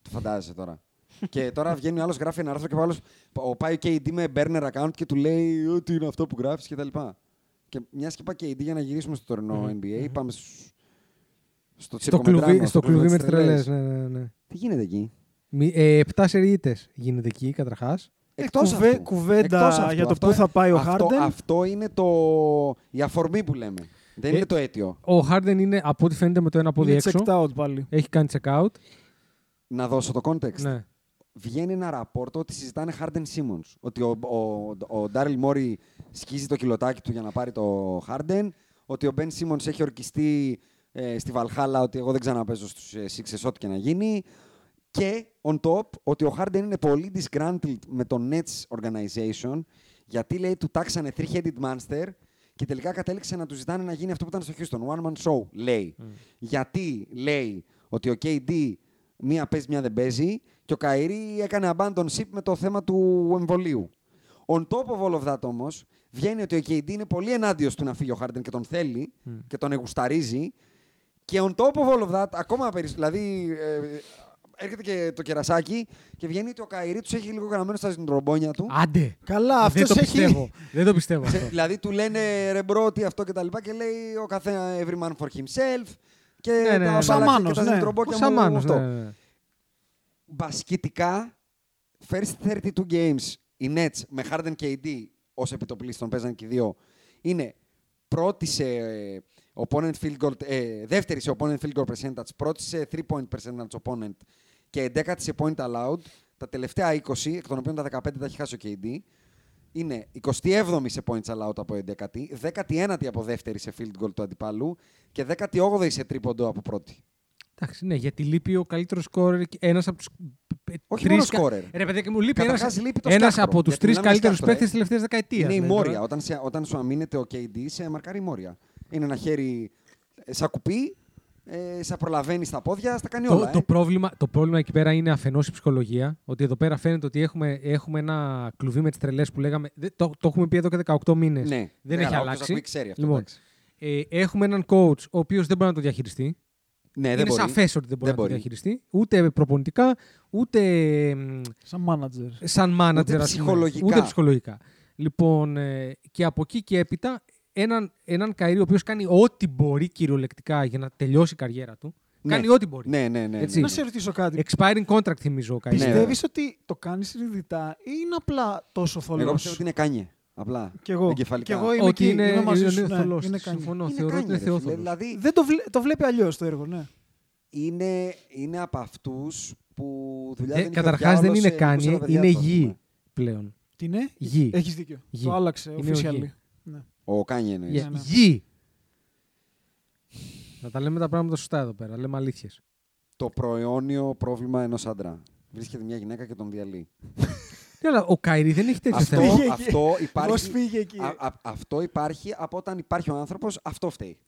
D: Το φαντάζεσαι τώρα. και τώρα βγαίνει ο άλλος, γράφει ένα άρθρο και ο άλλος, ο πάει ο KD με burner account και του λέει ότι είναι αυτό που γράφεις κτλ. Και μιας και είπα KD για να γυρίσουμε στο τωρινό
F: Μμμ,
D: NBA,
F: μμμ.
D: πάμε στους- στο
F: Στο
D: τσίρκο
F: κλουβί,
D: Μετράνο,
F: στο κλουβί
D: της
F: με
D: τρελές.
F: τρελές. Ναι, ναι, ναι.
D: Τι γίνεται εκεί.
F: Μη- ε, Επτά σερίτες γίνεται εκεί καταρχάς.
D: Εκτός
E: κουβέ-
D: αυτού.
E: κουβέντα
D: Εκτός αυτού.
E: για το
D: Αυτό-
E: πού θα πάει ο
D: αυτό-
E: Harden.
D: Αυτό είναι το... η αφορμή που λέμε. Δεν
F: Ε,
D: είναι το αίτιο.
F: Ο Χάρντεν είναι από ό,τι φαίνεται με το ένα πόδι
E: Είναι
F: έξω.
E: checked out πάλι.
F: Έχει κάνει check out.
D: Να δώσω το context.
F: Ναι.
D: Βγαίνει ένα ραπόρτο ότι συζητάνε Harden Simmons. Ότι ο, ο, ο Daryl Morey σκίζει το κιλοτάκι του για να πάρει το Harden. Ότι ο Ben Simmons έχει ορκιστεί ε, στη Βαλχάλα ότι εγώ δεν ξαναπέζω στους ε, Sixers ό,τι και να γίνει. Και on top ότι ο Harden είναι πολύ disgruntled με το Nets Organization γιατί λέει του τάξανε three-headed monster και τελικά κατέληξε να του ζητάνε να γίνει αυτό που ήταν στο Houston. One man show, λέει. Γιατί λέει ότι ο KD μία παίζει, μία δεν παίζει και ο Καηρή έκανε abandon ship με το θέμα του εμβολίου. On top of all of that όμως, βγαίνει ότι ο KD είναι πολύ ενάντιος του να φύγει ο Harden και τον θέλει και τον εγουσταρίζει και on top of all of that, ακόμα περισσότερο. Δηλαδή, ε, έρχεται και το κερασάκι και βγαίνει ότι ο Καϊρή τους έχει λίγο γραμμένο στα συντρομπόνια του.
F: Άντε.
E: Καλά, αυτό
F: Δεν το
E: έχει.
F: πιστεύω. Δεν το πιστεύω
D: Ξέ-
F: αυτό.
D: δηλαδή, του λένε ρε μπρο, τι αυτό και τα λοιπά και λέει ο καθένα every man for himself. Και
F: Ναι, ναι,
D: τα
F: ναι.
D: απαλλάξει
E: Σαμάνος,
D: και τα
E: ναι.
D: συντρομπόκια
F: Ο
D: μου,
F: Σαμάνος,
D: αυτό.
F: ναι, ναι, ναι.
D: Μπασκετικά, first 32 games, οι Nets με Harden και AD, ως επιτοπλίστων παίζαν και οι δύο, είναι πρώτη σε ε, opponent field goal, ε, δεύτερη σε opponent field goal percentage, πρώτη σε 3 point percentage opponent και εντέκατη σε point allowed. Τα τελευταία 20, εκ των οποίων τα 15 τα έχει χάσει ο KD, είναι 27η σε points allowed από 11η, 19η από δεύτερη σε field goal του αντιπάλου και 18η σε τρίποντο από πρώτη.
F: Εντάξει, ναι, γιατί λείπει ο καλύτερος σκόρερ. Ένας από τους.
D: Όχι μόνο σκόρερ.
F: Ρε παιδάκι μου, λείπει
D: Καταρχάς,
F: ένα
D: λείπει το
F: ένας
D: σκάκτρο,
F: από τους
D: γιατί
F: τρεις
D: μιλάμε
F: καλύτερου
D: σκάκτρο, ε.
F: παίχτε της τελευταίας δεκαετίας.
D: Είναι η
F: δηλαδή.
D: Μόρια. Όταν, σε- όταν σου αμήνεται ο KD, σε μαρκάρει η Μόρια. Είναι ένα χέρι ε, σαν κουπί, ε, σε προλαβαίνει στα πόδια, στα κάνει
F: Το,
D: όλα.
F: το,
D: ε.
F: πρόβλημα, το πρόβλημα εκεί πέρα είναι αφενός η ψυχολογία. Ότι εδώ πέρα φαίνεται ότι έχουμε, έχουμε ένα κλουβί με τις τρελές που λέγαμε. δεν- Το, το έχουμε πει εδώ και 18 μήνες.
D: Ναι. Ναι,
F: δεν έχει
D: αλλά όποιος
F: αλλάξει.
D: ακούει ξέρει αυτό,
F: Λοιπόν,
D: εντάξει.
F: ε, έχουμε έναν coach ο οποίος δεν μπορεί να το διαχειριστεί.
D: ναι, δεν
F: είναι
D: μπορεί.
F: σαφές ότι δεν
D: Δεν
F: μπορεί να το
D: μπορεί.
F: διαχειριστεί. Ούτε προπονητικά, ούτε μ,
E: Σαν manager.
F: σαν manager. ας πούμε.
D: ψυχολογικά.
F: Ούτε ψυχολογικά. Λοιπόν, ε, και από εκεί και έπειτα, έναν, έναν Καϊρή ο οποίος κάνει ό,τι μπορεί κυριολεκτικά για να τελειώσει η καριέρα του.
D: Ναι.
F: Κάνει ό,τι μπορεί.
D: Ναι, ναι, ναι. ναι,
F: Έτσι.
E: Να
D: ναι.
E: σε ρωτήσω κάτι.
F: Expiring contract θυμίζω ο Καϊρή.
D: Ναι,
E: Πιστεύεις ότι το κάνεις συνειδητά ή είναι απλά τόσο θολός.
D: Εγώ πιστεύω ότι είναι κάνιε. Απλά.
E: Κι εγώ.
D: Εγκεφαλικά.
E: Κι εγώ είμαι
F: ότι
E: εκεί,
F: είναι,
E: είμαι μαζί σου,
F: είναι
E: ναι,
F: θεόλος.
E: είναι κάνει.
F: Συμφωνώ,
D: Είναι
F: θεωρώ ότι
D: κάνιε,
F: είναι
D: ρε φίλε.
F: θεόθωλος.
D: Δηλαδή,
E: Δεν το, βλέ... το βλέπει αλλιώς το έργο, ναι.
D: είναι, είναι από αυτούς που δουλειά
F: Ε,
D: δεν είχε ο
F: Καταρχάς δεν
D: διάολος,
F: είναι
D: ε, χτυπούσε τα
F: κάνει,
D: παιδιά
F: είναι
D: του, ας πούμε.
F: γη πλέον.
E: Τι είναι,
F: Γη.
E: έχεις δίκιο.
F: Γη.
E: Το άλλαξε
F: Είναι ο
E: officially.
F: γη.
E: Ναι.
D: Ο Κάνιε εννοείς.
F: Γε-
E: ναι, ναι.
F: Γη. Να τα λέμε τα πράγματα σωστά εδώ πέρα. Λέμε αλήθειες.
D: Το προαιώνιο πρόβλημα ενός άντρα. Βρίσκεται μια γυναίκα και τον διαλύει.
F: Ναι, αλλά ο Καϊρή δεν έχει τέτοιο
D: Αυτό,
F: θέμα.
E: Φύγε εκεί.
D: αυτό, υπάρχει,
E: Πώς φύγε εκεί.
D: α- α- αυτό υπάρχει από όταν υπάρχει ο άνθρωπος, αυτό φταίει.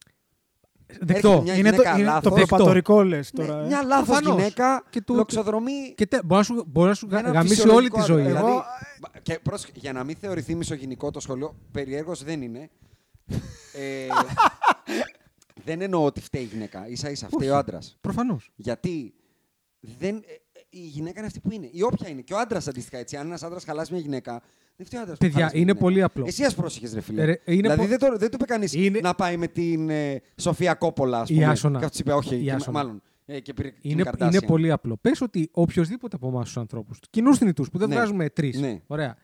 F: Δεκτό.
D: έρχεται μια-
E: Είναι το,
D: γυναίκα
E: είναι το
D: λάθος.
E: προπατορικό λε τώρα.
D: Ναι,
E: ε.
D: μια λάθος
F: Προφανώς.
D: γυναίκα
F: Και του-
D: λοξοδρομεί.
F: Και τε- μπορεί να σου, μπορεί να σου
D: με έναν
F: γαμίσει όλη
D: φυσιολογικό
F: τη ζωή. ε.
D: άνθρωπο.
E: Εγώ-
D: Δηλαδή, και πρόσεχε, για να μην θεωρηθεί μισογενικό το σχολείο, περιέργως δεν είναι.
E: (laughs)
D: ε, δεν εννοώ ότι φταίει η γυναίκα. σα ίσα φταίει ο άντρας.
F: Προφανώς.
D: Γιατί δεν, ε, ε, η γυναίκα είναι αυτή που είναι. Η όποια είναι. Και ο άντρας αντίστοιχα έτσι. Αν ένας άντρας χαλάσει μια γυναίκα, δεν φταίει ο άντρας.
F: Παιδιά, είναι πολύ απλό.
D: Εσύ ας πρόσεχες, ρε φίλε.
F: Ε, ρε, είναι
D: δηλαδή
F: πο-
D: δεν, το, δεν του είπε κανείς
F: Είναι-
D: να πάει με την ε, Σοφία Κόπολα, ας
F: Η
D: πούμε.
F: Άσονα.
D: Και αυτό είπε, όχι,
F: Η
D: και,
F: Άσονα.
D: μάλλον. Ε, και πήρε Kim
F: Είναι,
D: Kardashian.
F: είναι πολύ απλό. Πες ότι οποιοδήποτε από εμάς τους ανθρώπους, κοινούς θνητούς που δεν
D: Ναι.
F: βγάζουμε τρεις,
D: Ναι.
F: ωραία,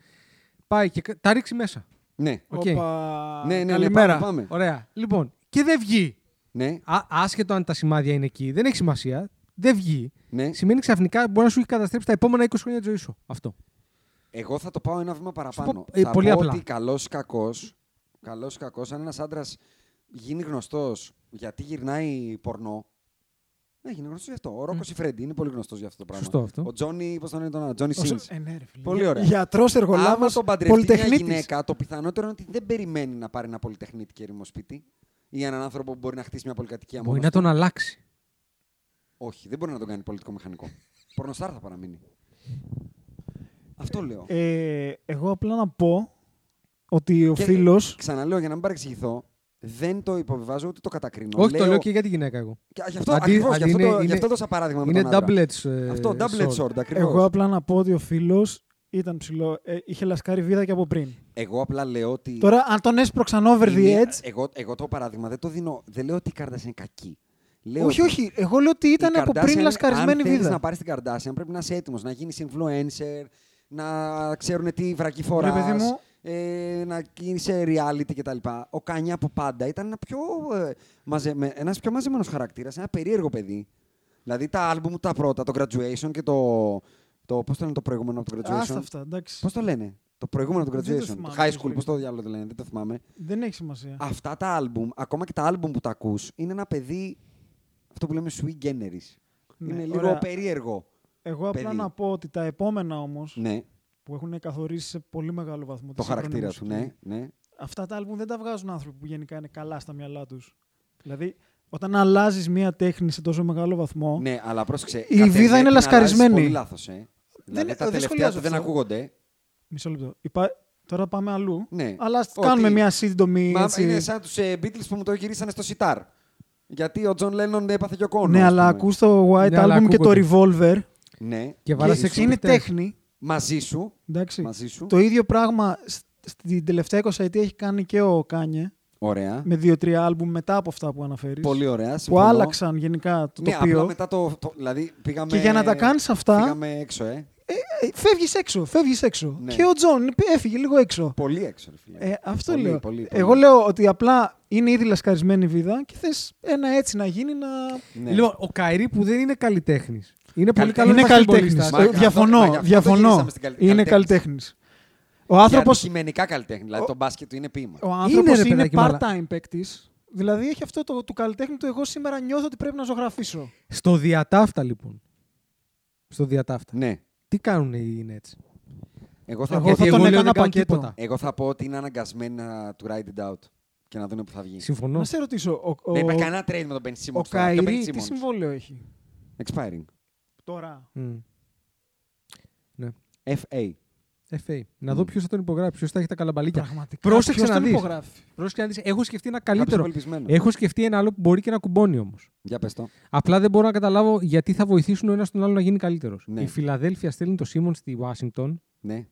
F: πάει και κα- τα ρίξει μέσα.
D: Ναι.
F: Οκ.
E: Όπα,
D: Ναι, ναι, ναι,
E: Καλημέρα.
D: πάμε, πάμε.
F: Ωραία. Λοιπόν, και δεν βγει.
D: Ναι,
F: Α, άσχετο αν τα σημάδια είναι εκεί, δεν έχει σημασία. Δεν βγει.
D: ναι.
F: Σημαίνει ξαφνικά μπορεί να σου έχει καταστρέψει τα επόμενα 20 χρόνια της ζωής σου. Αυτό.
D: Εγώ θα το πάω ένα βήμα παραπάνω.
F: πω, ε,
D: θα
F: πολύ
D: πω
F: απλά.
D: ότι καλός ή κακός, καλός ή κακός, αν ένας άντρας γίνει γνωστός γιατί γυρνάει πορνό, ναι, γίνει γνωστός γι' αυτό. Ο Ρόκος mm. Φρέντι είναι πολύ γνωστός για αυτό το πράγμα.
F: Σωστό αυτό.
D: Ο Τζόνι, πώς τον είναι τον άλλο, Τζόνι Σίνς.
E: Ε, ναι, ρε, φίλε.
D: Πολύ ωραία.
E: Γιατρός,
D: Άμα
E: εργολάβο,
D: τον παντρευτεί μια
E: πολυτεχνίτης.
D: γυναίκα, το πιθανότερο είναι ότι δεν περιμένει να πάρει ένα πολυτεχνίτη και ερημό σπίτι ή έναν άνθρωπο που μπορεί να χτίσει μια πολυκατοικία
F: Μπορεί
D: μόνος
F: να
D: του.
F: τον αλλάξει.
D: Όχι, δεν μπορεί να τον κάνει πολιτικό μηχανικό. Πορνοστάρ θα παραμείνει. Αυτό λέω.
E: Ε, εγώ απλά να πω ότι ο
D: Και
E: φίλος...
D: Ξαναλέω για να μην παρεξηγηθώ, δεν το υποβιβάζω ούτε το κατακρίνω.
F: Όχι, το λέω και για τη γυναίκα εγώ.
D: Και γι' αυτό,
F: Αντί-
D: ακριβώς,
F: αντί
D: γι' αυτό,
F: είναι-
D: το, γι'
F: είναι-
D: αυτό δώσα παράδειγμα με
F: Είναι
D: τον άντρα.
F: double edge. ε,
D: Αυτό, double
F: sword.
D: sword, ακριβώς.
E: Εγώ απλά να πω ότι ο φίλος ήταν ψηλό. ε, είχε λασκάρει βίδα και από πριν.
D: Εγώ απλά λέω ότι...
E: Τώρα, αν τον έσπρωξαν over
D: η μία-
E: the edge.
D: Εγώ, εγώ το παράδειγμα δεν το δίνω. Δεν λέω ότι η Κάρντας είναι κακή. Λέω
E: όχι,
D: ότι
E: όχι. Εγώ λέω ότι ήταν
D: η
E: από πριν
D: Kardashian,
E: λασκαρισμένη
D: Αν θέλεις
E: βίδα.
D: να πάρεις την Kardashian, πρέπει να είσαι έτοιμος, να γίνεις influencer, να ξέρουν τι βρακή
E: Ρε
D: φοράς,
E: παιδί μου.
D: ε, να γίνεσαι reality κτλ. Ο Κάνια από πάντα ήταν ένα πιο, ε, μαζεμε... ένας πιο μαζεμένος χαρακτήρας, ένα περίεργο παιδί. Δηλαδή τα άλμπουμ του τα πρώτα, το graduation και το... το πώς το λένε το προηγούμενο από το
E: Άστα
D: graduation.
E: αυτά, εντάξει.
D: Πώς το λένε. Το προηγούμενο από το
E: Δεν το
D: graduation. Το
E: θυμάμαι,
D: high
E: δεν
D: school,
E: ξέρω.
D: πώς το διάλογο το λένε, δεν το θυμάμαι.
E: Δεν έχει σημασία.
D: Αυτά τα άλμπουμ, ακόμα και τα άλμπουμ που τα ακούς, είναι ένα παιδί, αυτό που λέμε sui generis.
E: Ναι,
D: είναι λίγο
E: ωραία.
D: περίεργο.
E: Εγώ απλά
D: παιδί.
E: να πω ότι τα επόμενα όμως
D: Ναι,
E: που έχουν καθορίσει σε πολύ μεγάλο βαθμό
D: το
E: τη σύγχρονη
D: χαρακτήρα σου,
E: μουσική,
D: ναι, ναι.
E: Αυτά τα άλμπουμ δεν τα βγάζουν άνθρωποι που γενικά είναι καλά στα μυαλά τους. Δηλαδή, όταν αλλάζεις μία τέχνη σε τόσο μεγάλο βαθμό.
D: Ναι, αλλά πρόσεξε.
E: βίδα
D: καθένα
E: είναι
D: την αλλάζεις
E: λασκαρισμένη.
D: Πολύ λάθος, ε. Δηλαδή,
E: δεν
D: τα τελευταία
E: σχολιάζω
D: του δεν
E: αυτό.
D: ακούγονται.
E: Μισό λεπτό. Υπά- Τώρα πάμε αλλού.
D: Ναι.
E: Αλλά ας
D: Ότι-
E: κάνουμε μία σύντομη.
D: Μα
E: έτσι-
D: είναι σαν τους ε, Beatles που μου το γυρίσανε στο σιτάρ. Γιατί ο Τζον Λένον έπαθε και ο κόνος.
E: Ναι, αλλά ακούς το White
F: Ναι, αλλά
E: Album και το
F: ακούγονται.
E: Revolver.
D: Ναι,
F: Και βάλα
E: και
F: σε
E: είναι τέχνη.
D: μαζί σου.
E: Εντάξει.
D: Μαζί σου.
E: Το ίδιο πράγμα σ- στην τελευταία 20 ετία έχει κάνει και ο Κάνιε
D: Ωραία.
E: με δύο-τρία άλμπουμ μετά από αυτά που αναφέρεις.
D: Πολύ ωραία.
E: Που
D: συμφωνώ.
E: άλλαξαν γενικά το
D: Ναι,
E: τοπίο.
D: απλά μετά το, το- Δηλαδή πήγαμε.
E: Και για να τα κάνεις αυτά-
D: Πήγαμε έξω, ε.
E: Ε, φεύγεις έξω, φεύγεις έξω.
D: Ναι.
E: Και ο Τζον έφυγε λίγο έξω.
D: Πολύ έξω, ρε φίλε.
E: Ε, αυτό
D: Πολύ,
E: λέω.
D: πολύ, πολύ.
E: Εγώ λέω ότι απλά είναι ήδη λασκαρισμένη βίδα και θες ένα έτσι να γίνει να...
D: Ναι.
F: Λοιπόν, ο Καϊρή που δεν είναι καλλιτέχνης. Είναι πολύ
D: Καλ-
F: καλό
E: είναι καλλιτέχνης.
D: Μα,
E: Ε,
D: αυτό- μα, γι'
E: Διαφωνώ,
D: αυτό το
E: διαφωνώ.
D: γυρίσαμε στην καλλι-
E: Είναι
D: καλλιτέχνης.
E: καλλιτέχνης. Ο άνθρωπος,
D: Και Αντικειμενικά καλλιτέχνη. Δηλαδή το μπάσκετ του είναι ποίημα.
E: ο άνθρωπος
F: ρε
E: είναι,
F: παιδάκι μου, αλλά-
E: part-time παίκτης. Δηλαδή έχει αυτό το, του καλλιτέχνη του εγώ σήμερα νιώθω ότι πρέπει να ζωγραφίσω.
F: Στο διατάφτα λοιπόν. Στο διατάφτα.
D: Ναι.
F: Τι κάνουν οι Nets.
D: Εγώ θα,
E: Εγώ
D: πω-
E: θα τον
F: λέω
E: έκανα
F: δεν κάνουν
E: πακέτο.
F: τίποτα.
D: Εγώ θα πω ότι είναι αναγκασμένοι να του ride it out και να δουν που θα βγει.
F: Συμφωνώ.
E: Να σε ρωτήσω, ο, ο,
D: Δεν υπάρχει Ναι, κανένα trade με τον Ben Simmons.
E: ο
D: τώρα. Και ο Ben
E: Καϊρή τι
D: Simmons.
E: συμβόλαιο έχει
D: Expiring.
E: τώρα.
F: Μμ.
D: FA.
F: FA. Να δω ποιος θα τον υπογράψει, ποιος θα έχει τα καλαμπαλίκια.
E: Πραγματικά.
F: Πρόσεξε
E: ποιος
F: να
E: τον
F: δεις.
E: υπογράφει.
F: Πρόσεχε να δεις, έχω σκεφτεί ένα
D: Καλύτερο.
F: καλύτερο.
D: Ελπισμένο.
F: Έχω σκεφτεί ένα άλλο που μπορεί και να κουμπώνει όμως.
D: Για πες το.
F: Απλά δεν μπορώ να καταλάβω γιατί θα βοηθήσουν ο ένας τον άλλο να γίνει καλύτερος.
D: Ναι.
F: Η Φιλαδέλφια στέλνει το Σίμον στη Ουάσιγκτον.
D: Ναι,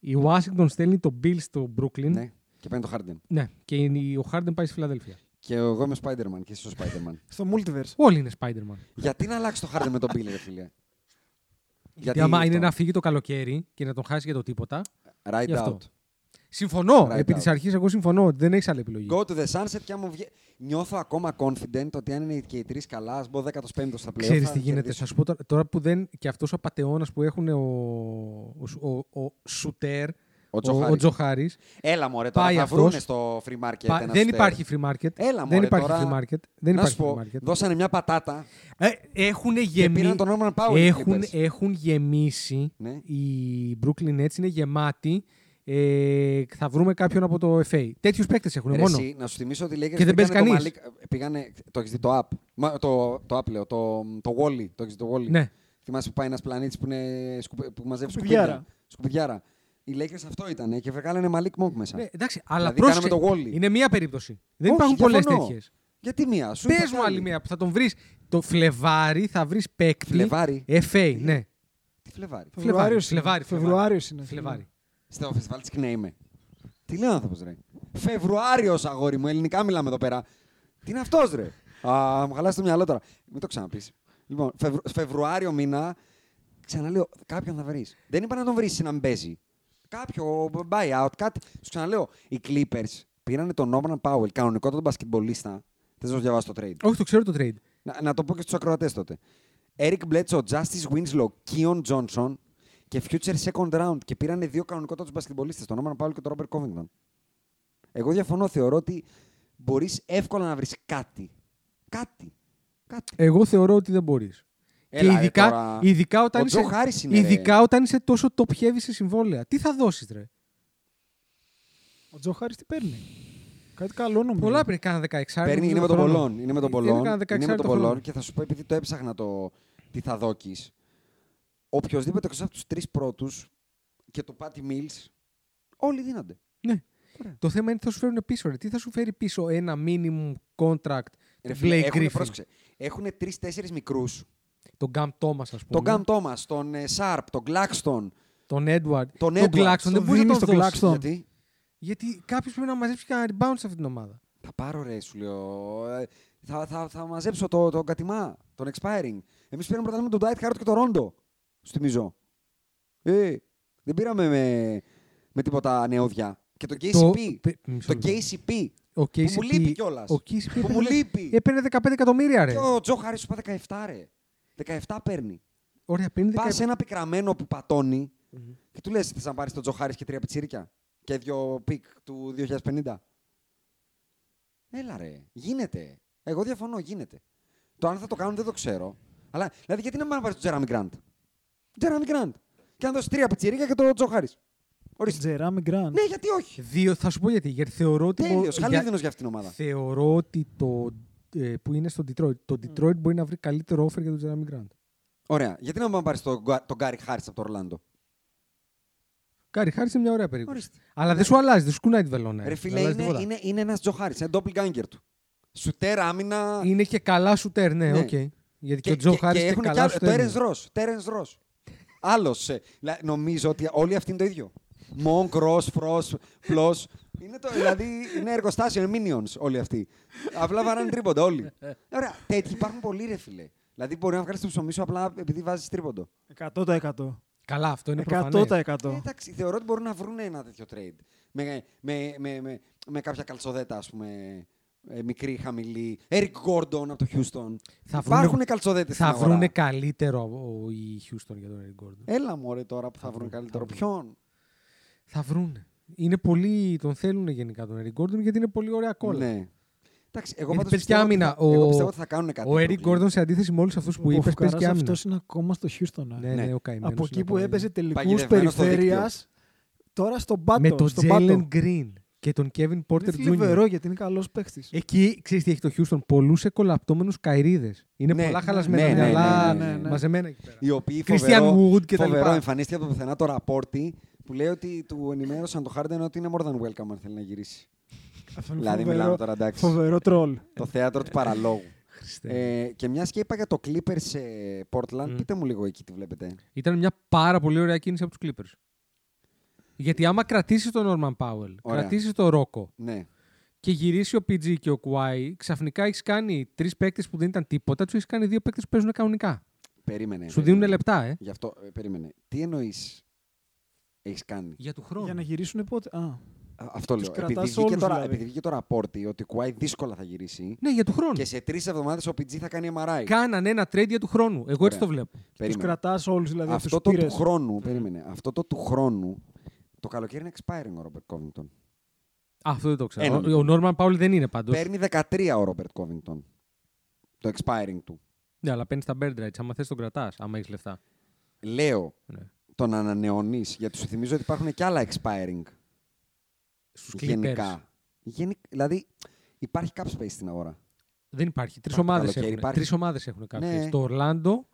F: Η Ουάσιγκτον στέλνει τον Μπιλ στο Μπρούκλιν.
D: ναι. Και παίρνει το Harden.
F: Ναι. Και η- ο Χάρντεν πάει στη Φιλαδέλφια.
D: Και εγώ είμαι Spider-Man και εσύ ο
E: (laughs)
D: Spider-Man.
E: Στο Multiverse.
F: Όλοι είναι Spider-Man.
D: Γιατί να αλλάξεις το Harden με τον Bill, ρε φίλε.
F: Γιατί άμα είναι να φύγει το καλοκαίρι και να τον χάσει για το τίποτα. γι'
D: Ride
F: αυτό.
D: out.
F: Συμφωνώ.
D: Right
F: Επί
D: out.
F: της αρχής, εγώ συμφωνώ ότι δεν έχεις άλλη επιλογή.
D: Go to the sunset και άμα βγει... Νιώθω ακόμα confident ότι αν είναι και οι τρεις καλά, ας μπω 15ο στα playoff.
F: Ξέρεις
D: θα
F: τι γίνεται.
D: κερδίσω.
F: Θα σου πω τώρα, τώρα που δεν. και αυτός ο πατεώνα που έχουν ο, ο, Σου- ο, ο Σουτέρ,
D: Ο Τζοχάρης.
F: Τζοχάρης,
D: Έλα μωρέ, τώρα
F: Πάει
D: θα
F: αυτός.
D: βρούνε στο free market.
F: πα-
D: ένα
F: δεν
D: στέρ.
F: υπάρχει free market.
D: Έλα,
F: δεν
D: μωρέ,
F: υπάρχει
D: τώρα,
F: free market. Δεν
D: να
F: υπάρχει
D: σου πω,
F: free market.
D: δώσανε μια πατάτα.
F: Ε, έχουν γεμίσει.
D: πήραν τον Norman Powell οι
F: Έχουν,
D: Clippers.
F: έχουν γεμίσει.
D: Ναι.
F: Οι Brooklyn Nets είναι γεμάτοι. Ε, θα βρούμε κάποιον από το FA. Τέτοιους παίκτες έχουν
D: Ρε
F: μόνο.
D: Εσύ, να σου θυμίσω ότι οι Lakers
F: Και δεν παίζει
D: πήγανε το
F: κανείς.
D: Malik- πήγανε, το έχεις δει το app. Μα, το, το app λέω, το, το Wally. Το έχεις δει το Wally.
F: Ναι.
D: Θυμάσαι που πάει ένας πλανήτης που, είναι, σκουπε- που μαζεύει
E: Σκουπιδιάρα.
D: σκουπίδια. Σκουπιδιάρα. Οι Lakers αυτό ήταν και βγάλανε Malik Monk μέσα.
F: Ναι, εντάξει, αλλά
D: Δηλαδή,
F: πρόσεξε,
D: κάναμε το Wall-E.
F: είναι μία περίπτωση. Δεν
D: Όχι,
F: υπάρχουν πολλές
D: διαφωνώ.
F: τέτοιες.
D: Γιατί μία, σου
F: Πες
D: είπα
F: μου άλλη μία που θα τον βρεις. Το Φλεβάρι θα βρεις παίκτη.
D: Φλεβάρι.
F: FA, ναι.
D: Τι Φλεβάρι.
E: Φλεβάριος είναι.
F: Φλεβάρι.
E: Φεβρουάριος είναι. ναι.
F: Φλεβάρι.
D: Στο φεστιβάλ της Κνέιμε. Τι λέει ο άνθρωπος ρε. Φεβρουάριος αγόρι μου, ελληνικά μιλάμε εδώ πέρα. Τι είναι αυτός ρε. Α, μου χαλάσει το μυαλό τώρα. Μην το ξαναπείς. Λοιπόν, Φεβρου- Φεβρουάριο μήνα, ξαναλέω, κάποιον θα βρεις. Δεν είπα να τον βρεις να μην παίζει. Κάποιο buyout, κάτι. Σου ξαναλέω, οι Clippers πήραν τον Norman Powell, κανονικό τον μπασκετμπολίστα. Θε να σου διαβάσω το trade.
F: Όχι, το ξέρω το trade.
D: Να, να το πω και στους ακροατές τότε. Eric Bledsoe, Justice Winslow, Keon Johnson και Future Second Round και πήραν δύο κανονικότατους μπασκετμπολίστες, τον Όμαν Πάουλ και τον Ρόμπερ Covington. Εγώ διαφωνώ. Θεωρώ ότι μπορείς εύκολα να βρεις κάτι. Κάτι. Κάτι.
F: Εγώ θεωρώ ότι δεν μπορείς. Και
D: Έλα, ρε,
F: ειδικά,
D: τώρα.
F: ειδικά, όταν
D: Ο Τζο
F: είσαι,
D: Χάρις είναι, ρε.
F: ειδικά όταν είσαι τόσο top heavy σε συμβόλαια. Τι θα δώσεις, ρε.
E: Ο Τζο Χάρις τι παίρνει. Κάτι καλό νομίζω.
F: Πολλά πριν κάνα 16
D: Παίρνει, είναι με τον Πολόν. Είναι με τον Πολόν.
F: Είναι Ε, κάνα 16
D: Είναι με τον
F: το χρόνο.
D: Πολόν και θα σου πω επειδή το έψαχνα το τι θα δόκει. Οποιοδήποτε εκτός από τους τρεις πρώτους και το Patty Mills, όλοι δίνονται.
F: Ναι. Το θέμα είναι τι θα σου φέρουν πίσω. Ρε. Τι θα σου φέρει πίσω ένα minimum contract
D: Ρε
F: του
D: φίλε,
F: Blake
D: έχουνε-
F: Griffin.
D: πρόσεξε, Έχουν τρει-τέσσερι μικρούς.
F: Τον Gam Thomas, ας πούμε.
D: Τον Γκάμ Τόμα, τον ε, Σάρπ, τον Κλάκστον.
F: Τον Edward.
D: Τον Edwards.
F: Claxton.
D: Τον
F: Δεν μπορεί
E: δίνεις
F: να τον
E: στον
F: δώσεις.
E: Claxton.
D: Γιατί.
F: Γιατί κάποιος πρέπει να μαζέψει και ένα rebound σε αυτή την ομάδα.
D: Θα πάρω ρε, σου λέω. Ε, θα, θα, θα μαζέψω το, το κατημά, τον expiring. Εμείς πήραμε πρωτάθλημα τον Dwight Howard και τον Ρόντο. Σου θυμίζω. Ε, δεν πήραμε με, με τίποτα νεόδια. Και το KCP.
F: πε- μισό
D: Το,
F: λεπτό.
D: KCP.
F: Ο
D: Που μου
F: KCP
D: λείπει κιόλας.
F: Ο KCP
D: Που μου
F: έπαιρνε-
D: λείπει.
F: Έπαιρνε 15 εκατομμύρια, ρε.
D: Και ο Τζο Χάρη σου είπα 17, ρε. 17 παίρνει.
F: Ωραία, παίρνει
D: Πα
F: 15.
D: σε ένα πικραμένο που πατωνει και του λες: Θες να πάρεις τον Τζο Χάρη και τρία πιτσίρικα και δύο πικ του 2050. Έλα ρε. Γίνεται. Εγώ διαφωνώ, γίνεται. Το αν θα το κάνουν δεν το ξέρω. Αλλά δηλαδή γιατί να μην πάρεις τον Τζεράμι Γκραντ. Τζεράμι Γκραντ. Και να δώσεις τρία πιτσίρικα και τον Τζο Χάρη. Ορίστε.
E: Τζεράμι Γκραντ.
D: Ναι, γιατί όχι.
F: Δύο, θα σου πω γιατί. Γιατί θεωρώ ότι. μπο-
D: Τέλειο.
F: για-
D: Χαλίδινος για αυτήν την ομάδα.
F: Θεωρώ ότι το. ε, που είναι στο Detroit. Το Detroit μπορεί να βρει καλύτερο offer για τον Jeremy Grant.
D: Ωραία. Γιατί να μην πάρεις τον Γκάρι Χάρη από το Ορλάντο.
F: Κάρι, χάρη σε μια ωραία περίπτωση.
D: Ορίστε. Ναι.
F: Αλλά δεν σου αλλάζει, δεν σου κουνάει τη
D: Ρε
F: βελόνα. ε. Ναι, δεν
D: φίλε,
F: αλλάζει
D: είναι,
F: τίποτα.
D: είναι, είναι ένας Τζο Χάρη, ένα doppelganger του. Σουτέρ, άμυνα.
F: Είναι και καλά σουτέρ, ναι,
D: Ναι.
F: οκ. Γιατί και, ο Τζο Χάρι και,
D: έχουν
F: καλά
D: άλλο. Το
F: σουτέρ.
D: Έρεν
F: είναι.
D: Ρο. Τέρεν Ρο. Άλλος. ε, Νομίζω ότι όλοι αυτοί είναι το ίδιο. Monk, Ross, Frost, Floss. Είναι το, δηλαδή είναι εργοστάσιο, είναι minions όλοι αυτοί. Απλά βαράνε τρίποντα όλοι. Ωραία, τέτοιοι υπάρχουν πολλοί ρε φίλε. Δηλαδή μπορεί να βγάλεις το ψωμί σου απλά επειδή βάζεις τρίποντο.
E: 100%.
F: Καλά, αυτό είναι προφανές.
E: 100%.
D: Ε, εντάξει, θεωρώ ότι μπορούν να βρουν ένα τέτοιο trade. Με, με, με, με, με κάποια καλτσοδέτα, ας πούμε. ε, μικρή, χαμηλή. Eric Gordon από το Houston.
F: Θα βρουνε-
D: Υπάρχουν καλτσοδέτε.
F: Θα βρούνε καλύτερο ο- ο- οι Houston για τον Eric Gordon.
D: Έλα μωρέ τώρα που θα βρουν καλύτερο. Ποιον.
F: Θα βρούνε. Είναι πολύ, τον θέλουν γενικά τον Eric Gordon γιατί είναι πολύ ωραία κόλλα.
D: Ναι. Εντάξει, εγώ
F: Γιατί
D: πάντως
F: παίζει
D: πιστεύω,
F: και
D: ότι θα-
F: άμυνα. Ο-
D: εγώ πιστεύω ότι θα κάνουν κάτι.
F: Ο Eric
D: Brooklyn.
F: Gordon σε αντίθεση με όλους αυτούς που είπε, παίζει και άμυνα.
E: Αυτός είναι ακόμα στο Houston. ε.
F: Ναι, ναι, ο καημένος
E: Από
F: είναι
E: εκεί που
F: πολύ.
E: έπαιζε τελικούς
D: Παγιδευμένο στο
E: περιφέρειας. Τώρα στον πάτο.
F: Με τον
E: στον πάτο.
F: Jalen Green και τον Kevin Porter
E: Είναι
F: Jr.
E: θλιβερό γιατί είναι καλός παίχτη.
F: Εκεί ξέρεις τι έχει το Houston. Πολλούς εκολαπτώμενους καηρίδε. Είναι
D: Ναι,
F: πολλά
D: ναι,
F: χαλασμένα
D: ναι, ναι,
F: μυαλά,
D: ναι, ναι, ναι.
F: μαζεμένα εκεί πέρα.
D: Οι οποίοι
F: Christian
D: φοβερό,
F: Wood και τα
D: φοβερό
F: λοιπά.
D: εμφανίστηκε από το πουθενά το ραπόρτι που λέει ότι του ενημέρωσαν το Harden ότι είναι more than welcome αν θέλει να γυρίσει.
E: Αυτό είναι
D: δηλαδή
E: φοβερό-
D: μιλάμε τώρα εντάξει.
E: Φοβερό τρόλ.
D: το θέατρο του παραλόγου.
F: Χριστέ.
D: ε, και μιας και είπα για το Clippers σε Portland,
F: Μμ.
D: πείτε μου λίγο εκεί τι βλέπετε.
F: Ήταν μια πάρα πολύ ωραία κίνηση από τους Clippers. Γιατί άμα κρατήσει τον Norman Powell,
D: Ωραία.
F: κρατήσει τον Ρόκο
D: Ναι.
F: και γυρίσει ο PG και ο Κουάι, ξαφνικά έχεις κάνει τρεις παίκτες που δεν ήταν τίποτα, τους έχεις κάνει δύο παίκτες που παίζουν κανονικά.
D: Περίμενε.
F: Σου
D: περίμενε.
F: δίνουν λεπτά, ε.
D: Γι' αυτό, ε, περίμενε. Τι εννοείς έχεις κάνει.
F: Για του χρόνου.
E: Για να γυρίσουν πότε. Α,
D: Α, Αυτό
E: Τους
D: λέω.
E: κρατάς
D: Επειδή βγήκε,
E: όλους,
D: τώρα,
E: δηλαδή.
D: επειδή βγήκε το ραπόρτι ότι ο Κουάι δύσκολα θα γυρίσει
F: Ναι, για του χρόνου.
D: και σε τρεις εβδομάδες ο PG θα κάνει MRI.
F: Κάναν ένα trade για του χρόνου. Εγώ έτσι
D: Ωραία.
F: το βλέπω.
E: τους
D: Περίμενε.
E: κρατάς όλους δηλαδή.
D: Αυτό
E: αυτούς
D: το
E: πήρες.
D: του χρόνου, περίμενε. Αυτό το του χρόνου, το καλοκαίρι είναι expiring ο Ρόμπερτ Κόβινγκτον.
F: Α, αυτό δεν το ξέρω.
D: Ένα.
F: Ο ο Norman Powell δεν είναι πάντως.
D: Παίρνει 13 ο Ρόμπερτ Κόβινγκτον. Το expiring του.
F: Ναι, αλλά παίρνεις τα bird rights. Άμα θες, τον κρατάς. Άμα έχεις λεφτά.
D: Λέω,
F: Ναι.
D: τον ανανεώνεις, γιατί σου θυμίζω ότι υπάρχουν και άλλα expiring.
F: Στους Clippers.
D: Γενικά. Γενικ... Δηλαδή, υπάρχει cap space στην αγορά.
F: Δεν υπάρχει. Τρεις
D: Μα, το
F: ομάδε
D: καλοκαίρι
F: έχουν.
D: υπάρχει.
F: Τρεις ομάδες έχουν κάποιε.
D: Ναι.
F: Το Ορλάντο,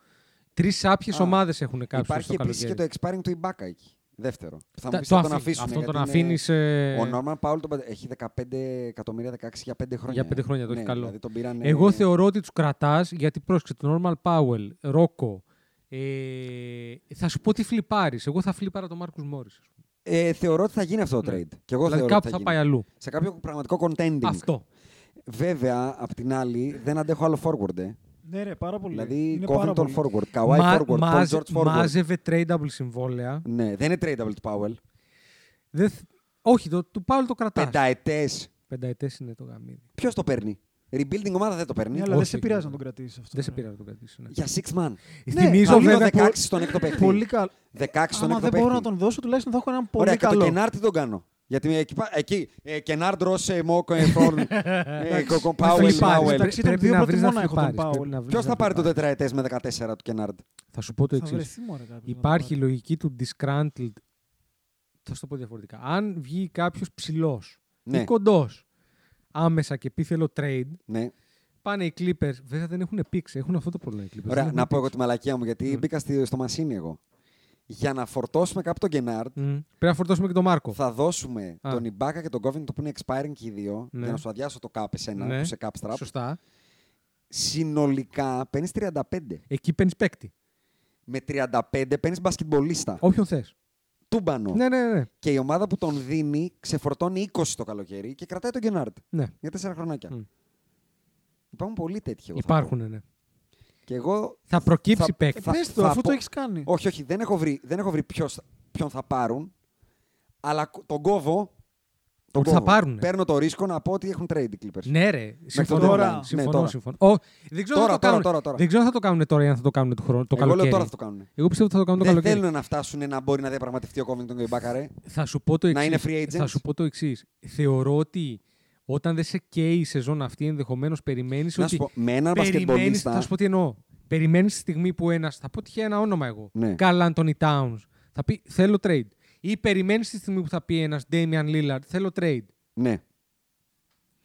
F: τρει άπιες
D: Α,
F: ομάδες έχουν κάποιε.
D: υπάρχει
F: το
D: επίσης και
F: καλοκαίρι.
D: το expiring του Ibaka εκεί. Δεύτερο. Που θα μου
F: Τα-
D: πεις
F: το
D: θα τον
F: αφήνεις.
D: αφήσουν.
F: Αυτό τον ε,
D: γιατί είναι-
F: αφήνεις.
D: Ο Νόρμαν Πάουλ τον... πα- έχει 15 εκατομμύρια 16 για 5 χρόνια.
F: Για πέντε χρόνια, το
D: ναι,
F: έχει καλό.
D: Δηλαδή τον πήραν,
F: Εγώ
D: ε,
F: θεωρώ ότι τους κρατάς γιατί πρόσεξε τον Νόρμαλ Πάουελ, Ρόκο. Ε, θα σου πω τι φλιπάρεις. Εγώ θα φλιπάρα τον Μάρκους Μόρις.
D: Ε, θεωρώ ότι θα γίνει αυτό το
F: Ναι.
D: trade. Και εγώ
F: Δηλαδή
D: θεωρώ
F: κάπου
D: ότι
F: θα,
D: γίνει.
F: πάει αλλού.
D: Σε κάποιο πραγματικό contending.
F: Αυτό.
D: Βέβαια, απ' την άλλη, δεν αντέχω άλλο forward. Ε.
E: Ναι, ρε, πάρα πολύ.
D: Δηλαδή,
E: Είναι πάρα
D: Covington
E: πολύ.
D: forward, Kawhi
F: Μα-
D: forward, Paul
F: μάζε-
D: George forward.
F: Μάζευε tradable συμβόλαια.
D: Ναι, δεν είναι tradable του Powell.
F: Δεν θ- όχι, το, του Πάουλ το κρατάς.
D: Πενταετές.
F: Πενταετές είναι το γαμίδι.
D: Ποιος το παίρνει. Rebuilding ομάδα δεν το παίρνει.
E: Ναι, αλλά δεν
F: όχι,
E: σε πειράζει
F: ναι.
E: να τον κρατήσεις αυτό.
F: Δεν σε
E: ρε.
F: πειράζει να το κρατήσεις. Ναι.
D: Για six man.
E: Ναι,
F: Θυμίζω
D: αφήνω
F: βέβαια.
D: 16
F: πο-
D: στον έκτο παίχτη.
E: Πολύ καλό.
D: 16 στον
E: Άμα
D: έκτο
E: δεν
D: παίχτη.
E: μπορώ να τον δώσω, τουλάχιστον θα έχω έναν πολύ
D: Ωραία, και
E: καλό.
D: το Κενάρ τι τον κάνω. Γιατί εκεί, πα- εκεί ε, Κενάρ, Ρόσε, Μόκο, Εφόρν,
F: Πάουελ,
D: ε, Πάουελ,
E: φλιπάρεις,
D: Μάουελ.
E: εντάξει. μεταξύ των
F: Πρέπει
E: δύο
F: να
E: πρώτων
F: βρεις να
E: μόνο έχω τον
F: φλιπάρεις,
E: Πάουελ.
F: πρέπει να βρεις
D: Ποιος
F: να
D: θα πάρει το
F: φλιπάρεις.
D: τετραετές με 14 του Κενάρντ.
F: Θα σου πω το
E: Θα
F: εξής.
E: βρεθεί μόνο κάποιος να το
F: Υπάρχει
E: πάρει.
F: λογική του disgruntled. Θα σου το πω διαφορετικά. Αν βγει κάποιος ψηλός
D: Ναι.
F: ή κοντός άμεσα και επίθελο trade,
D: Ναι.
F: πάνε οι Clippers. Βέβαια δεν έχουν picks, έχουν αυτό το πρόβλημα οι Clippers.
D: Ωραία,
F: Δεν
D: να πω
F: έχουν
D: εγώ τη μαλακία μου, γιατί
F: Ναι.
D: μπήκα στη- στο μασίνι εγώ. Για να φορτώσουμε κάπου τον Κενάρντ,
F: picks. Μμμ. Πρέπει να φορτώσουμε και τον Μάρκο.
D: θα δώσουμε
F: Α.
D: τον Ιμπάκα και τον Covington που είναι expiring και οι δύο,
F: Ναι.
D: για να σου αδειάσω το cap εσένα,
E: Ναι.
D: που σε cap strap.
F: Σωστά.
D: Συνολικά παίρνεις 35.
F: Εκεί παίρνεις παίκτη.
D: Με 35 παίρνεις μπασκετμπολίστα.
F: Όποιον θες.
D: Τούμπανο.
F: Ναι, ναι, ναι.
D: Και η ομάδα που τον δίνει ξεφορτώνει 20 το καλοκαίρι και κρατάει τον Γκενάρντ
F: ναι.
D: για τέσσερα χρονάκια.
F: Μμ.
D: Υπάρχουν πολλοί τέτοιοι. εγώ θα πω.
F: Υπάρχουν, ναι.
D: Και εγώ.
F: Θα προκύψει
D: θα-
F: παίκτης. Ε,
D: θα-
E: Πες το,
D: θα
E: αφού το
D: πω-
E: έχεις κάνει.
D: Όχι, όχι, δεν έχω βρει, δεν έχω βρει ποιος, ποιον θα πάρουν. Αλλά κο- τον κόβω. Τον
F: Ότι θα
D: κόβω.
F: πάρουνε.
D: Παίρνω το ρίσκο να πω ότι έχουν trade οι Clippers.
F: Ναι, ρε. Συμφωνώ.
D: τώρα, ναι,
F: Συμφωνώ, συμφωνώ.
D: τώρα.
F: συμφωνώ. Ω, δεν, ξέρω
D: Τώρα, τώρα,
F: αν θα το κάνουν-
D: τώρα, τώρα.
F: δεν ξέρω αν θα το κάνουν τώρα ή αν θα το κάνουν του χρόνου. Το
D: Εγώ λέω
F: καλοκαίρι.
D: τώρα θα το κάνουν.
F: Εγώ πιστεύω ότι θα το κάνουν το
D: δεν
F: καλοκαίρι.
D: θέλουν να φτάσουν να μπορεί να διαπραγματευτεί ο Covington και ο Ibaka, ρε.
F: Θα σου πω το
D: να
F: εξή.
D: είναι free agents.
F: Θα σου πω το εξής. Θεωρώ ότι όταν δεν σε καίει η σεζόν αυτή, ενδεχομένως περιμένεις
D: Να σου
F: ότι.
D: πω, με έναν
F: περιμένεις, θα
D: μπασκετμπολίστα.
F: σου πω τι εννοώ. Περιμένεις τη στιγμή που ένας. Θα πω τυχαία ένα όνομα εγώ.
D: Ναι.
F: Καλ Άντωνι Τάουν. Θα πει θέλω trade. Ή περιμένεις τη στιγμή που θα πει ένας Damian Lillard θέλω trade.
D: Ναι.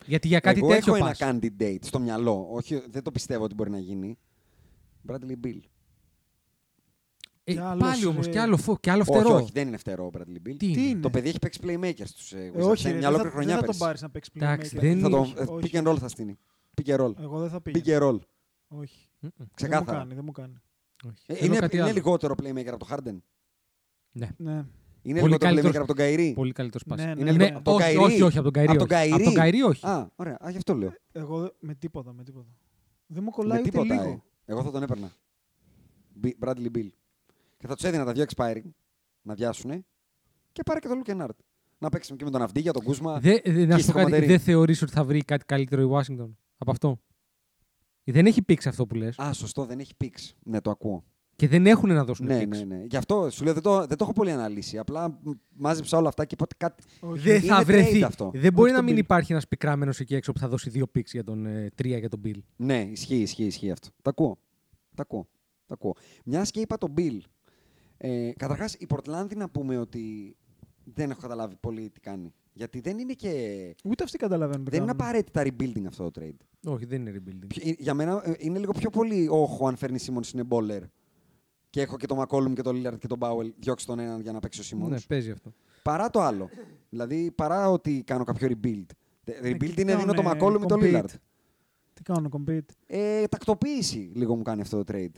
F: Γιατί για κάτι
D: Εγώ
F: τέτοιο
D: έχω
F: πας.
D: ένα candidate στο μυαλό. Όχι, δεν το πιστεύω ότι μπορεί να γίνει. Bradley Bill.
F: Ε,
E: Κι άλλος,
F: πάλι όμως,
E: ρε.
F: κι άλλο, φω, κι άλλο
D: Όχι,
F: φτερό.
D: όχι, δεν είναι φτερό ο Bradley Bill.
F: Τι
E: Τι
F: είναι.
E: είναι.
D: Το παιδί έχει παίξει playmaker στου
E: Ε, όχι,
D: μια
E: ρε, δεν
D: ολόκληρη
E: θα- δεν
D: χρονιά
E: θα τον
D: πέρυσι.
E: πάρεις να παίξει
F: Εντάξει,
E: playmaker.
F: δεν
D: Θα τον,
F: Όχι,
D: ε,
E: όχι.
D: pick and roll θα στείλει. Pick and roll.
E: Εγώ δεν θα
D: Pick
E: πήγα.
D: and roll.
E: Όχι. Δεν μου
D: Ξεκάθαρα.
E: κάνει, δεν μου κάνει.
F: Όχι.
D: Ε,
F: Θέλω
D: Είναι,
F: κάτι
D: είναι
F: άλλο.
D: λιγότερο playmaker από τον Harden.
F: Ναι.
E: Ναι.
D: Είναι
F: Πολύ
D: λιγότερο
F: καλύτερος-
D: playmaker από τον Καϊρή.
F: Πολύ καλύτερος πάση.
E: Ναι,
D: Είναι
E: ναι,
D: λιγότερο
E: ναι.
D: από τον
F: όχι,
D: Καϊρή.
F: όχι, όχι, από τον Καϊρή.
D: Από
F: όχι.
D: τον Καϊρή.
F: Από τον Καϊρή όχι.
D: Α, ωραία. Α, γι' αυτό λέω.
E: Εγώ δε- με τίποτα, με τίποτα. Δεν μου
D: Με
E: κολλάει ούτε
D: τίποτα. ε.
E: λίγο.
D: Εγώ θα τον έπαιρνα. Μπι- Bradley Bill. Και θα τους έδινα τα δύο expiring να διάσουνε και πάρε και τον Luke Kennard. Να παίξουμε και με τον Αυδίγια, τον Κούσμα.
F: Δε, ε, δε, να
D: και
F: σου πω κάτι,
D: χωματερή.
F: δεν θεωρείς ότι θα βρει κάτι καλύτερο η Washington από αυτό. Δεν έχει πήξει αυτό που λες
D: Α, σωστό, δεν έχει πίξ. Ναι, το ακούω.
F: και δεν έχουν να δώσουν
D: Ναι,
F: picks.
D: ναι, ναι. Γι' αυτό σου λέω δεν το, δεν το έχω πολύ αναλύσει. Απλά μ, μάζεψα όλα αυτά και είπα ότι κάτι.
E: Όχι.
F: Δεν
D: ναι. Είναι
F: θα
D: trade
F: βρεθεί.
D: αυτό.
F: Δεν μπορεί
E: Όχι τον
F: να μην
E: Bill.
F: υπάρχει ένας πικράμενος εκεί έξω που θα δώσει δύο picks για τον ε, τρία για τον Bill.
D: Ναι, ισχύει, ισχύει, ισχύει αυτό. Τα ακούω. Τα ακούω. Τα ακούω. Μιας και είπα τον Bill. Ε, Καταρχάς, η Πορτλάνδη να πούμε ότι δεν έχω καταλάβει πολύ τι κάνει. Γιατί δεν είναι και.
E: Ούτε αυτοί καταλαβαίνουν. τι
D: Δεν είναι
E: κάνουν.
D: απαραίτητα rebuilding αυτό το trade.
F: Όχι, δεν είναι rebuilding.
D: Πιο- ε, Για μένα ε, είναι λίγο πιο πολύ. Όχι, αν φέρνει Σίμον είναι μπόλερ. Και έχω και τον Μακόλουμ και τον Λίλαρτ και τον Μπάουελ. Διώξει τον έναν για να παίξει ο Σίμον.
F: Ναι, παίζει αυτό.
D: Παρά το άλλο. Δηλαδή, παρά ότι κάνω κάποιο rebuild. Ε, Rebuild είναι
E: κοιτάω,
D: δίνω τον
E: ναι,
D: Μακόλουμ με τον
E: compete.
D: Λίλαρτ.
E: Τι κάνουν, compete.
D: Ε, τακτοποίηση λίγο μου κάνει αυτό το trade.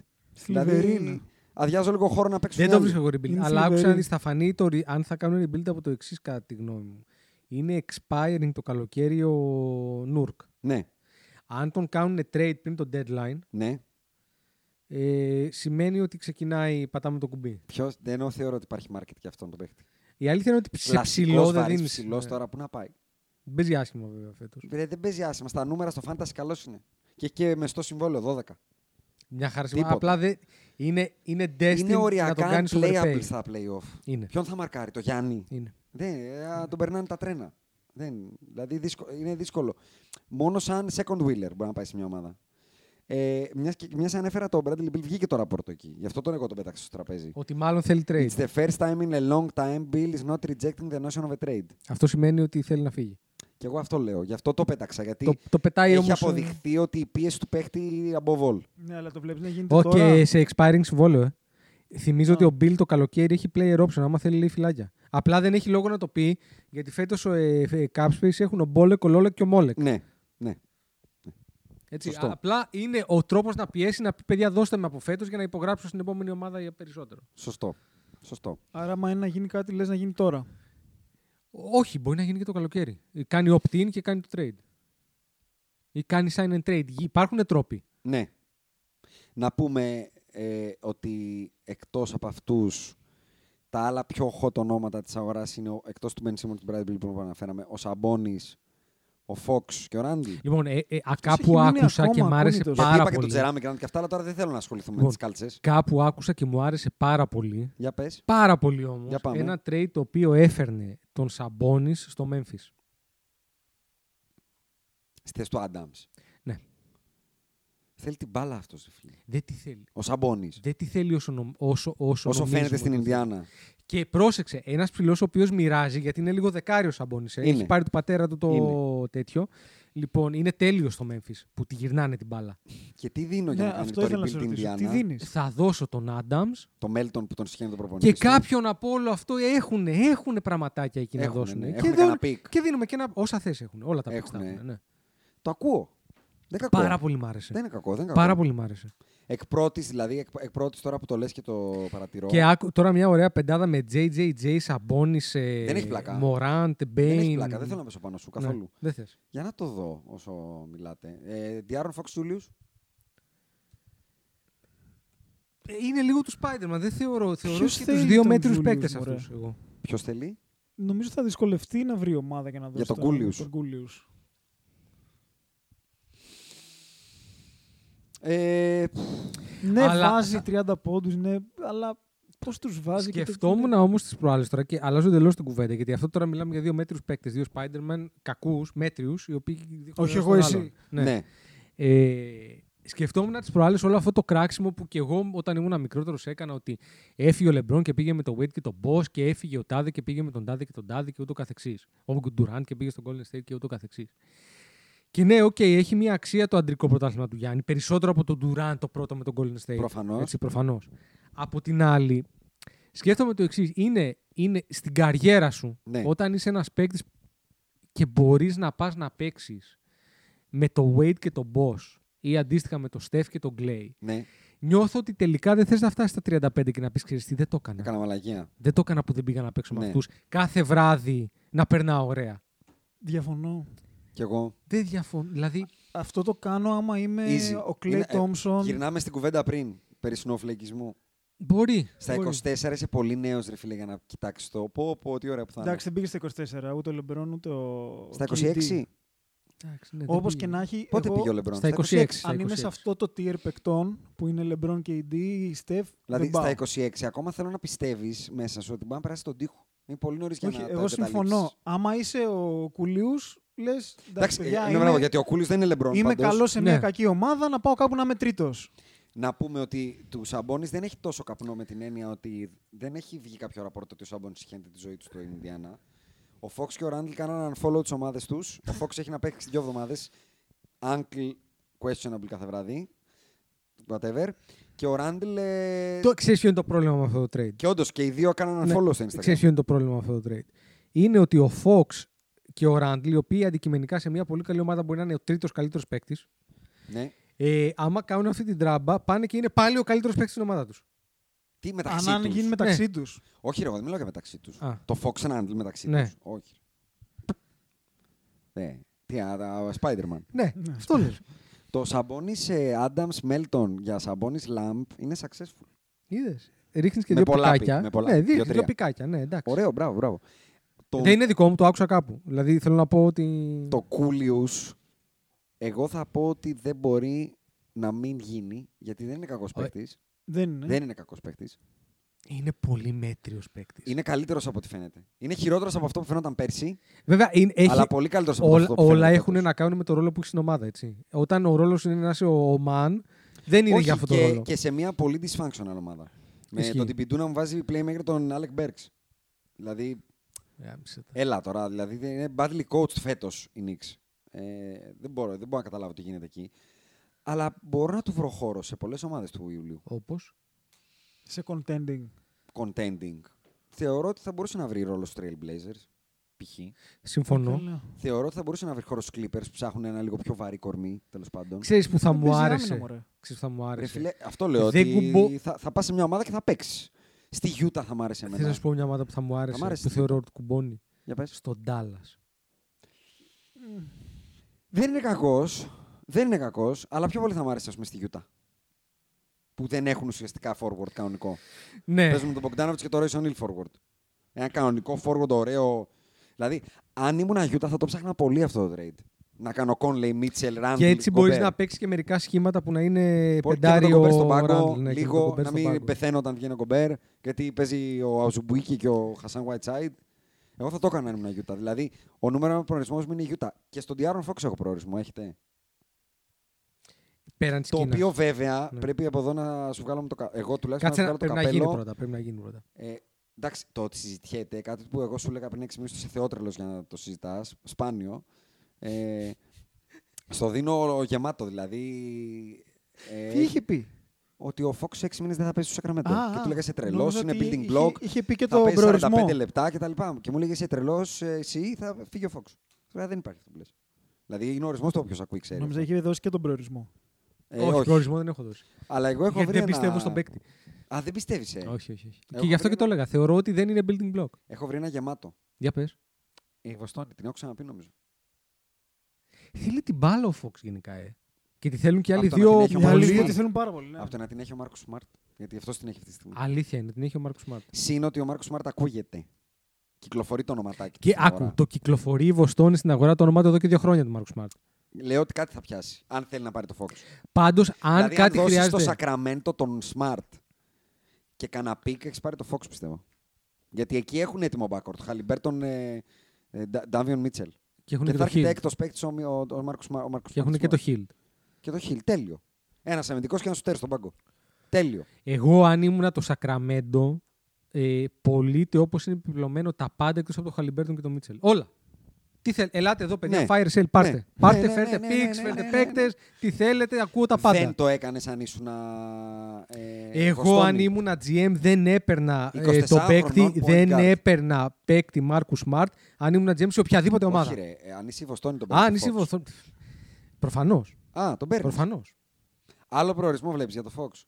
D: Δηλαδή,
E: Θλιβερή είναι.
D: αδειάζω λίγο χώρο να παίξω.
F: Δεν το βρίσκω εγώ rebuild.
E: Είναι
F: Αλλά άκουσα να
E: θλιβερή.
F: δεις, θα φανεί το, re- αν θα κάνουν rebuild από το εξής κατά τη γνώμη μου. Είναι expiring το καλοκαίρι ο Νούρκ.
D: Ναι,
F: Αν τον κάνουν trade πριν το deadline,
D: ναι.
F: ε, σημαίνει ότι ξεκινάει, πατάμε το κουμπί.
D: Ποιος, δεν εννοώ, θεωρώ ότι υπάρχει market για αυτόν τον παίχτη.
F: Η αλήθεια είναι ότι σε
D: Κλασικός,
F: ψηλό δεν Ναι.
D: βαρύς
F: δίνει.
D: ψηλός τώρα που να πάει.
F: Δεν παίζει άσχημα βέβαια φέτος.
D: Ρε, δεν παίζει άσχημα. Στα νούμερα στο fantasy καλός είναι. Και έχει και μεστό συμβόλαιο 12.
F: Μια χαρά
D: Τίποτα.
F: σημαίνει. Απλά δεν. Είναι, είναι destined
D: είναι
F: να τον
D: οριακά
F: κάνει
D: playable
F: overpay.
D: στα playoff.
F: Είναι.
D: Ποιον θα μαρκάρει, το Γιάννη.
F: είναι.
D: Δεν, ε, α, τον περνάνε τα τρένα. Δεν, δηλαδή δύσκο- είναι δύσκολο. Μόνο σαν second wheeler μπορεί να πάει σε μια ομάδα. Ε, μιας και μιας ανέφερα τον Bradley Bill, βγήκε το ραπόρτο εκεί. Γι' αυτό τον εγώ τον πέταξα στο τραπέζι.
F: Ότι μάλλον θέλει trade.
D: It's the first time in a long time Bill is not rejecting the notion of a trade.
F: Αυτό σημαίνει ότι θέλει να φύγει.
D: Και εγώ αυτό λέω. Γι' αυτό το πέταξα. Γιατί
F: Το, το πετάει ε,
D: έχει
F: όμως.
D: αποδειχθεί ότι η πίεση του παίχτη above all.
E: Ναι, αλλά το βλέπεις να γίνεται
F: Όχι,
E: τώρα.
F: σε expiring συμβόλαιο. Ε. Θυμίζω
E: Α.
F: ότι ο Bill το καλοκαίρι έχει player option. Άμα θέλει, λέει φυλάκια. Απλά δεν έχει λόγο να το πει γιατί φέτος ε, ε, Cup Space έχουν ο Μπόλεκ, ο Λόλεκ και ο Μόλεκ.
D: Ναι, ναι.
F: Έτσι,
D: Σωστό.
F: Απλά είναι ο τρόπος να πιέσει να πει: Παιδιά, δώστε με από φέτος για να υπογράψω στην επόμενη ομάδα για περισσότερο.
D: Σωστό. Σωστό.
E: Άρα, άμα είναι να γίνει κάτι, λες να γίνει τώρα.
F: Όχι, μπορεί να γίνει και το καλοκαίρι. Ε, Κάνει opt-in και κάνει το trade. Ή κάνει sign and trade. Γι- Υπάρχουν τρόποι.
D: Ναι. Να πούμε ε, ότι εκτός από αυτούς τα άλλα πιο hot ονόματα της αγοράς είναι ο- εκτός του Ben Simmons και του Bradley Bill που αναφέραμε ο Σαμπόνης ο Φόξ και ο Ράντι.
F: Λοιπόν, ε, ε, α,
E: έχει
F: κάπου
E: μείνει
F: άκουσα
E: ακόμα
F: και μ' άρεσε
E: ακούνητος.
D: Γιατί
F: πάρα
D: είπα και τον
F: πολύ.
D: Τζεράμι και και αυτά, αλλά τώρα δεν θέλω να ασχοληθούμε με
F: Λοιπόν.
D: τις κάλτσες.
F: Κάπου άκουσα και μου άρεσε πάρα πολύ.
D: Για πες.
F: Πάρα πολύ όμως.
D: Για πάμε.
F: Ένα trade το οποίο έφερνε τον Σαμπόνις στο Memphis.
D: Στη θέση του Άνταμ.
F: Ναι.
D: Θέλει την μπάλα αυτός, φίλε.
F: Δεν τη θέλει.
D: Ο Σαμπόνις.
F: Δεν τη θέλει όσο, νομ- όσο,
D: Όσο
F: όσο, νομίζουμε
D: φαίνεται στην
F: ότι θέλει.
D: Ινδιάνα.
F: Και πρόσεξε, ένας ψηλός ο οποίος μοιράζει, γιατί είναι λίγο δεκάριος Σαμπόνι. Ε.
D: Είναι.
F: Έχει πάρει του πατέρα του το
D: Είναι.
F: τέτοιο. Λοιπόν, είναι τέλειος στο Memphis που τη γυρνάνε την μπάλα.
D: Και τι δίνω για
E: Ναι,
D: να κάνει
E: αυτό
D: το
E: ήθελα να σε
D: rebuild
E: ρωτήσω. Τι
D: Ινδιάνα.
E: δίνεις.
F: Θα δώσω τον Adams
D: Το Μέλτον που τον συχαίνει τον προπονητή.
F: Και κάποιον από όλο αυτό έχουν, έχουν πραγματάκια εκεί
D: Έχουνε,
F: να δώσουν.
D: ναι.
F: Και,
D: Έχουνε
F: δίνουν-
D: κανένα πικ.
F: και δίνουμε και ένα. Όσα θες έχουν. Όλα τα πικ τα
D: Έχουνε.
F: έχουνε, ναι.
D: Το ακούω. Δεν κακό.
F: Πάρα πολύ μ' άρεσε.
D: Δεν είναι κακό. Δεν είναι κακό.
F: Πάρα πολύ μ' άρεσε.
D: Εκ πρώτης, δηλαδή, εκ, εκ πρώτης τώρα που το λες και το παρατηρώ.
F: Και άκου, τώρα μια ωραία πεντάδα με JJJ, Σαμπόνι,
D: Δεν έχει πλάκα.
F: Μωράντ, Μπέιν.
D: Δεν έχει πλάκα. Δεν θέλω να πέσω πάνω σου
F: Ναι,
D: καθόλου.
F: δεν θες.
D: Για να το δω όσο μιλάτε. Ε, Διάρον Φόξ Τζούλιου.
F: Ε, Είναι λίγο του Spider-Man. Δεν θεωρώ. θεωρώ
E: Ποιος
F: και
E: θέλει
F: τους δύο
E: τον
F: μέτριου
E: Julius,
F: παίκτες
E: μωρέ.
F: αυτούς. εγώ.
D: Ποιος θέλει.
E: Νομίζω θα δυσκολευτεί να βρει ομάδα για να δώσει
D: τον Κούλιους.
E: τον Κούλιους.
D: Ε, πφ,
E: Ναι,
F: Αλλά-
E: βάζει 30 πόντους, ναι, αλλά πώς τους βάζει. και τέτοιο,
F: Σκεφτόμουν
E: ναι.
F: όμως τις προάλλες τώρα και αλλάζω εντελώς την κουβέντα. Γιατί αυτό τώρα μιλάμε για δύο μέτριους παίκτες, δύο Spider-Man κακούς, μέτριους, οι οποίοι. δείχνουν
E: Όχι,
F: ένας
E: εγώ,
F: τον
E: εσύ.
F: άλλον.
D: ναι.
F: Ε, σκεφτόμουν τις προάλλες όλο αυτό το κράξιμο που και εγώ όταν ήμουν μικρότερος έκανα ότι έφυγε ο Λεμπρόν και πήγε με τον Wade και τον Boss και έφυγε ο Τάδε και πήγε με τον Τάδε και τον Τάδε και ούτω καθεξής. Ο Ντουράν και πήγε στον Golden State και ούτω καθεξής. Και ναι, οκ, έχει μια αξία το αντρικό πρωτάθλημα του Γιάννη. Περισσότερο από τον Ντουράν το πρώτο με τον Golden State.
D: Προφανώς.
F: Έτσι, προφανώς. Από την άλλη, σκέφτομαι το εξής. Είναι, είναι στην καριέρα σου,
D: Ναι.
F: όταν είσαι ένας παίκτης και μπορείς να πας να παίξεις με το Wade και τον Boss ή αντίστοιχα με το Steph και τον Clay,
D: ναι.
F: νιώθω ότι τελικά δεν θες να φτάσεις στα 35 και να πεις «Ξέρεις τι, δεν το έκανα.
D: Έκανα μαλαγία.
F: Δεν το έκανα που δεν πήγα να παίξω με
D: Ναι.
F: αυτούς. Κάθε βράδυ να περνάω ωραία.
E: Διαφωνώ.
D: Κι εγώ.
F: Δεν διαφωνώ. Δηλαδή,
E: Αυτό το κάνω άμα είμαι
D: Easy.
E: ο Κλέι
D: Είναι- ε,
E: Τόμσον.
D: Γυρνάμε στην κουβέντα πριν. Περί συνοφλεγγισμού.
F: μπορεί.
D: Στα
F: μπορεί.
D: 24 είσαι πολύ νέος, ρε φίλε, για να κοιτάξεις το. Πω, πω, τι ωραία που θα είναι.
E: Εντάξει, δεν πήγε στα 24, ούτε ο Λεμπερόν, ούτε ο.
D: Στα
E: KD.
D: 26.
F: Εντάξει, ναι, δεν
E: Όπως
F: πήγε.
E: και να έχει.
D: Πότε
E: εγώ,
D: πήγε ο Λεμπρόν.
F: Στα 26. στα
E: Αν είμαι σε
F: 26.
E: αυτό το tier παικτών που είναι Λεμπρόν και η D, η Στεφ.
D: Δηλαδή
E: δεν πάω.
D: στα 26 ακόμα θέλω να πιστεύεις μέσα σου ότι μπορεί να περάσει τον τοίχο. Είναι πολύ νωρίς για
E: Όχι,
D: να
E: εγώ
D: το εγκαταλείψεις.
E: συμφωνώ. Άμα είσαι ο Κουλιού, λες. Εντάξει,
D: Εντάξει,
E: παιδιά,
D: ε, ναι,
E: είμαι,
D: μπράβο, γιατί ο Κούλης δεν είναι λεμπρόν.
E: είμαι
D: πάντως.
E: καλός σε μια
F: Ναι.
E: κακή ομάδα να πάω κάπου να είμαι τρίτος.
D: Να πούμε ότι του Σαμπόνις δεν έχει τόσο καπνό με την έννοια ότι δεν έχει βγει κάποιο ραπόρτο ότι ο Σαμπόνις συχαίνεται τη ζωή του στο Ινδιάνα. Ο Φόξ και ο Ράντλ κάνανε unfollow τις ομάδες τους. Ο Φόξ έχει να παίξει δύο εβδομάδες. Uncle questionable κάθε βράδυ. Whatever. Και ο Ράντλ. ε,
F: Το ξέρεις ποιο είναι το πρόβλημα με αυτό το trade.
D: Και όντως και οι δύο κάνανε unfollow στο Instagram.
F: Ναι. Ξέρεις ποιο είναι το πρόβλημα με αυτό το trade. Είναι ότι ο Fox και ο Ράντλ, οι οποίοι αντικειμενικά σε μια πολύ καλή ομάδα μπορεί να είναι ο τρίτος καλύτερος παίκτης,
D: Ναι.
F: ε, άμα κάνουν αυτή την τράμπα, πάνε και είναι πάλι ο καλύτερος παίκτης στην ομάδα Ναι. τους.
D: Τι μεταξύ
E: Αν αν
D: τους.
E: γίνει μεταξύ τους.
D: Όχι, ρε, εγώ δεν μιλάω για μεταξύ τους.
F: Α.
D: Το Fox and Handle μεταξύ
F: Ναι.
D: τους. Όχι. Ναι. Τι, α, τα- ο Spider-Man.
F: Ναι, αυτό λες.
D: Το Σαμπόνι Adams Melton για Σαμπόνι Lamp είναι successful.
F: Είδες. Ρίχνεις και
D: Με
F: δύο
D: πολλά
F: πικάκια.
D: πικ, με πολλά.
F: Ναι,
D: Δύο,
F: δύο,
D: τρία.
F: δύο πικάκια, ναι, εντάξει.
D: Ωραίο, μπράβο, μπράβο. Το,
F: Δεν είναι δικό μου, το άκουσα κάπου. Δηλαδή θέλω να πω ότι.
D: το Coolius, εγώ θα πω ότι δεν μπορεί να μην γίνει, γιατί δεν είναι κακός
F: Ωραία. Ναι.
D: παίκτης.
E: Δεν είναι.
D: Δεν είναι κακός παίκτης.
F: Είναι πολύ μέτριος παίκτης.
D: Είναι καλύτερος από ό,τι φαίνεται. Είναι χειρότερος από αυτό που φαινόταν πέρσι,
F: Βέβαια, είναι, έχει...
D: αλλά πολύ καλύτερος από
F: όλα,
D: αυτό που φαίνεται.
F: όλα έχουν
D: φέτος.
F: να κάνουν με το ρόλο που έχει στην ομάδα. Έτσι. Όταν ο ρόλος είναι να είσαι ο, ο man, δεν είναι
D: Όχι,
F: για αυτό το
D: και,
F: ρόλο.
D: και σε μια πολύ dysfunctional ομάδα. Με
F: Ισχύει.
D: τον Τιμπιντού να μου βάζει playmaker τον Άλεκ Μπέρξ. Δηλαδή,
F: Ε, άψε τα.
D: έλα τώρα, δηλαδή δεν είναι badly coached φέτος η Νίξ. Ε, δεν, μπορώ, δεν μπορώ να καταλάβω τι γίνεται εκεί. Αλλά μπορώ να του βρω χώρο σε πολλές ομάδες του Ιουλίου.
F: Όπως.
E: Σε contending.
D: Contending. Θεωρώ ότι θα μπορούσε να βρει ρόλο στους Trailblazers. Π.χ.
F: Συμφωνώ.
E: Καλά.
D: Θεωρώ ότι θα μπορούσε να βρει χώρο στους Clippers που ψάχνουν ένα λίγο πιο βαρύ κορμί, τέλος πάντων.
F: Ξέρεις που θα
E: Δεν
F: μου
E: παίζει
F: άρεσε.
E: άμυνα, μωρέ.
F: Ξέρεις που θα μου
D: Ρε
F: άρεσε.
D: φίλε, αυτό λέω.
F: Δεν
D: ότι
F: κουμπώ-
D: θα, θα πας σε μια ομάδα και θα παίξεις. Στη Γιούτα θα μ' άρεσε
F: Θέλω να
D: εμένα.
F: σου πω μια ομάδα που θα μου άρεσε.
D: άρεσε
F: που
D: τι.
F: θεωρώ ότι κουμπώνει.
D: Για πες.
F: Στον Τάλλα.
D: Δεν είναι κακός. Δεν είναι κακός, αλλά πιο πολύ θα μου άρεσε, ας πούμε, στη Γιούτα. Που δεν έχουν ουσιαστικά forward κανονικό.
F: Ναι.
D: Παίζουν με τον Μπογκδάνοβιτ και το Ρέισον Ιλ forward. Ένα κανονικό forward, ωραίο. Δηλαδή, αν ήμουν Γιούτα, θα το ψάχνα πολύ αυτό το trade. Να κάνω Κόνλεϊ, Μίτσελ, Ράντλ.
F: Και έτσι μπορείς να παίξεις και μερικά σχήματα που να είναι
D: Πολύ- και να τον
F: πεντάριο.
D: κομπέρ στον πάγκο,
F: Ράντλ, ναι, και τον
D: λίγο,
F: κομπέρ
D: να
F: στον
D: μην
F: πάγκο.
D: πεθαίνω όταν βγαίνει ο κομπέρ, γιατί παίζει ο Αουζουμπουίκη και ο Χασάν Βουάιτσάιντ. Εγώ θα το έκανα αν ήμουν Γιούτα. Δηλαδή, ο νούμερο προορισμός μου είναι η Γιούτα. Και στον Diaron Fox έχω προορισμό, έχετε.
F: Πέραν της
D: Το οποίο βέβαια
F: Ναι.
D: πρέπει από εδώ να σου βγάλω το καπέλο. Εγώ τουλάχιστον
F: Κάτσε να,
D: να σου
F: πρέπει
D: βγάλω
F: να γίνει
D: το καπέλο.
F: πρώτα. Πρέπει να γίνει πρώτα.
D: Ε, εντάξει, το ότι συζητιέται, κάτι που εγώ σου έλεγα πριν 6 μήνε, είσαι θεότρελος για να το συζητάς, σπάνιο. Ε, στο δίνω γεμάτο δηλαδή. Ε,
E: Τι είχε πει.
D: Ότι ο Fox σε 6 μήνες δεν θα παίζει στο Σακραμέντο.
E: Α,
D: Και
E: α,
D: του λέγα σε τρελό,
E: νόμιζα
D: είναι
E: ότι
D: building
E: είχε-
D: block.
E: είχε πει και
D: θα
E: τον
D: παίζει
E: προορισμό.
D: 45 λεπτά κτλ. Και μου λέγε σε τρελό, εσύ θα φύγει ο Fox. Τώρα δεν υπάρχει αυτό που λες. Δηλαδή είναι ο ορισμός του όποιος ακούει, ξέρει.
E: Νόμιζα είχε δώσει και τον προορισμό.
D: Ε,
F: όχι, προορισμό δεν έχω δώσει.
D: Αλλά εγώ έχω
F: Γιατί
D: βρει
F: δεν
D: ένα-
F: πιστεύω στον παίκτη.
D: Α, δεν πιστεύεις. Ε.
F: Όχι, όχι. όχι.
D: Εγώ
F: Και γι' αυτό
D: πρέπει
F: και το
D: να-
F: έλεγα. Θεωρώ ότι δεν είναι building block.
D: Έχω βρει ένα γεμάτο.
F: Για πες. Ε,
D: Η Βοστόνη, την έχω ξαναπεί νομίζω.
F: Θέλει την μπάλα ο Fox γενικά, ε. Και τη θέλουν και άλλοι
D: Αυτό να την
F: δύο.
D: έχει ο
E: Οι άλλοι
D: Μαρκ
E: δύο
F: πολύ-
D: Σμαρτ.
E: τη θέλουν πάρα πολύ. ναι.
D: Από το να την έχει ο Μάρκος Σμαρτ. Γιατί αυτός την έχει αυτή τη στιγμή.
F: Αλήθεια είναι, την έχει ο Μάρκος Σμαρτ.
D: Συν ότι ο Μάρκος Σμαρτ ακούγεται. Κυκλοφορεί το ονοματάκι. του
F: Και
D: στην
F: άκου,
D: αγορά.
F: το κυκλοφορεί η Βοστόνη στην αγορά το όνομά του εδώ και δύο χρόνια του Μάρκος Σμαρτ.
D: Λέω ότι κάτι θα πιάσει. Αν θέλει να πάρει το Fox.
F: Πάντως, αν
D: δηλαδή,
F: κάτι
D: αν δώσει
F: χρειάζεται.
D: στο Σακραμέντο τον Σμαρτ και κανένα πικ, έχεις πάρει το Fox πιστεύω. Γιατί εκεί έχουν έτοιμο backcourt. Χαλιμπέρτον ε, ε, Ντα- Ντάβιον Μίτσελ.
F: Και έχουν
D: Και
F: και,
D: θα
F: το
D: έρχεται
F: Hill.
D: έκτος παίκτης ο, Μι- ο, ο Μάρκος Σμαρτ.
F: Και έχουν και το Hill.
D: Και το Χιλ. Τέλειο. Ένας αμυντικός και ένας σουτέρ στον πάγκο. Τέλειο.
F: Εγώ, αν ήμουνα το Σακραμέντο, ε, πωλείται όπως είναι επιπληρωμένο τα πάντα εκτός από το Χαλιμπέρτον και το Μίτσελ. Όλα. Τι θέλ, ελάτε εδώ, παιδιά,
D: Ναι.
F: fire sale, πάρτε.
D: Ναι.
F: Πάρτε,
D: Ναι, ναι,
F: φέρτε
D: ναι,
F: ναι,
D: ναι, ναι,
F: picks,
D: ναι, ναι,
F: φέρτε
D: ναι, ναι.
F: παίκτες, τι θέλετε, ακούω τα πάντα.
D: Δεν το έκανες αν ήσουν. Ε,
F: Εγώ,
D: Βοστόνη.
F: αν ήμουν GM, δεν έπαιρνα ε,
D: 24
F: το παίκτη,
D: χρονών point
F: δεν
D: guard.
F: έπαιρνα παίκτη Μάρκου Σμαρτ, αν ήμουν GM σε οποιαδήποτε ομάδα.
D: Όχι, ρε, ε, αν είσαι η Βοστόνη τον
F: Α,
D: παίρνει.
F: αν είσαι Προφανώς.
D: Α, τον παίρνεις.
F: Προφανώς.
D: Άλλο προορισμό βλέπεις για το Fox.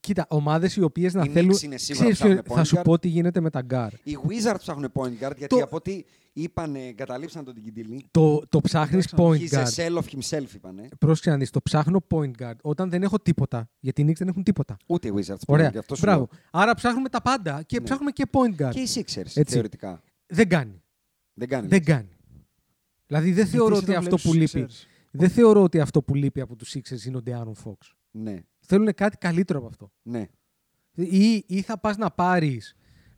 F: Κοίτα, ομάδες οι οποίες να
D: Οι Knicks
F: θέλουν.
D: είναι σίγουρα
F: Ξέρεις
D: ψάχνουν
F: ποιο-
D: point
F: θα σου
D: guard.
F: πω τι γίνεται με τα γκάρ.
D: Οι Wizards ψάχνουν point guard γιατί
F: Το-
D: από ό,τι είπαν, εγκαταλείψαν τον Κιντιλί.
F: Το, το ψάχνεις point
D: He's a
F: guard.
D: shell of himself, είπανε.
F: Πρόσεξε να δεις, το ψάχνω point guard όταν δεν έχω τίποτα. Γιατί οι Knicks δεν έχουν τίποτα.
D: Ούτε οι Wizards.
F: Ωραία.
D: point guard, Ναι, αυτό σου
F: Μπράβο.
D: λέω.
F: Άρα ψάχνουμε τα πάντα και
D: Ναι.
F: ψάχνουμε και point guard.
D: Και Ναι. οι Sixers,
F: Έτσι.
D: θεωρητικά.
F: Δεν κάνει.
D: Δεν κάνει.
F: Δεν κάνει. Δηλαδή δεν θεωρώ
E: εσύ
F: ότι
E: το
F: αυτό που
E: βλέπεις,
F: λείπει.
E: ξέρεις.
F: Δεν θεωρώ ότι αυτό που λείπει από τους Sixers είναι ο De'Aaron Fox.
D: Ναι,
F: Θέλουν κάτι καλύτερο από αυτό.
D: ναι.
F: Ή, ή θα πας να πάρεις.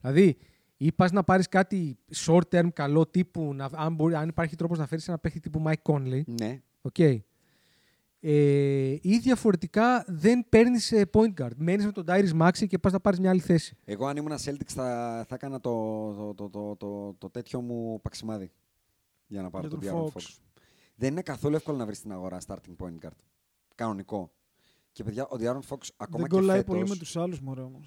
F: Δηλαδή, ή πας να πάρεις κάτι short term καλό τύπου. Να, αν, μπορεί, αν υπάρχει τρόπος να φέρεις ένα παίχτη τύπου Mike Conley.
D: ναι.
F: Οκ. Ε, ή διαφορετικά δεν παίρνεις point guard. Μένεις με τον Dyrus Maxi και πας να πάρεις μια άλλη θέση.
D: Εγώ αν ήμουν Celtics θα, θα έκανα το, το, το, το, το, το τέτοιο μου παξιμάδι για να πάρω
E: Για
D: τον
E: τον
D: Diaron Fox.
E: Fox.
D: Δεν είναι καθόλου εύκολο να βρεις στην αγορά starting point guard. Κανονικό. Και παιδιά, ο Diaron Fox ακόμα
E: Δεν
D: και
E: κολλάει
D: φέτος,
E: πολύ με τους άλλους μωρέ όμως.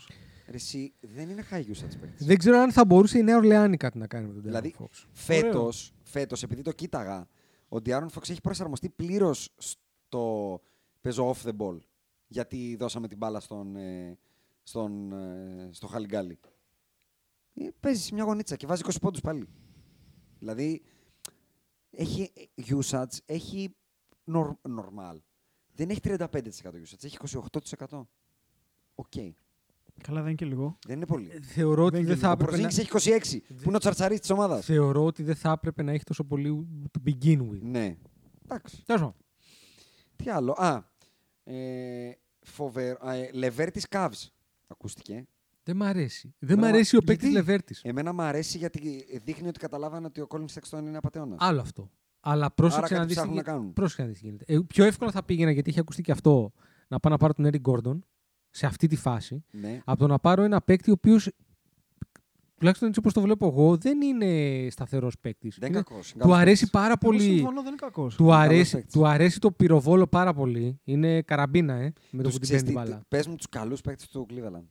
D: ρε, εσύ, δεν είναι high usage παίκτης.
F: Δεν ξέρω αν θα μπορούσε η Νέα Ορλεάνη κάτι να κάνει με τον Darren
D: Δηλαδή,
F: Fox.
D: φέτος, φέτος, επειδή το κοίταγα, ο Diaron Fox έχει προσαρμοστεί πλήρως στο παίζω off the ball. Γιατί δώσαμε την μπάλα στον, ε, στον, ε, στο Χαλιγκάλι. Ε, Παίζεις σε μια γωνίτσα και βάζεις 20 πόντους πάλι. Δηλαδή, έχει ε, usage, έχει νορ, normal. Δεν έχει 35% usage, έχει 28%. Οκ.
E: Καλά, δεν είναι και λίγο.
D: Δεν είναι πολύ.
F: Ε, Θεωρώ ότι,
E: Δεν
F: δεν θα
D: Ο
F: έπρεπε να...
D: Προσδίκης έχει 26, που είναι ο τσαρτσαρίς της ομάδας.
F: Θεωρώ ότι δεν θα έπρεπε να έχει τόσο πολύ to begin with.
D: Ναι. Εντάξει.
F: Τέλος πάντων.
D: Τι άλλο. Α, ε, φοβερό. α, Ε, Λεβέρτης Cavs. Ακούστηκε.
F: Δεν μ' αρέσει. Δεν μ'
D: Μπράβο.
F: αρέσει ο παίκτη
D: Γιατί?
F: Λεβέρτης.
D: Εμένα μου αρέσει γιατί δείχνει ότι καταλάβανε ότι ο Colin Sexton είναι απαταιώνας.
F: Άλλο αυτό. Αλλά πρόσεξε
D: κάτι
F: να δει.
D: ψάχνουν να κάνουν.
F: Πρόσεξε να δεις τι γίνεται. Ε, πιο εύκολα θα πήγαινα γιατί είχε ακουστεί και αυτό να πάω να πάρω τον Eric Gordon σε αυτή τη φάση.
D: Ναι.
F: από το να πάρω ένα παίκτη ο οποίος. τουλάχιστον έτσι όπως το βλέπω εγώ, δεν είναι σταθερός παίκτης.
D: Δεν είναι κακός. είναι
F: Του
D: καλός
F: αρέσει
D: παίκτης.
F: πάρα
E: Πολύ.
F: πολύ.
E: συμφωνώ, δεν είναι κακός.
F: Του
D: καλός
F: αρέσει,
D: παίκτης.
F: του αρέσει το πυροβόλο πάρα πολύ. Είναι καραμπίνα, ε, με το
D: Τους
F: που την
D: ξέρεις
F: παίρνει την
D: τι,
F: μπάλα.
D: Πες μου τους καλούς παίκτες του Cleveland.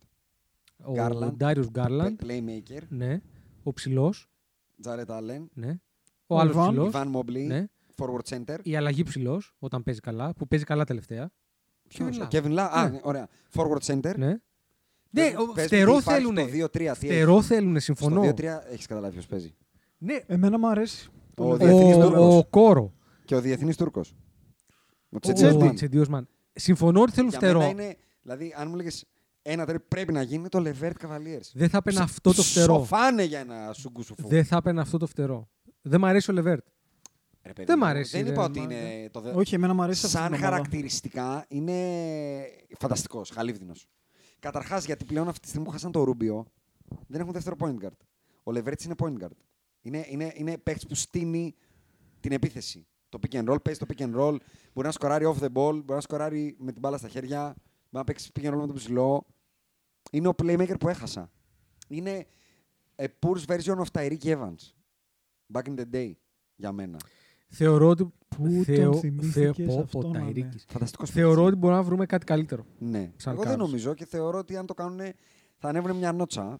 F: Ο
D: Garland.
F: Ντάριο Γκάρλαντ,
D: Playmaker,
F: ναι. Ο ψηλός,
D: Jared Allen,
F: ναι.
E: Ο
F: Ο άλλος
E: Van.
F: ψηλό.
D: Ivan Mobley,
F: Ναι.
D: forward center.
F: Η αλλαγή ψηλός όταν παίζει καλά, που παίζει καλά τελευταία.
D: Ποιος?
F: Kevin Love.
D: Kevin Love. Α,
F: Ναι.
D: ναι, ωραία. Forward center.
F: Ναι.
D: Πες
F: Ναι,
D: μου-
F: ο-
D: πες μου τι
F: φτερό
D: υπάρχει
F: θέλουν.
D: Στο 2-3. τι έχεις.
F: Φτερό θέλουν,
D: Στο
F: συμφωνώ.
D: 2-3 έχεις καταλάβει ποιος παίζει.
F: Ναι,
E: Εμένα μου αρέσει.
D: Ο
F: ο,
D: διεθνής
F: ο,
D: Τούρκος.
F: Κόρο.
D: Και ο διεθνής Τούρκος. Ο
F: Ο
D: Τσετζέσμαν.
F: Τσεντιούσμαν. Συμφωνώ ότι θέλουν
D: Για
F: φτερό.
D: μένα είναι, δηλαδή, αν μου έλεγε ένα τρίπ πρέπει να γίνει, είναι το Levert Cavaliers.
F: Δεν θα έπαιρνα αυτό το φτερό.
D: Σοφάνε για ένα σουγκουσουφού.
F: Δεν θα έπαιρνα αυτό το φτερό. Δεν μ' αρέσει ο Λεβέρτ.
D: Ρε παιδί
F: Δεν
D: μου,
F: μ' αρέσει,
D: Δεν
F: ρε,
D: είπα ότι
F: μα-
D: είναι το δε...
E: Όχι, εμένα μου αρέσει αυτή
D: Ε, Σαν
E: την ομάδα.
D: χαρακτηριστικά είναι φανταστικός, χαλίβδινο. Καταρχάς, γιατί πλέον αυτή τη στιγμή που χάσαν το Ρούμπιο, δεν έχουν δεύτερο point guard. Ο Λεβέρτ είναι point guard. Είναι, είναι, είναι παίκτης που στείνει την επίθεση. Το pick and roll, παίζει το pick and roll. Μπορεί να σκοράρει off the ball, μπορεί να σκοράρει με την μπάλα στα χέρια, μπορεί να παίξει pick and roll με τον ψηλό. Είναι ο playmaker που έχασα. Είναι a poor version of Tyreek Evans. Back in the day, για μένα.
F: Θεωρώ ότι.
E: Πού
F: Θεω-
E: τον θυμήθηκες
F: Θεω- πω, πω,
E: αυτόν,
F: τα
E: αμέ.
F: Ηρίκης.
D: Φανταστικός
F: Θεωρώ
D: παίκτης.
F: ότι μπορούμε να βρούμε κάτι καλύτερο.
D: Ναι.
F: Σαν
D: Εγώ δεν
F: Cavs.
D: νομίζω και θεωρώ ότι αν το κάνουν θα ανέβουν μια νότσα.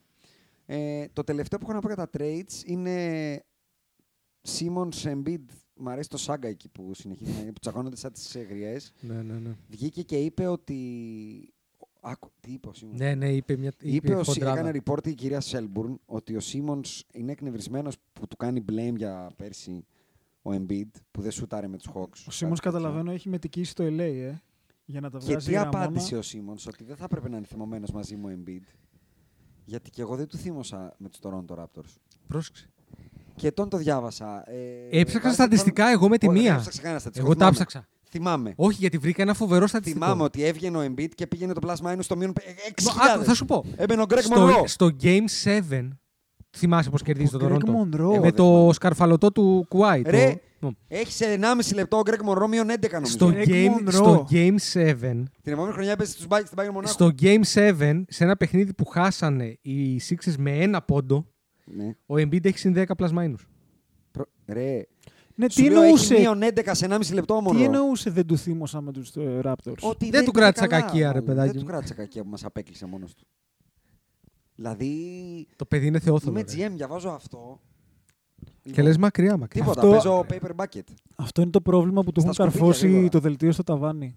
D: Ε, το τελευταίο που έχω να πω για τα trades είναι Σίμον Σεμπίντ. Μ' αρέσει το σάγκα εκεί που συνεχίζει να- που τσακώνονται σαν τις ε, γριές.
F: Ναι, ναι, ναι.
D: Βγήκε και είπε ότι. Άκου, τι είπε ο Σίμον.
F: Ναι, ναι, είπε μια.
D: Είπε ο Σι-
F: χοντράδα.
D: έκανε report η κυρία Σέλμπουρν ότι ο Σίμον είναι εκνευρισμένος που του κάνει blame για πέρσι ο Embiid που δεν σούταρε με τους Hawks.
E: Ο Σίμω,
D: Κάτι τέτοιο.
E: καταλαβαίνω, έχει μετικήσει το LA, ε, για να τα
D: Και
E: βγάζει
D: τι
E: γραμμόνα.
D: απάντησε ο Σίμον, ότι δεν θα έπρεπε να είναι θυμωμένος μαζί μου ο Embiid. Γιατί και εγώ δεν του θύμωσα με τους Toronto Raptors.
F: Πρόσεξε.
D: Και τον το διάβασα. Ε,
F: Έψαξα
D: πάρε-
F: στατιστικά
D: πάρε-
F: εγώ με τη
D: Όχι,
F: μία.
D: δεν έψαξα κανένα στατιστικό.
F: Εγώ τα
D: θυμάμαι.
F: ψάξα.
D: Θυμάμαι.
F: Όχι, γιατί βρήκα ένα φοβερό στατιστικό.
D: Θυμάμαι ότι έβγαινε ο Embiid και πήγαινε το plus minus στο μείον 6.000.
F: Μα, άκου, θα σου πω.
D: Έμπαινε ο Greg
F: στο,
D: Monroe.
F: στο Game 7, θυμάσαι πώς κερδίζει το
E: Greg
F: Toronto.
E: Monroe,
F: Ε, με
D: δεν
F: το
D: θυμάμαι.
F: σκαρφαλωτό του Κουάι. το-
D: Ρε,
F: Νο.
D: έχει 1,5 λεπτό ο Greg Monroe μείον 11 νομίζω.
F: Στο
E: Greg
F: game,
E: Monroe.
F: στο game 7,
D: Την επόμενη χρονιά έπεσε στους Bucks στην Bayern Μονάχου.
F: στο Game 7, σε ένα παιχνίδι που χάσανε οι Sixers με ένα πόντο,
D: Ναι.
F: ο Embiid έχει συν 10 plus minus.
D: Προ- Ρε,
E: Ναι,
D: σου
E: τι
D: λέω,
E: εννοούσε.
D: Έχει μείον 11 σε 1,5 λεπτό ο
E: Τι
D: Monroe.
E: εννοούσε δεν του θύμωσα με τους ε, Raptors.
D: Ότι
F: Δεν
D: δεν
F: του
D: πήγε
F: κράτησα
D: καλά,
F: κακία, ρε
D: μάλλον.
F: παιδάκι
D: Δεν
F: μου.
D: του κράτησα κακία που μας απέκλεισε μόνος του. Δηλαδή.
F: Το παιδί είναι θεόθωρο.
D: Είμαι
F: ρε.
D: GM, διαβάζω αυτό.
F: Και
D: Λοιπόν,
F: λες μακριά, μακριά.
D: Τίποτα.
E: Αυτό-
D: Παίζω paper bucket.
E: Αυτό είναι το πρόβλημα που του
D: Στα
E: έχουν
D: σκουπίδια ε.
E: καρφώσει
D: γρήγορα.
E: το δελτίο στο ταβάνι.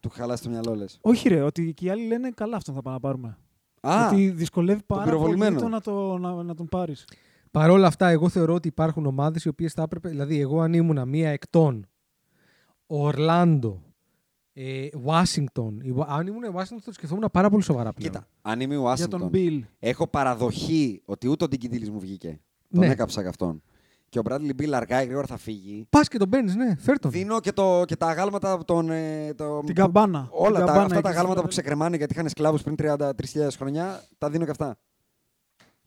D: Του χαλάσει το μυαλό, λες.
E: Όχι ρε, ότι και οι άλλοι λένε καλά αυτόν θα πάμε να πάρουμε.
D: Α,
E: ότι δυσκολεύει πάρα πολύ
D: πυροβολημένο.
E: το να, το, να, να τον πάρεις.
F: Παρ' όλα αυτά, εγώ θεωρώ ότι υπάρχουν ομάδες οι οποίες θα έπρεπε. Δηλαδή, εγώ αν ήμουνα μία εκ των Ορλάντο, ε, Washington. η Wa- Αν ήμουν Washington, θα το σκεφτόμουν πάρα πολύ σοβαρά πλέον.
D: κοίτα. Αν είμαι ο
E: Για τον
D: Άσιντον,
E: Bill.
D: έχω παραδοχή ότι ούτε ο Ντιγκιντήλη μου βγήκε. Τον
F: Ναι.
D: έκαψα και αυτόν. Και ο Μπράντλι Μπίλ αργά ή γρήγορα θα φύγει.
F: Πας και τον παίρνεις, ναι, φέρ τον.
D: Δίνω και, το, και τα αγάλματα. Τον, ε, το,
E: Την καμπάνα.
D: Όλα
E: Την
D: τα,
E: καμπάνα ναι.
D: αυτά τα
E: εκεί
D: αγάλματα
E: στο-
D: που ξεκρεμάνε γιατί είχαν σκλάβους πριν 33.000 χρονιά, τα δίνω και αυτά.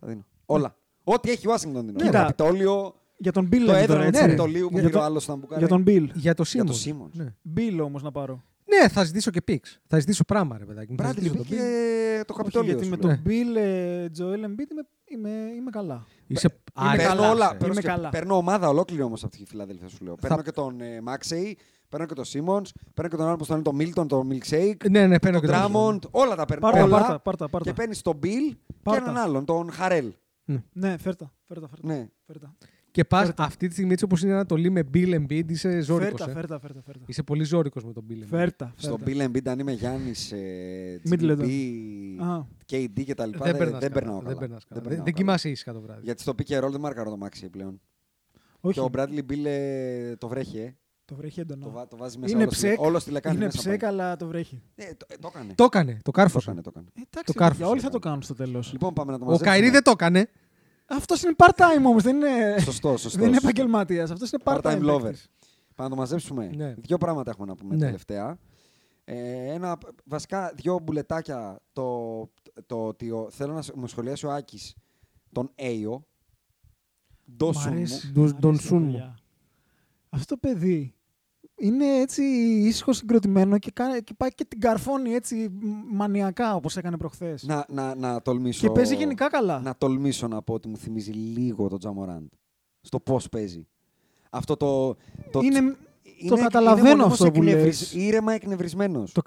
D: Τα δίνω. Όλα. Ό,τι έχει η Washington δίνω.
E: Κοίτα.
D: Το Καπιτόλιο,
E: Για τον Bill
D: το
E: λέμε
D: έδρανο
E: ναι. τώρα,
D: του
E: έτσι.
D: Καπιτολίου που
E: Για
D: πήρε ο
E: τον-
D: άλλο στα μπουκάρια.
E: Για τον Bill.
F: Για το Σίμον.
D: ε, το Simmons.
F: Ναι.
E: Bill όμως να πάρω.
F: ναι, θα ζητήσω και πίξ. Θα ζητήσω πράμα, ρε παιδάκι μου. θα
D: Bradley
F: ζητήσω
D: Beal
F: τον Bill.
D: και το
E: Όχι,
D: Καπιτόλιο.
E: γιατί
D: σου
E: με
D: λέω.
E: τον Bill, ε, Joel Embiid είμαι, είμαι, είμαι καλά.
F: Είσαι
D: Παίρνω
F: άρεστος.
D: όλα.
F: Ε,
D: παίρνω
E: Είμαι
D: και-
E: καλά.
D: Παίρνω ομάδα ολόκληρη όμως από τη Φιλαδέλφια, σου λέω. Παίρνω και τον ε, Μάξεϊ, παίρνω και τον Σίμον, παίρνω και τον άλλο που στον τον Μίλτον, τον Μιλξέικ,
E: Ε,
F: Ναι, ναι, παίρνω
D: τον
F: και τον
D: Ντράμοντ, όλα τα παίρνω.
E: Πάρτα,
D: όλα.
E: πάρτα, πάρτα, πάρτα.
D: Και παίρνεις τον Μπιλ και
E: Πάρτα.
D: έναν άλλον, τον Χαρέλ.
E: Ναι, φέρτα, φέρτα, φέρτα.
D: Ναι.
E: Φέρτα,
F: Και πας αυτή τη στιγμή, έτσι όπως είναι η Ανατολή με Bill Embiid, είσαι ζώρικος.
E: φέρτα, φέρτα, φέρτα, φέρτα.
F: Είσαι πολύ ζώρικος με τον Bill Embiid.
E: Φέρτα,
D: Στον
E: φέρτα.
D: Bill Embiid αν είμαι ε, Γιάννη,
E: Middleton.
D: GDP,
E: Α.
D: KD και τα λοιπά,
F: Δεν
D: δεν,
F: περνάς
D: δεν
F: καλά,
D: περνάω καλά.
F: Δεν περνάς καλά.
D: περνάω
F: Δεν- Δεν
D: καλά.
F: κοιμάσαι ήσυχα το βράδυ.
D: Γιατί στο pick and roll δεν μάρκαρα το Μάξι πλέον.
E: Όχι,
D: Και ο Bradley Bill ε, το βρέχει, ε.
E: το βρέχει
D: Το,
E: έντονα.
D: βά- το βάζει μέσα
E: Είναι
D: όλος στη-
E: ψεκ,
D: όλος στη λεκάνη.
E: είναι
D: μέσα
E: ψεκ,
D: πάει.
E: αλλά το βρέχει. Ε,
D: Ε, το, ε, το έκανε.
F: Το έκανε, το
D: Το
F: κάρφωσε.
D: έκανε, το έκανε.
E: Εντάξει,
F: Το κάρφωσε
E: παιδιά, όλοι θα
D: έκανε.
E: το κάνουν στο τέλος.
D: Λοιπόν, πάμε να το
F: Ο
D: μαζέψουμε.
F: Καϊρή δεν το έκανε.
E: Αυτός είναι part-time όμως, δεν είναι...
D: Σωστό, σωστό.
E: Δεν είναι επαγγελματίας. Αυτός είναι part-time.
D: Part-time lover.
E: παίκτης.
D: Πάμε να το μαζέψουμε.
F: Ναι.
D: Δύο πράγματα έχουμε να πούμε
F: Ναι.
D: τελευταία. Ε, ένα, βασικά, δύο μπουλετάκια. Το, το ότι ο- θέλω να σ- μου σχολιάσει ο Άκης τον Έιο. Ντόσου
E: Μ'
D: μου.
E: αρέσει,
F: Ντος-
E: μ' αρέσει
F: Ντονσούν
E: το
F: μου.
E: παιδιά. Αυτό το παιδί είναι έτσι ήσυχος συγκροτημένο και, κα- και πάει και την καρφώνει έτσι μ- μανιακά όπως έκανε προχθές.
D: Να, να, να τολμήσω.
E: Και παίζει γενικά καλά.
D: Να τολμήσω να πω ότι μου θυμίζει λίγο τον Τζαμοράντ. Στο πώς παίζει. Αυτό το. το
E: Είναι,
D: είναι-
E: το
D: είναι
E: καταλαβαίνω
D: μονίμως
E: αυτό που
D: εκνευρισ-
E: λες.
D: Ήρεμα εκνευρισμένος.
E: Το-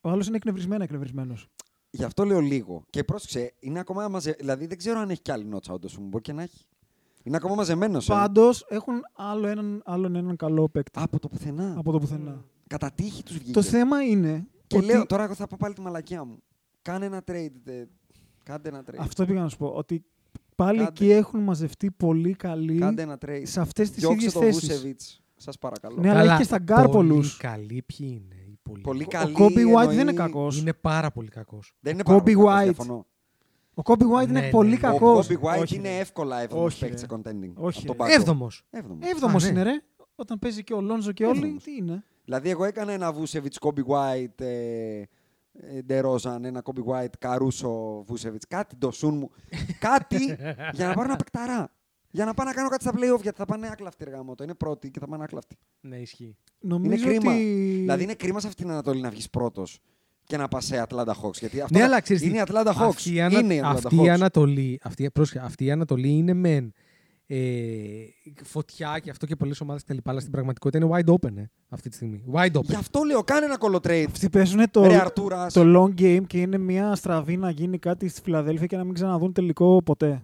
E: ο άλλος είναι εκνευρισμένα εκνευρισμένος.
D: Γι' αυτό λέω λίγο. Και πρόσεξε, είναι ακόμα μαζε... Δηλαδή δεν ξέρω αν έχει κι άλλη νότσα όντως μου. Μπορεί και να έχει. Είναι ακόμα ε. μαζεμένο.
E: Πάντως έχουν άλλο έναν, άλλον έναν καλό παίκτη.
D: Από το πουθενά.
E: Από το πουθενά.
D: Κατά τύχη τους βγήκε.
E: Το θέμα είναι
D: Και
E: ότι
D: λέω, τώρα εγώ θα πω πάλι τη μαλακία μου. Κάνε ένα trade. ε, Κάντε ένα trade.
E: αυτό πήγα να σου πω, ότι πάλι
D: Κάντε-
E: εκεί έχουν μαζευτεί πολύ καλοί
D: Κάντε ένα trade.
E: σε αυτές τις
D: Διώξε
E: ίδιες
D: το
E: θέσεις.
D: Βούσεβιτ. Σας παρακαλώ.
E: Ναι, αλλά
F: Καλά,
E: έχεις και στα γκάρ πολλούς.
F: Πολύ καλοί ποιοι είναι. οι Πολύ,
D: Πολύ
E: Ο
D: καλή.
E: Κόμπι White
D: εννοεί-
E: δεν είναι κακός.
F: Είναι πάρα πολύ κακός.
D: Δεν είναι
E: Kobe
D: πάρα πολύ κακός,
E: White.
D: διαφωνώ.
E: Ο Κόμπι White
F: ναι,
E: είναι πολύ
F: ναι.
D: Ο
E: κακός.
D: Kobe White
E: Όχι,
D: είναι
E: ρε.
D: εύκολα εύκολο
E: Όχι,
D: παίκτης σε
E: ρε.
D: contending.
E: Όχι,
D: από τον
E: ρε.
D: πάγκο.
F: Έβδομος.
D: Έβδομος.
E: Έβδομος
F: Α, ναι.
E: είναι, ρε. Όταν παίζει και ο Λόνζο και όλοι,
D: Έβδομος.
E: τι είναι.
D: Δηλαδή, εγώ έκανα ένα Βούσεβιτ Κόμπι White, ε, ε, Ντερόζαν, ένα Κόμπι White, Καρούσο Βούσεβιτ, κάτι ντοσούν μου. κάτι για να πάρω ένα παικταρά. Για να πάω να κάνω κάτι στα playoff, γιατί θα πάνε άκλαυτοι εργά μου. Είναι πρώτη και θα πάνε άκλαυτοι.
F: Ναι, ισχύει.
D: Είναι
E: Νομίζω
D: κρίμα.
E: ότι.
D: Δηλαδή, είναι κρίμα σε αυτήν την Ανατολή να βγεις πρώτος και να πας σε Ατλάντα Hawks. Γιατί αυτό
F: Ναι, αλλά ξέρεις
D: είναι η
F: τι,
D: Ατλάντα Hawks.
F: Αυτή η, ανα...
D: Είναι η Ατλάντα
F: αυτή η
D: Hawks.
F: Ανατολή, αυτή, πρόσεχε, αυτή η Ανατολή είναι μεν ε, φωτιά και αυτό και πολλές ομάδες κτλ. Αλλά στην πραγματικότητα είναι wide open ε, αυτή τη στιγμή. Wide open.
D: Γι' αυτό λέω, κάνε ένα κολοτρέιτ.
E: Αυτοί παίζουν το,
D: Ρε Αρτούρας.
E: το long game και είναι μια στραβή να γίνει κάτι στη Φιλαδέλφια και να μην ξαναδούν τελικό ποτέ.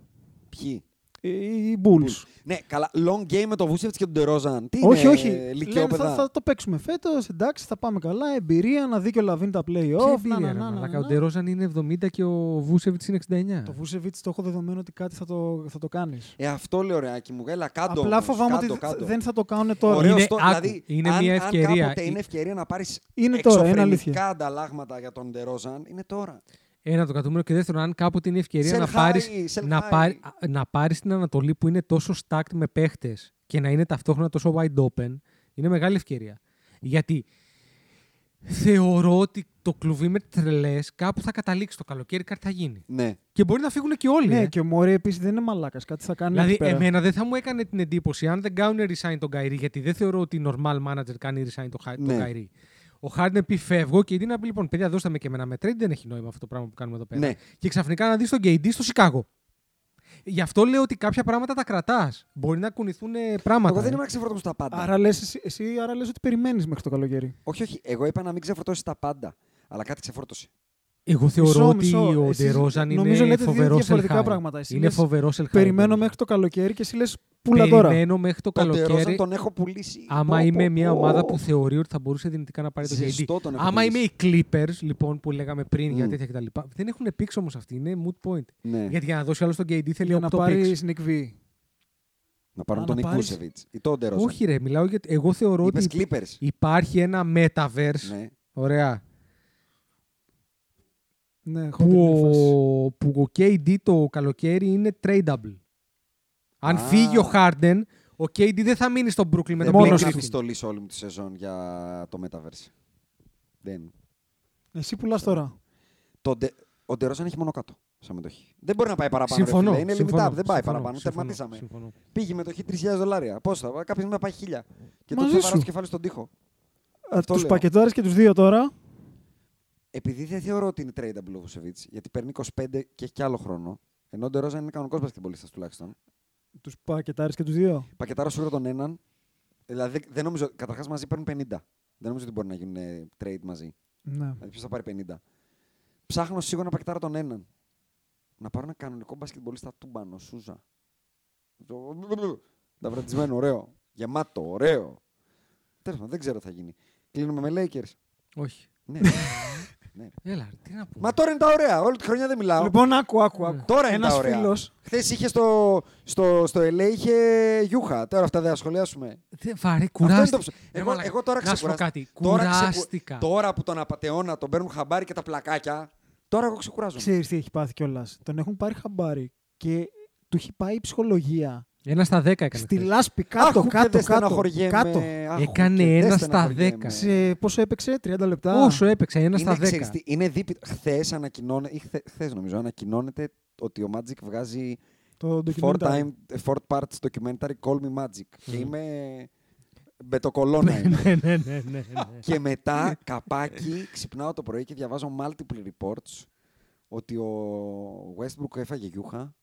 D: Ποιοι.
E: Ε, Οι Bulls.
D: Ναι, καλά. Long game με τον Βούσεβιτ και τον Ντερόζαν. Τι
E: όχι,
D: είναι, ε,
E: όχι. Λέμε,
D: λυκαιόπαιδα?
E: θα, θα, το παίξουμε φέτος. Εντάξει, θα πάμε καλά. Εμπειρία να δει και ο Λαβίν τα
F: Ποια
E: playoff.
F: εμπειρία, ρε, μαλάκα. Ο Ντερόζαν είναι 70 και ο Βούσεβιτ είναι 69.
E: Το Βούσεβιτ το έχω δεδομένο ότι κάτι θα το, θα το κάνεις.
D: Ε, αυτό λέω, ρεάκι μου. Έλα, κάτω.
E: Απλά
D: όμως,
E: φοβάμαι
D: κάτω,
E: ότι
D: κάτω.
E: δεν θα το κάνουν τώρα.
D: Ωραίος
F: Είναι-
D: στο-
F: άκου,
D: δηλαδή,
F: είναι
D: αν,
F: μια
D: Αν
F: ευκαιρία.
D: κάποτε
F: Ε-
D: είναι ευκαιρία να πάρεις
E: Είναι τώρα, είναι αλήθεια.
D: ανταλλάγματα για τον Ντερόζαν, είναι τώρα.
F: Ένα το κατούμενο και δεύτερον, αν κάποτε είναι ευκαιρία να
D: Sell high,
F: πάρεις,
D: sell
F: να,
D: high.
F: πάρει, να πάρεις την Ανατολή που είναι τόσο stacked με παίχτες και να είναι ταυτόχρονα τόσο wide open, είναι μεγάλη ευκαιρία. Γιατί θεωρώ ότι το κλουβί με τρελές κάπου θα καταλήξει το καλοκαίρι, κάτι θα γίνει.
D: Ναι.
F: Και μπορεί να φύγουν και όλοι.
E: Ναι,
F: ε.
E: και ο Μόρι επίσης δεν είναι μαλάκας. Κάτι θα κάνει.
F: Δηλαδή,
E: εκεί πέρα.
F: εμένα δεν θα μου έκανε την εντύπωση αν δεν κάνουν resign τον Καϊρή, γιατί δεν θεωρώ ότι normal manager κάνει resign τον, Χα...
D: Ναι.
F: τον Καϊρή. Ο Χάρντεν πει φεύγω και η Ντίνα πει λοιπόν, παιδιά, δώστε με και εμένα με trade, δεν έχει νόημα αυτό το πράγμα που κάνουμε εδώ πέρα.
D: Ναι.
F: Και ξαφνικά να δεις τον KD στο Σικάγο. Γι' αυτό λέω ότι κάποια πράγματα τα κρατάς. Μπορεί να κουνηθούν ε, πράγματα.
D: Εγώ δεν
F: ε.
D: είμαι ξεφορτώ στα πάντα.
E: Άρα λες, εσύ, εσύ άρα λες ότι περιμένεις μέχρι το καλοκαίρι.
D: Όχι, όχι. Εγώ είπα να μην ξεφορτώσει τα πάντα. Αλλά κάτι ξεφόρτωσε.
F: Εγώ θεωρώ
E: Μισό,
F: ότι
E: μισό.
F: ο
E: Εσείς
F: Ντερόζαν
E: νομίζω
F: είναι
E: λέτε δύο
F: φοβερός
E: διαφορετικά
F: Σελχάι.
E: πράγματα. Εσύ
F: Είναι
E: λες,
F: φοβερός Σελχάι.
E: Περιμένω μέχρι το καλοκαίρι και εσύ λες πουλα τώρα.
F: Περιμένω μέχρι το
D: Τον
F: καλοκαίρι.
D: Ντερόζαν τον έχω πουλήσει. Πω,
F: Άμα
D: πω,
F: είμαι μια
D: πω.
F: ομάδα που θεωρεί ότι θα μπορούσε δυνητικά να πάρει το
D: Ζεστό
F: KD.
D: τον έχω
F: Άμα είμαι
D: μιλήσει.
F: οι Clippers, λοιπόν, που λέγαμε πριν για
D: Μμμ.
F: τέτοια κτλ. Δεν έχουν picks όμως αυτοί, είναι mood point.
D: Ναι.
F: Γιατί για να δώσει άλλο τον KD θέλει
E: Για να
F: 8
E: πάρει
F: picks.
E: Nick V.
D: Να πάρουν
E: Α,
D: τον
E: να πάρεις-
D: Νικούσεβιτ ή τον Ντερόζαν.
F: Όχι, ρε, μιλάω για. Εγώ θεωρώ
D: Είπες
F: ότι
D: Clippers.
F: υπάρχει ένα metaverse.
D: Ναι.
F: Ωραία.
E: Ναι, έχω
F: Που
E: την φάση.
F: ο, που ο KD το καλοκαίρι είναι tradable. Αν
D: Α. Ε,
F: φύγει ο Harden, ο KD δεν θα μείνει στον Brooklyn με
D: Δεν
F: τον
D: μπορεί
F: Blake
D: να
F: Griffin.
D: πιστολίσει όλη μου τη σεζόν για το Metaverse. Δεν.
E: Εσύ πουλάς τώρα.
D: Το ντε... Ο Ντερόζαν έχει μόνο κάτω σαν μετοχή. Δεν μπορεί να πάει παραπάνω. ρε
F: Συμφωνώ.
D: φίλε. Είναι
F: συμφωνώ,
D: limited, δεν πάει
F: συμφωνώ,
D: παραπάνω.
F: συμφωνώ,
D: Τερματίσαμε.
F: συμφωνώ.
D: Πήγε μετοχή 3.000 δολάρια. Πώ θα πάει, κάποια στιγμή θα πάει 1.000. Και τότε
E: Μαζί
D: θα βαρά το
E: σου.
D: κεφάλι στον τοίχο.
E: Α,
D: Αυτό
E: Ε, Τους
D: λέω.
E: πακετάρεις και τους δύο τώρα.
D: Επειδή δεν θεωρώ ότι είναι tradable ο Βουσεβίτ, γιατί παίρνει 25 και έχει κι άλλο χρόνο. Ενώ ο Ντερόζαν είναι κανονικός μπασκετμπολίστα τουλάχιστον.
E: Τους πακετάρεις και τους δύο.
D: Πακετάρω σίγουρα τον έναν. Δηλαδή δεν- δεν νομίζω. Καταρχάς μαζί παίρνουν 50. Δεν νομίζω ότι μπορεί να γίνουν ε, trade μαζί.
E: Ναι.
D: Δηλαδή ποιος θα πάρει 50. Ψάχνω σίγουρα να πακετάρω τον έναν. Να πάρω ένα κανονικό μπασκετμπολίστα τούμπανο, Σούζα. Το- Ταυρατισμένο, ωραίο. Γεμάτο, ωραίο. Τέλος πάντων, δεν ξέρω τι θα γίνει. Κλείνουμε με Lakers.
F: Όχι.
D: Ναι.
F: Έλα, ρε, τι να πούμε.
D: Μα τώρα είναι τα ωραία. Όλη τη χρονιά δεν μιλάω.
E: Λοιπόν, άκου, άκου, άκου.
D: Τώρα είναι
E: Ένας
D: τα ωραία.
E: φίλος.
D: Χθες είχε στο, στο, στο LA είχε γιούχα. Τώρα αυτά δεν θα σχολιάσουμε.
F: Δεν βαρύ,
D: Αυτό
F: κουράστηκα.
D: είναι το ψ-
F: Ρε
D: Εγώ,
F: Ε, μαλάκα,
D: εγώ τώρα
F: να σου πω
D: ξεκουράστηκα.
F: κάτι.
D: Τώρα, ξεκου-
F: Κουράστηκα.
D: τώρα που τον απαταιώνα τον παίρνουν χαμπάρι και τα πλακάκια. Τώρα εγώ ξεκουράζομαι.
E: Ξέρεις τι έχει πάθει κιόλας. Τον έχουν πάρει χαμπάρι και του έχει πάει η ψυχολογία.
F: Ένα στα δέκα έκανε.
E: Στη
F: χθες.
E: λάσπη
D: Άχου
E: κάτω,
D: και
E: κάτω,
D: δεν
E: κάτω.
D: στεναχωριέμαι.
E: κάτω.
D: Άχου
F: Έκανε
D: και δεν
F: ένα στα
D: στεναχωριέμαι.
F: δέκα.
E: Σε πόσο έπαιξε, 30 λεπτά.
F: Όσο έπαιξε, ένα στα
D: Είναι, ξέρεις
F: δέκα.
D: τι, είναι δίπλα. Χθες ανακοινώνεται, ή χθε χθες νομίζω, ανακοινώνεται ότι ο Magic βγάζει
E: Το
D: four,
E: ντοκιμένταρ.
D: time, four parts documentary Call Me Magic. Και είμαι μπετοκολόνα. είμαι.
F: ναι, ναι, ναι, ναι, ναι.
D: και μετά καπάκι ξυπνάω το πρωί και διαβάζω multiple reports ότι ο Westbrook έφαγε γιούχα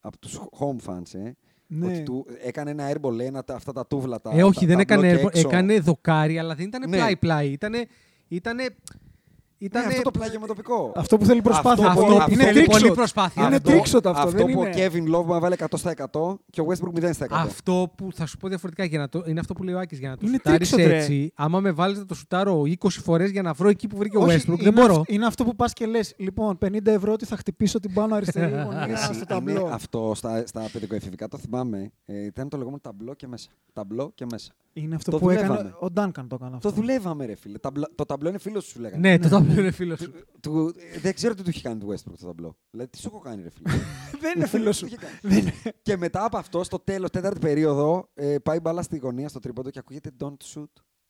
D: από τους home fans, ε,
E: Ναι.
D: ότι του έκανε ένα airball, ένα, τα- αυτά τα τούβλα, τα,
F: Ε, όχι,
D: τα-
F: δεν
D: τα μπλοκ
F: έκανε, έρπο-
D: έξω.
F: έκανε δοκάρι, αλλά δεν ήταν
D: Ναι.
F: πλάι-πλάι. Ήτανε, ήτανε,
D: Ναι,
F: ήτανε...
D: αυτό το πλάγιο με τοπικό.
E: Αυτό που θέλει προσπάθεια.
D: Αυτό που-
E: είναι-
D: αυτό
E: είναι
D: που-
F: θέλει
E: τρίξο.
F: πολύ προσπάθεια.
E: Είναι
F: αυτό.
E: τρίξο το αυτό. δεν
D: που
E: είναι...
D: ο Kevin Love μου έβαλε 100 στα 100 και ο Westbrook 0 στα 100.
F: Αυτό που θα σου πω διαφορετικά για να το, είναι αυτό που λέει ο Άκης, για να το
E: Είναι
F: σουτάρεις
E: τρίξο, ρε.
F: έτσι, άμα με βάλεις να το σουτάρω 20 φορές για να βρω εκεί που βρήκε ο
E: Όχι,
F: Westbrook,
E: είναι
F: δεν μπορώ.
E: αυ- Είναι αυτό που πας και λες. Λοιπόν, 50 ευρώ ότι θα χτυπήσω την
D: (laughs)
E: πάνω αριστερή γωνία
D: Εσύ,
E: στο
D: είναι
E: ταμπλό.
D: αυτό στα, στα παιδικοεφηβικά το θυμάμαι. Ε, ήταν το λεγόμενο ταμπλό και μέσα. Ταμπλό και μέσα.
E: Είναι αυτό
D: Το
E: που έκανε.
D: δουλεύαμε.
E: Ο Ντάνκαν το έκανε αυτό.
D: Το δουλεύαμε, ρε φίλε. Ταμπλα- Το ταμπλό είναι φίλος σου, σου λέγανε.
F: Ναι, το ταμπλό είναι φίλος σου.
D: Του- ε, δεν ξέρω τι του είχε κάνει του Westbrook το ταμπλό. Δηλαδή, τι σου έχω κάνει, ρε φίλε. (laughs)
E: Δεν είναι φίλος σου.
D: Τι είχε κάνει.
E: Δεν είναι.
D: Ναι, και μετά από αυτό, στο τέλος, τέταρτη περίοδο, ε, πάει μπάλα στη γωνία στο τρίποντο και ακούγεται Don't shoot.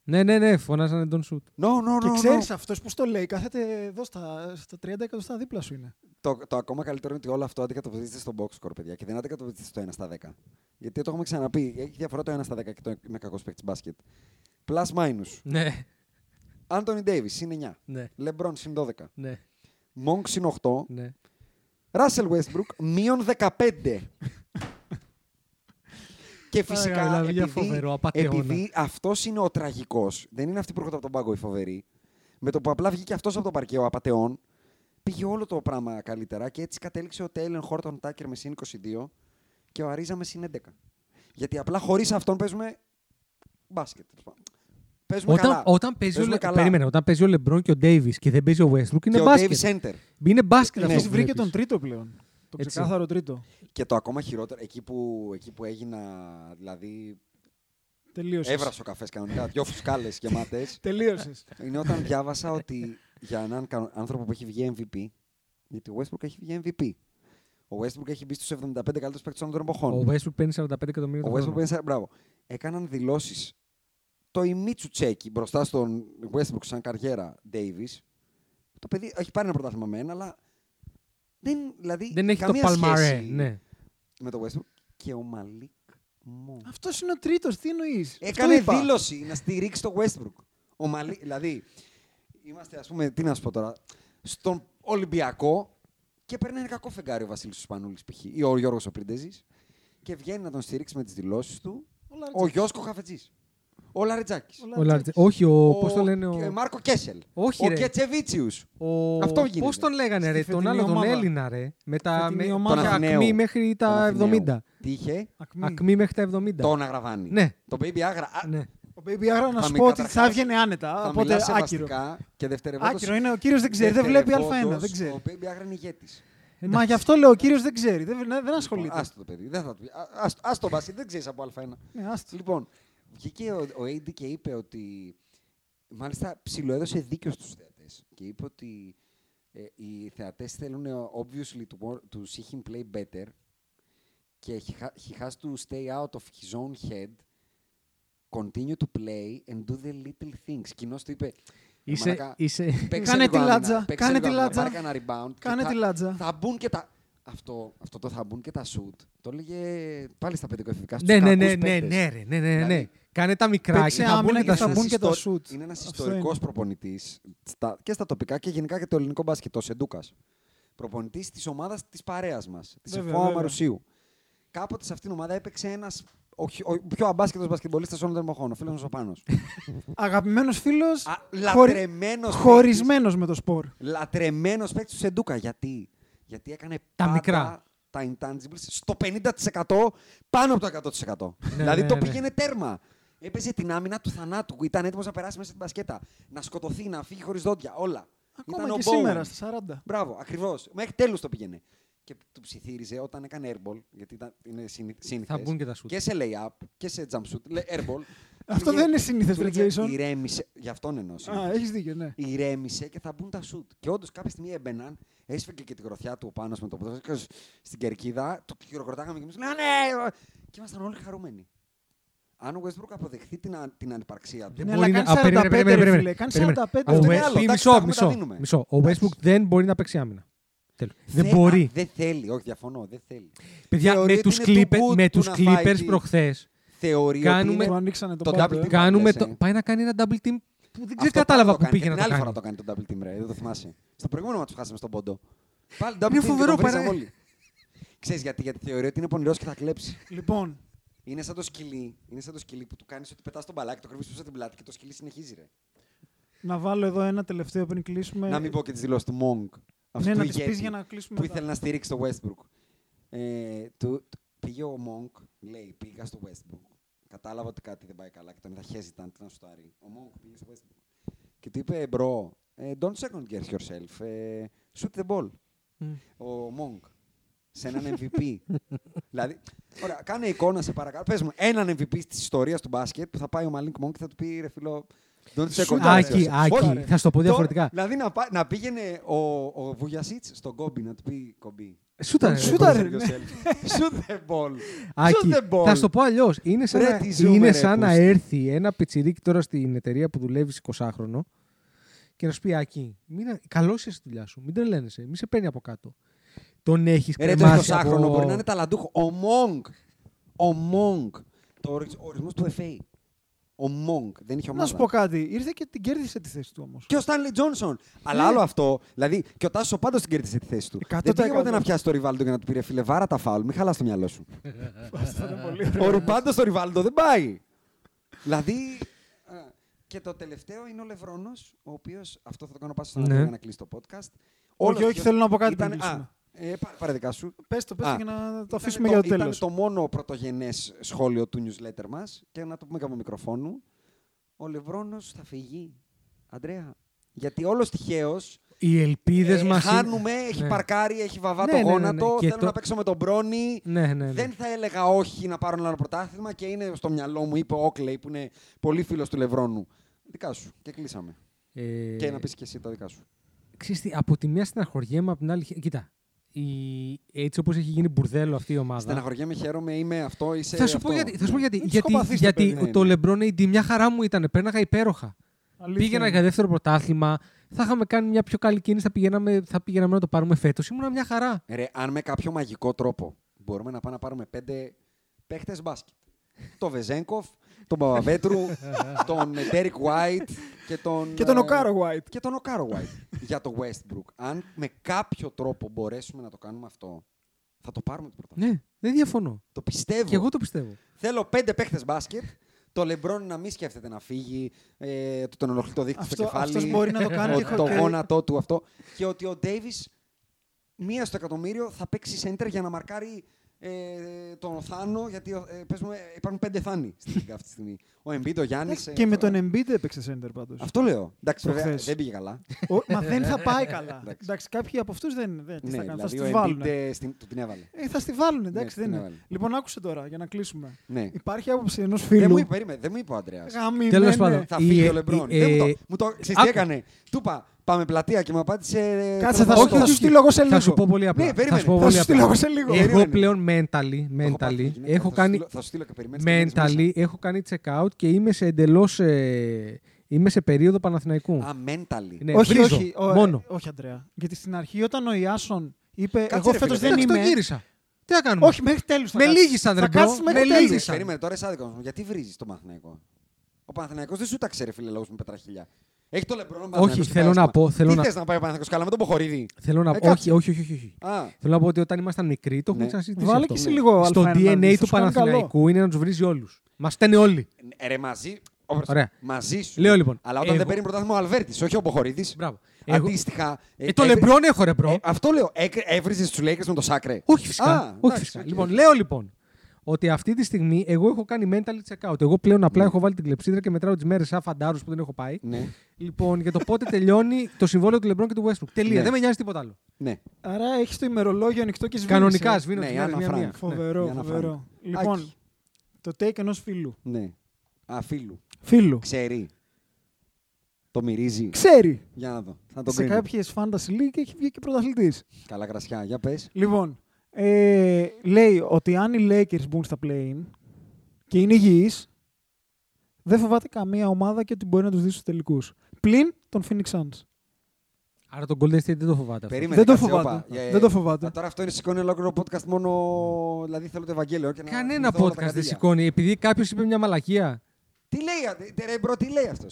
F: Ναι, ναι, ναι, φωνάζανε τον Σουτ.
D: No, no, no.
E: Και
D: no.
E: ξέρεις αυτός που το λέει. Κάθεται εδώ στα, στα 30 εκατοστά δίπλα σου είναι.
D: Το, το ακόμα καλύτερο είναι ότι όλο αυτό αντικατοπτρίζεται στο box score, παιδιά. Και δεν αντικατοπτρίζεται στο 1 στα 10. Γιατί το έχουμε ξαναπεί. Έχει διαφορά το 1 στα 10 και το με κακός παίκτης μπάσκετ. Plus minus.
F: Ναι,
D: Anthony Davis είναι 9.
F: ναι,
D: LeBron συν 12.
F: ναι,
D: Monk συν 8.
F: ναι.
D: Russell Westbrook μείον 15. και
F: Άρα,
D: φυσικά
F: δηλαδή, για
D: επειδή,
F: φοβερό απατεώνα.
D: επειδή αυτός είναι ο τραγικός, δεν είναι αυτή που έρχονται από τον πάγκο η φοβερή, με το που απλά βγήκε αυτός από το παρκέ ο απατεών, πήγε όλο το πράγμα καλύτερα και έτσι κατέληξε ο Τέιλεν Χόρτον Τάκερ με συν 22 και ο Αρίζα με συν 11. Γιατί απλά χωρίς αυτόν παίζουμε μπάσκετ. τέλος πάντων. Παίζουμε
F: Όταν,
D: καλά.
F: όταν, παίζει ο,
D: Παίζουμε
F: Λε-
D: καλά.
F: περίμενε, όταν παίζει ο Λεμπρόν και ο Ντέιβις και δεν παίζει ο Westbrook είναι
D: και ο
F: μπάσκετ.
D: Davis Center.
F: Είναι μπάσκετ
E: Έχει
F: αυτό. που
E: βρει και τον
F: βλέπεις.
E: τρίτο πλέον. Το
F: Έτσι.
E: ξεκάθαρο τρίτο.
D: Και το ακόμα χειρότερο, εκεί που, εκεί που έγινα, δηλαδή
E: Τελείωσες.
D: Έβρασε ο καφές κανονικά, δυο φουσκάλες γεμάτες.
E: Τελείωσες.
D: είναι όταν διάβασα ότι για έναν κανο- άνθρωπο που έχει βγει MVP. Γιατί ο Westbrook έχει βγει MVP. Ο Westbrook έχει μπει στους 75 καλύτερους παίκτες όλων των εποχών.
F: Ο Westbrook παίρνει 45
D: Ο
F: εκατομμύρια τον
D: Westbrook
F: χρόνο.
D: είναι σαν- Μπράβο. Έκαναν δηλώσεις. Το ημίτσου τσέκι μπροστά στον Westbrook σαν καριέρα Davis. Το παιδί έχει πάρει ένα πρωτάθλημα με ένα, αλλά. Δεν, δηλαδή,
F: Δεν έχει το
D: καμία
F: παλμαρέ.
D: σχέση
F: Ναι.
D: με το Westbrook. Και ο Μαλίκ Μόγκ.
E: Αυτός είναι ο τρίτος, τι εννοείς.
D: Έκανε δήλωση να στηρίξει το Westbrook. Ο Μαλί, δηλαδή, είμαστε, ας πούμε, τι να σου πω τώρα, στον Ολυμπιακό και παίρνει ένα κακό φεγγάρι ο Βασίλης Σπανούλης π.χ. ή ο Γιώργος ο Πριντεζής και βγαίνει να τον στηρίξει με τις δηλώσεις του ο Γιώσκο Χαφετζής, ο Λαριτζάκης,
E: Ο
F: Ο Λαρτζε- Όχι, ο. Πώ
D: ο-
F: το λένε.
D: και-
F: Ο.
D: Μάρκο Κέσελ,
F: Όχι,
D: ο
F: ρε.
D: Κετσεβίτσιους,
F: ο...
D: Αυτό γίνεται.
F: Πώς τον λέγανε, ρε.
E: Στη
F: Τον
E: φετινή
F: άλλο, τον
E: ομάδα.
F: Έλληνα, ρε. Με τα
E: Φετινή
F: με...
E: ομάδα.
F: και
D: Τον Αθηναίο.
F: ακμή μέχρι
D: τον
F: τα
D: Αθηναίου.
F: 70.
D: Τι είχε,
F: Ακμή μέχρι τα 70.
D: τον αγραβάνει.
F: Ναι.
D: Το Baby Agra. α,
F: Ναι.
E: Ο Baby Άρα να
D: Θα
E: σου
D: με
E: πω ότι θα
D: καταρχάς-
E: έβγαινε άνετα.
D: Θα
E: Οπότε
D: μιλάς
E: άκυρο.
D: σεβαστικά και δευτερευόντως...
E: Άκυρο είναι, ο κύριος δεν ξέρει, δεν βλέπει Α1,
D: δευτερευόντως,
E: δεν ξέρει.
D: Ο Baby Agra είναι ηγέτης.
E: Μα γι' αυτό λέω, ο κύριος δεν ξέρει, δεν, δεν ασχολείται.
D: Λοιπόν, Άστο το παιδί, δεν θα του πει. Α- ας- Ας το μπάσκετ, δεν ξέρεις από Α1.
E: Ναι, άστο.
D: Λοιπόν, βγήκε ο, ο AD και είπε ότι. Μάλιστα, ψιλοέδωσε δίκιο στους θεατές και είπε ότι ε, οι θεατές θέλουν ε, obviously to, more, to see him play better και he, ha- he has to stay out of his own head, continue to play and do the little things. Κοινώς του είπε, «Ρε
F: Είσαι.
D: μαλάκα,
F: είσαι...
D: παίξε
E: Κάνε
D: λίγο
E: τη
D: άμυνα,
E: λάτζα,
D: παίξε
E: κάνε
D: λίγο
E: τη
D: άμυνα,
E: λάτζα.
D: πάρε κανένα rebound και
E: Κάνε
D: θα-
E: τη λάτζα.
D: θα μπουν και τα. Αυτό, αυτό το θα μπουν και τα σουτ. Το έλεγε πάλι στα παιδικοεφηβικά στους
F: Ναι, ναι,
D: κακούς
F: ναι, ναι,
D: παίκτες.
F: ναι, ρε, ναι, ναι, ναι.
D: Δηλαδή,
F: Κάνε τα μικρά
E: παίξε
F: και θα μπουν
E: άμυνα
F: και
E: και
F: τα
E: θα
F: σου.
E: μπουν. και τα
D: ιστορ-
E: σουτ.
D: Είναι ένας
E: Αυτό
D: ιστορικός
E: είναι.
D: προπονητής και στα τοπικά και γενικά και το ελληνικό μπάσκετ, ο Σεντούκας. Προπονητής της ομάδας της παρέας μας, της
E: Βέβαια,
D: ΕΦΟΑ
E: βέβαια.
D: Μαρουσίου. Κάποτε σε αυτήν την ομάδα έπαιξε ένας ο, χι- ο πιο αμπάσκετος μπασκετμπολίστας όλων των εποχών, ο φίλος μας ο Πάνος.
E: Αγαπημένος φίλος,
D: Λατρεμένος.
E: χωρισμένος με το σπορ.
D: λατρεμένος παίκτης του Σεντούκα. Γιατί, γιατί έκανε
F: Τα
D: πάντα
F: μικρά.
D: τα intangibles στο 50% πάνω από το 100%. δηλαδή
F: ναι,
D: το
F: ναι.
D: πήγαινε τέρμα. Έπαιζε την άμυνα του θανάτου. Ήταν έτοιμος να περάσει μέσα στην μπασκέτα. Να σκοτωθεί, να φύγει χωρίς δόντια. Όλα.
E: Ακόμα
D: Ήταν
E: και
D: ο Bowen.
E: σήμερα στα 40.
D: Μπράβο, ακριβώς. Μέχρι τέλους το πήγαινε. Και του ψιθύριζε όταν έκανε airball, γιατί ήταν, είναι συνη-
F: Θα
D: σύνηθες,
F: μπουν και τα σουτ.
D: Και σε layup και σε jump shoot. λέ- Airball.
E: Αυτό
D: Πήγε-
E: δεν είναι συνήθες,
D: του
E: ρε,
D: λέγε,
E: Jason.
D: Ηρέμησε. Γι' αυτόν εννοώ.
E: Α,
D: συνήθως
E: έχεις δίκιο, ναι.
D: ηρέμησε και θα μπουν τα σουτ. Και όντως κάποια στιγμή έμπαιναν, έσφυγε και την γροθιά του ο πάνω με το ποδόσφαιρο στην κερκίδα, του χειροκροτάγαμε και εμείς λέγαμε ναι! Και ήμασταν όλοι χαρούμενοι. Αν ο Westbrook αποδεχθεί την, αν- την ανυπαρξία του.
F: Δεν
E: Ναι,
F: μπορεί
E: αλλά
F: να-
E: κάνει
F: Α, περίμενε,
E: 45,
F: περίμενε,
E: ρε
F: περίμενε.
E: φίλε, κάνει
F: Περίμενε.
E: 45.
F: Ο
D: Αυτό είναι
F: West-
D: άλλο, εντάξει,
F: μισό,
D: τα έχουμε,
F: μισό,
D: τα δίνουμε.
F: μισό. Ο
D: Εντάξει.
F: Westbrook δεν μπορεί να παίξει άμυνα. Τέλος. Δεν
D: Θε-
F: μπορεί.
D: α, Δεν θέλει, όχι, διαφωνώ, δεν θέλει.
F: Παιδιά,
D: Θεωρεί
F: με
D: ότι
F: τους,
D: είναι
F: Clipper-
D: του good
F: με
D: του
F: τους
D: να φάει
F: Clippers
D: τη-
F: προχθές,
D: Θεωρεί
F: Κάνουμε-
D: ότι
E: Του
D: είναι...
E: ανοίξανε
D: το
E: τον πάγκο.
D: double team.
E: ε.
F: κάνουμε
D: λες,
F: το-
D: ε.
F: πάει να κάνει ένα double team που δεν
D: Αυτό
F: ξέρω κατάλαβα
D: πάντα
F: που
D: το κάνει.
F: πήγε
D: Και
F: να
D: την
F: το
D: άλλη φορά
F: κάνει.
D: το κάνει τον double team, ρε, δεν το θυμάσαι. Στο προηγούμενο μα του χάσαμε στον πόντο. Πάλι double
F: Είναι
D: team και
F: φοβερό,
D: τον βρίσαμε
F: παρέ.
D: όλοι. Ξέρεις γιατί, γιατί θεωρεί ότι είναι πονηρός και θα κλέψει.
E: Λοιπόν,
D: Είναι σαν το σκυλί, είναι σαν το σκυλί που του κάνεις ότι πετάς τον μπαλάκι, το κρύβει πίσω από την πλάτη και το σκυλί συνεχίζει. Ρε.
E: να βάλω εδώ ένα τελευταίο πριν κλείσουμε.
D: Να μην πω και τις δηλώσεις του Μόγκ. αυτού
E: Ναι,
D: του
E: να τις
D: ηγέτη,
E: πεις για να κλείσουμε.
D: Που
E: μετά.
D: ήθελε να στηρίξει το Westbrook. Ε, του, του- πήγε ο Μόγκ, λέει: Πήγα στο Westbrook. Κατάλαβα ότι κάτι δεν πάει καλά και τον είδα hesitant να σουτάρει. Ο Μόγκ πήγε στο Westbrook. Και του είπε: Bro, ε, don't second guess yourself. ε, shoot the ball.
F: Μμ.
D: Ο Μόγκ. σε έναν
F: (laughs)
D: MVP. δηλαδή, ωραία, κάνε εικόνα σε παρακαλώ. Πες μου, έναν MVP της ιστορίας του μπάσκετ που θα πάει ο Μαλίνκ Μόν και θα του πει ρε φίλο. Don't check on
F: Άκη,
D: that.
F: Άκη,
D: Όχι,
F: θα σου το πω
D: τώρα,
F: διαφορετικά.
D: Δηλαδή να, πά- να πήγαινε ο, ο Βουγιασίτ στον Κόμπι να του πει Κομπί.
F: Σούταρε.
E: Σούταρε,
D: Don't check
E: ναι.
F: (laughs)
D: yourself. Shoot the ball.
F: Άκη,
D: Shoot the ball.
F: θα σου το πω αλλιώς. Είναι σαν,
D: Ρε,
F: να,
D: τι ζούμε,
F: είναι
D: ρε,
F: σαν να
D: πούστη.
F: έρθει ένα πιτσιρίκι τώρα στην εταιρεία που δουλεύει 20χρονο και να σου πει Άκη, μην... καλό είσαι στη δουλειά σου. Μην τρελαίνεσαι. Μην σε παίρνει από κάτω. Τον έχεις
D: Ρε,
F: κρεμάσει.
D: το 20χρονο
F: από...
D: μπορεί να είναι ταλαντούχο. Ο Μόγκ. Ο Μόγκ. Το ορι- ορισμός του FA. Ο Μόγκ. Δεν είχε ομάδα.
E: Να σου πω κάτι. Ήρθε και την κέρδισε τη θέση του όμως.
D: Και ο Στάνλι Τζόνσον.
E: Ναι.
D: Αλλά άλλο αυτό. Δηλαδή και ο Τάσος πάντα την κέρδισε τη θέση του. Δεν
E: 100%.
D: πήγε ποτέ να πιάσει το Ριβάλντο για να του πήρε φίλε βάρα τα φάουλ. Μην χαλάς το μυαλό σου. ο Ριμπάντο στο Ριβάλντο δεν πάει. δηλαδή. α, Και το τελευταίο είναι ο Λευρόνος, ο οποίος. Αυτό θα το κάνω πάσα στον
F: Ναι.
D: Αντώνη για να κλείσει το podcast.
E: Όχι,
D: Όλος
E: όχι,
D: ποιος
E: θέλω να πω κάτι
D: ήταν-
E: πριν κλείσουμε.
D: α, ε, πά- πάρε δικά σου.
E: Πες το, πες
D: Α,
E: το και να το
D: Ήταν
E: αφήσουμε για το
D: ήταν
E: τέλος.
D: το μόνο πρωτογενές σχόλιο του newsletter μας και να το πούμε κάπου μικροφόνου. Ο Λευρόνος θα φύγει. Αντρέα. Γιατί όλος τυχαίως.
F: Οι ελπίδες μα.
D: Ε, χάνουμε, έχει παρκάρει, έχει βαβά
F: ε, Ναι,
D: το
F: ναι, ναι, ναι.
D: γόνατο.
F: Και
D: Θέλω
F: το-
D: να παίξω με τον Μπρόνι.
F: Ναι, ναι, ναι.
D: Δεν θα έλεγα όχι να πάρω ένα πρωτάθλημα και είναι στο μυαλό μου, είπε ο Όκλεϊ, που είναι πολύ φίλος του Λευρώνου. Δικά σου. Και κλείσαμε.
F: Ε,
D: Και να πεις και εσύ τα δικά σου.
F: ξέρεις τι, από τη μία στεναχωριέμαι, από την άλλη. χε- Κοίτα, η- έτσι όπως έχει γίνει μπουρδέλο αυτή η ομάδα.
D: Στεναχωριέμαι, χαίρομαι, είμαι αυτό, είσαι.
F: Θα σου,
D: αυτό. ναι.
F: πω γιατί, θα σου πω γιατί.
E: Είναι
F: γιατί
E: ψυχοπαθής το
F: γιατί
D: παιδί. Ναι,
F: το LeBron AD μια χαρά μου ήταν. Πέρναγα υπέροχα. Πήγαινα για δεύτερο πρωτάθλημα. Θα είχαμε κάνει μια πιο καλή κίνηση. Θα πηγαίναμε, θα πηγαίναμε να το πάρουμε φέτος. Ήμουνα μια χαρά.
D: Ρε, αν με κάποιο μαγικό τρόπο μπορούμε να πάμε να πάρουμε πέντε παίχτες μπάσκετ. το Βεζέγκοφ, τον
E: (laughs)
D: Παπαβέτρου, τον Ντέρικ White και τον.
E: Και τον
D: ε,
E: Οκάρο White.
D: Και τον Οκάρο White για το Westbrook. Αν με κάποιο τρόπο μπορέσουμε να το κάνουμε αυτό, θα το πάρουμε το πρωτάθλημα.
F: Ναι, δεν διαφωνώ.
D: Το πιστεύω.
F: Και εγώ το πιστεύω.
D: Θέλω πέντε παίχτες μπάσκετ. Το Λεμπρόν να μην σκέφτεται να φύγει, ε, του τον ενοχλεί το δίκτυο στο
E: Αυτό-
D: κεφάλι.
E: αυτός μπορεί να το κάνει
D: ο-
E: και
D: Το
E: χοκ-
D: γόνατό του αυτό. Και ότι ο Ντέιβι μία στο εκατομμύριο θα παίξει center για να μαρκάρει ε, τον Θάνο. Γιατί ε, παίζουμε, υπάρχουν πέντε Θάνοι στην Λίγκα αυτή τη στιγμή. Ο Embiid, ο Γιάννης.
E: Ε, Και με τον Embiid έπαιξε center πάντως.
D: Αυτό λέω. Εντάξει, βέβαια,
E: Προχθές.
D: δεν πήγε καλά.
E: Μα δεν θα πάει καλά.
D: (laughs) Εντάξει.
E: Εντάξει, κάποιοι από αυτούς δεν δεν- τι
D: ναι,
E: θα κάνουν. Θα
D: δηλαδή
E: στη
D: ο Embiid
E: βάλουν.
D: ε, στην- του την έβαλε.
E: Ε, θα στη βάλουν, εντάξει.
D: Ναι, την
E: δεν είναι.
D: έβαλε.
E: Λοιπόν, άκουσε τώρα για να κλείσουμε.
D: Ναι.
E: Υπάρχει άποψη ενός
D: Δεν μου
E: φίλου.
D: είπε, περίμενε, δεν μου είπε ο Αντρέας.
E: Γαμημένε.
F: Τέλος πάντων.
D: ναι, Θα
F: η-
D: φύγει
F: ε,
D: ο Λεμπρόν.
F: η-
D: Δεν μου
F: ε,
D: το- μου το. Ξέρεις τι
F: άκου.
D: έκανε. Του είπα, πάμε πλατεία και μου απάντησε. ε,
E: Κάτσε, θα
D: το-
E: σου-
F: όχι,
E: θα
F: όχι,
E: σου στείλω εγώ σε
F: Θα
E: λίγο.
F: σου πω πολύ απλά.
D: Ναι, περίμενε.
F: Θα σου
D: Θα
F: πω
E: Θα
F: πολύ
E: σου
F: απλά.
E: στείλω εγώ σε λίγο.
F: Εγώ
D: Περίμενε.
F: πλέον mentally,
D: Έχω πάθει
F: mentally
D: γυναίκα,
F: έχω
D: θα
F: κάνει,
D: στείλω- Θα σου στείλω και περιμένεις. και μείνεις
F: mentally, έχω κάνει check out και είμαι σε εντελώς. είμαι σε περίοδο Παναθηναϊκού.
D: μέσα. Α, mentally.
F: Ναι,
E: όχι,
F: βρίζω,
E: όχι. ο-
F: μόνο.
E: ε, Όχι, Αντρέα. Γιατί στην αρχή όταν ο Ιάσον είπε
D: Κάτσε,
E: Εγώ
D: ρε,
E: φέτος
D: φίλε,
E: δεν
F: Εντάξει,
E: είμαι.
F: το γύρισα. Τι να κάνουμε.
E: Όχι, μέχρι τέλους.
F: Με λύγησαν, ρε,
E: Θα
F: μπρο.
E: κάτσεις
F: Με
E: μέχρι
D: Περίμενε,
E: τέλου.
F: λύγησαν.
D: Περίμενε, τώρα είσαι άδικος. Γιατί βρίζεις τον Παναθηναϊκό. Ο Παναθηναϊκός δεν σου τα ξέρει, φίλε, λόγους με πετραχίλια. Έχει το λεπρό
F: Όχι, θέλω να πω. Θέλω
D: Τι
F: να,
D: θες να πάει ο Παναθηναϊκός καλά με τον Ποχορίδη.
F: θέλω να
D: Ε,
F: πω. Όχι,
D: κάτσε.
F: όχι, όχι, όχι, όχι.
D: Α,
F: Θέλω να πω ότι όταν ήμασταν μικροί το έχουμε
D: Ναι.
F: ξανασυζητήσει.
E: Βάλε
F: αυτό.
E: και εσύ λίγο
F: Στο
E: αλφα
F: DNA
E: ενάντια,
F: του
E: θα σου κάνει καλό.
F: Παναθηναϊκού είναι να τους βρίζει όλους. Μας φταίνε όλοι.
D: ε, ρε, μαζί. όπως-
F: Ωραία.
D: Μαζί σου.
F: Λέω, λοιπόν,
D: Αλλά όταν
F: εγώ-
D: δεν παίρνει πρωτάθλημα ο Αλβέρτης, όχι ο Ποχορίδης.
F: Μπράβο. Εγώ-
D: Αντίστοιχα.
F: Ε, το
D: έβρι-
F: λεμπρόν έχω ρε μπρο.
D: Ε, αυτό λέω. Έβριζες τους Λέικε με το Σάκρε.
F: Όχι φυσικά.
D: Α,
F: όχι
D: εντάξει,
F: φυσικά.
D: οκ.
F: Λοιπόν, λέω λοιπόν ότι αυτή τη στιγμή εγώ έχω κάνει mental check out. Εγώ πλέον απλά έχω βάλει την κλεψίδρα και μετράω τις μέρες σαν φαντάρους που δεν έχω πάει.
D: Ναι.
F: Λοιπόν, για το πότε τελειώνει το συμβόλαιο του Λεμπρόν και του Westbrook. Τελεία.
D: Ναι.
F: Δεν με νοιάζει τίποτα άλλο.
D: Ναι.
E: «Ε, Άρα έχεις το ημερολόγιο ανοιχτό και σβήνεις.
F: Κανονικά σβήνω
D: Ναι,
F: τις
D: η
F: μέρες
D: Άννα
F: μία-μία.
D: Φρανκ.
F: Ναι.
E: Φοβερό,
D: Ναι, για να φάμε.
E: φοβερό. Λοιπόν,
D: Άκη.
E: το take ενός φίλου.
D: Ναι. Αφίλου.
E: Φίλου.
D: Ξέρει. Το μυρίζει.
E: Ξέρει.
D: Για να δω. Θα τον
E: σε
D: κρίνω.
E: κάποιες fantasy league έχει βγει και πρωταθλητής.
D: Καλά κρασιά. Για πες.
E: Λοιπόν, ε, λέει ότι αν οι Lakers μπουν στα play-in και είναι υγιείς, δεν φοβάται καμία ομάδα και ότι μπορεί να τους δεις στους τελικούς. Πλην των Phoenix Suns.
F: Άρα τον Golden State δεν το φοβάται. αυτό.
D: Περίμενε,
E: Δεν το
D: κάτσε,
E: φοβάται.
D: όπα. Ε,
E: Δεν το φοβάται.
D: α, Τώρα αυτό είναι σηκώνει ολόκληρο podcast μόνο. Δηλαδή θέλω το Ευαγγέλιο. Και να
F: Κανένα
D: θυμηθώ όλα τα
F: podcast δεν
D: κατήλια.
F: σηκώνει επειδή κάποιος είπε μια μαλακία.
D: Τι λέει, α, τε- ρε, μπρο, τι λέει αυτός.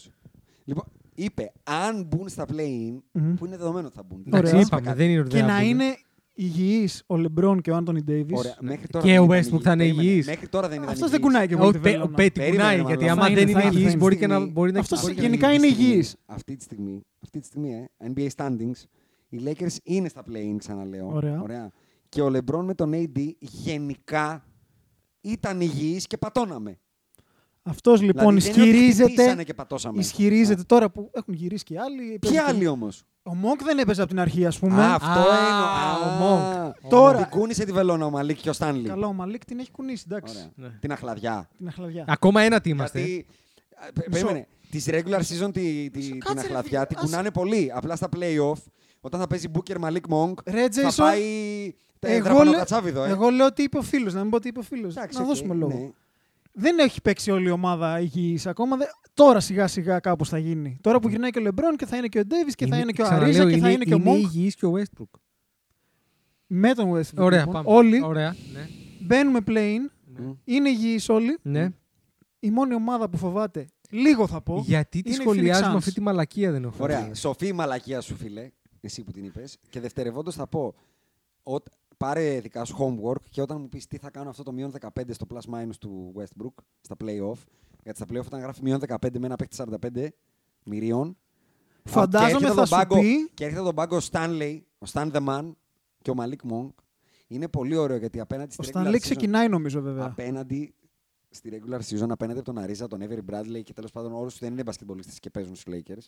D: Λοιπόν, είπε, αν μπουν στα play-in,
E: Μμμ.
D: που είναι δεδομένο ότι θα μπουν.
E: Ωραία.
F: Εντάξει,
D: Δεν
F: είπαμε,
D: κάτι.
F: δεν είναι ότι
E: Και
F: δεν
E: να
F: ακούνε.
E: είναι υγιείς ο Λεμπρόν και ο Άντωνι Ντέιβις.
D: Ωραία. Μέχρι τώρα
F: Και
D: δεν
F: ο
D: ήταν
F: Westbrook
D: υγιής.
F: θα είναι
D: Περίμενε.
F: υγιής.
D: Μέχρι τώρα δεν ήταν
E: Αυτός
D: υγιής.
E: δεν κουνάει και
F: Ο
E: πολύ τη
F: Πε- ο
E: βελόνα.
F: Πέτη
D: Περίμενε,
F: κουνάει,
D: μάλλον.
F: γιατί
D: Θα
F: άμα
E: είναι,
F: δεν
E: θα
F: είναι
E: είναι,
F: υγιής
E: θα
F: μπορεί
E: είναι.
F: και να μπορεί να
E: Αυτός
F: μπορεί και να-
E: γενικά είναι
D: Αυτή τη στιγμή-
E: υγιής.
D: Αυτή τη στιγμή, αυτή τη στιγμή ε, NBA standings, οι Lakers είναι στα play-in, ξαναλέω.
E: Ωραία.
D: Και ο LeBron με τον AD γενικά ήταν υγιής και πατώναμε.
E: Αυτός λοιπόν
D: Δηλαδή, δεν είναι ότι
E: ισχυρίζεται.
D: χτυπήσανε και πατώσαμε.
E: Ισχυρίζεται τώρα που έχουν γυρίσει και άλλοι.
D: Ποιοι άλλοι όμως.
E: Ο Monk δεν έπαιζε από την αρχή, ας πούμε.
D: Α, αυτό
F: Α,
D: είναι.
F: ο
D: Α,
F: Monk.
E: Τώρα-
D: Την κούνησε τη βελόνα ο Μαλίκ και ο Στάνλι.
E: Καλά, ο Μαλίκ την έχει κουνήσει, εντάξει.
D: Ωραία.
F: Ναι.
D: Την αχλαδιά.
E: Την αχλαδιά.
F: Ακόμα ένα τι είμαστε.
D: Γιατί. α, πε- Περίμενε. Τη regular season τη, τη, την
E: κάτσε, ρε,
D: αχλαδιά
E: φίλε,
D: την
E: ας-
D: κουνάνε πολύ. Απλά στα playoff, όταν θα παίζει Booker Malik Monk,
E: Ρε,
D: θα
E: Jason,
D: πάει. Εγώ
E: Ε, Εγώ, λέ-
D: λέω. Κατσάβιδο, ε.
E: εγώ λέω ότι είπε ο φίλος, να μην πω ότι είπε ο φίλος.
D: Εντάξει,
E: Να
D: οκ,
E: δώσουμε λόγο.
D: ναι.
E: Δεν έχει παίξει όλη η ομάδα υγιής ακόμα. δε- Τώρα σιγά σιγά κάπως θα γίνει. Τώρα
D: Ναι.
E: που γυρνάει και ο Λεμπρόν και θα είναι και ο Ντέβι και θα είναι και ο
F: ξαναλέω,
E: Αρίζα και θα είναι και ο
F: Είναι
E: Μόγκ.
F: υγιής και ο Westbrook.
E: Με τον Westbrook.
F: Ωραία,
E: λοιπόν.
F: πάμε.
E: Όλοι
F: Ωραία, ναι.
E: μπαίνουμε πλέον.
D: Ναι.
E: Είναι υγιείς όλοι.
F: ναι.
E: Η μόνη ομάδα που φοβάται, λίγο θα πω.
F: Γιατί τη
E: Λοιπόν, είναι οι Phoenix
F: σχολιάζουμε
E: Suns.
F: αυτή τη μαλακία δεν έχω
D: Ωραία.
F: καταλάβει.
D: Σοφή η μαλακία σου, φίλε. Εσύ που την είπες. Και δευτερευόντως θα πω. Ότι, πάρε δικά σου homework και όταν μου πεις τι θα κάνω αυτό το μείον 15 στο plus minus του Westbrook στα playoff. Γιατί στα playoff όταν γράφει μείον 15 με ένα παίχτη 45 μυρίων.
E: Φαντάζομαι
D: και έρχεται
E: θα
D: τον
E: σου
D: πάγκο-
E: πει-
D: Και έρχεται τον πάγκο ο Stanley, ο Stan the Man και ο Malik Monk. Είναι πολύ ωραίο γιατί απέναντι στη
E: Ο
D: regular
E: Στανλή
D: season-
E: ξεκινάει νομίζω βέβαια.
D: απέναντι στη regular season, απέναντι από τον Αρίζα, τον Εύερι Bradley και τέλος πάντων όλους που δεν είναι μπασκετμπολίστες και παίζουν στους Lakers.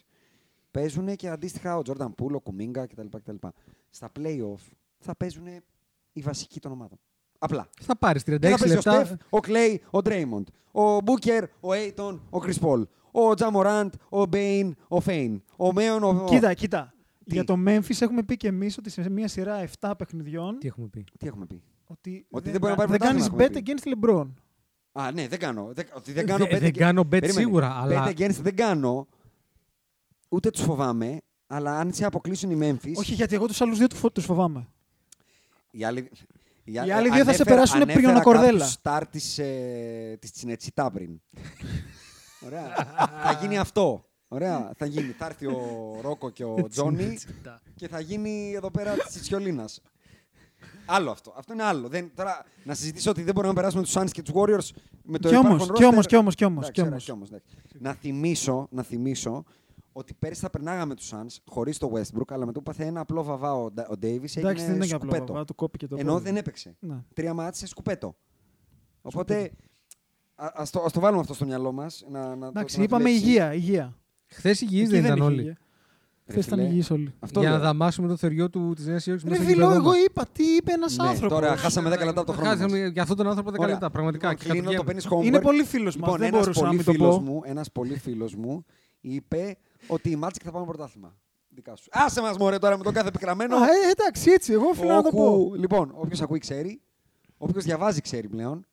D: Παίζουν και αντίστοιχα ο Τζόρνταν Πούλ, ο Κουμίγκα κτλ. κτλ. Στα playoff θα παίζουν οι βασικοί των ομάδων. Απλά.
F: Θα πάρεις
D: Δεν θα
F: 36
D: παίζει ο Στεφ,
F: λεπτά.
D: ο Κλέι, ο Ντρέιμοντ, ο Μπούκερ, ο Έιτον, ο Κρι Πολ, ο Τζαμοράντ, ο Μπέιν, ο Φέιν, ο Μέον, ο.
E: Κοίτα, κοίτα.
D: Τι?
E: Για το Memphis έχουμε πει και εμείς ότι σε μια σειρά 7 παιχνιδιών
F: Τι έχουμε πει.
D: Τι έχουμε πει.
E: ότι,
D: Ότι δεν μπορεί να πάρει
E: δεν κάνει
D: πρωτάθλημα,
E: bet
D: έχουμε πει.
E: against LeBron.
D: Α, ναι, δεν κάνω. Δεν, ότι δεν κάνω
F: Ε, Δε-
D: bet
F: δεν
D: against-
F: κάνω bet
D: Περίμενε.
F: σίγουρα, αλλά-
D: Bet against δεν κάνω. Ούτε τους φοβάμαι, αλλά αν σε αποκλείσουν οι Memphis.
E: Όχι, γιατί εγώ τους άλλους δύο τους φοβάμαι.
D: Οι άλλοι, ε, οι
E: άλλοι δύο θα σε περάσουνε πριν ο Κορδέλα.
D: Στάρ της, ε, της Τσινετσιτά
E: (laughs)
D: πριν. Ωραία. θα γίνει αυτό. Ωραία. θα γίνει. Θα έρθει ο Ρόκο και
E: (laughs)
D: ο Τζόνι και θα γίνει εδώ πέρα της Τσιολίνας. Άλλο αυτό. Αυτό είναι άλλο. Δεν, τώρα, να συζητήσω ότι δεν μπορούμε να περάσουμε τους Suns και τους Warriors με το
E: Κι όμως,
D: υπάρχον
E: κι
D: roster.
E: όμως, κι όμως, κι όμως,
D: Εντάξει,
E: κι
D: ωραία,
E: όμως.
D: εντάξει. Να θυμίσω, να θυμίσω ότι πέρυσι θα περνάγαμε τους Suns χωρίς το Westbrook, αλλά με το που πάθε ένα απλό βαβά ο, Ντα- ο Davis
E: Εντάξει, δεν
D: έγινε
E: είναι και απλό.
D: σκουπέτο.
E: βαβά, Του κόπηκε το
D: Ενώ
E: πόδι.
D: δεν έπαιξε.
E: Ναι.
D: Τρία μάτια σε σκουπέτο. Οπότε α ας το, ας το βάλουμε αυτό στο μυαλό μας. Να, να το,
E: Εντάξει,
D: να
E: είπαμε
D: δουλέψει.
E: υγεία. υγεία.
F: Χθες υγιείς
E: Εκεί
F: δεν ήταν
E: είχε
F: όλοι.
E: υγεία. Χθες ήταν
D: φιλέ.
E: υγιείς όλοι.
D: Αυτό
F: για να
D: λέω.
F: δαμάσουμε το θεριό του της Νέας Υόρκης.
E: Ρε φίλο, εγώ είπα, τι είπε ένας
D: Ναι,
E: άνθρωπος.
D: Τώρα χάσαμε 10 λεπτά από το χρόνο. μας.
F: Για αυτόν τον άνθρωπο 10
D: Ωραία.
F: λεπτά. Πραγματικά.
D: Λοιπόν,
F: και
D: κλείνω, το
F: κατεβαίνω.
D: παίρνεις homework.
E: Είναι πολύ φίλος μας,
D: Λοιπόν,
E: δεν
D: ένας
E: μπορούσα να
D: πολύ
E: μην το
D: φίλος
E: πω.
D: Μου, ένας πολύ φίλος μου είπε ότι οι Magic θα πάνε πρωτάθλημα. Δικά σου. Άσε μας μωρέ τώρα με τον κάθε πικραμένο.
E: Α, ε, εντάξει, έτσι, εγώ οφείλω να το πω.
D: Όκου- Λοιπόν, όποιος ακούει ξέρει. Όποιος διαβάζει ξέρει πλέον.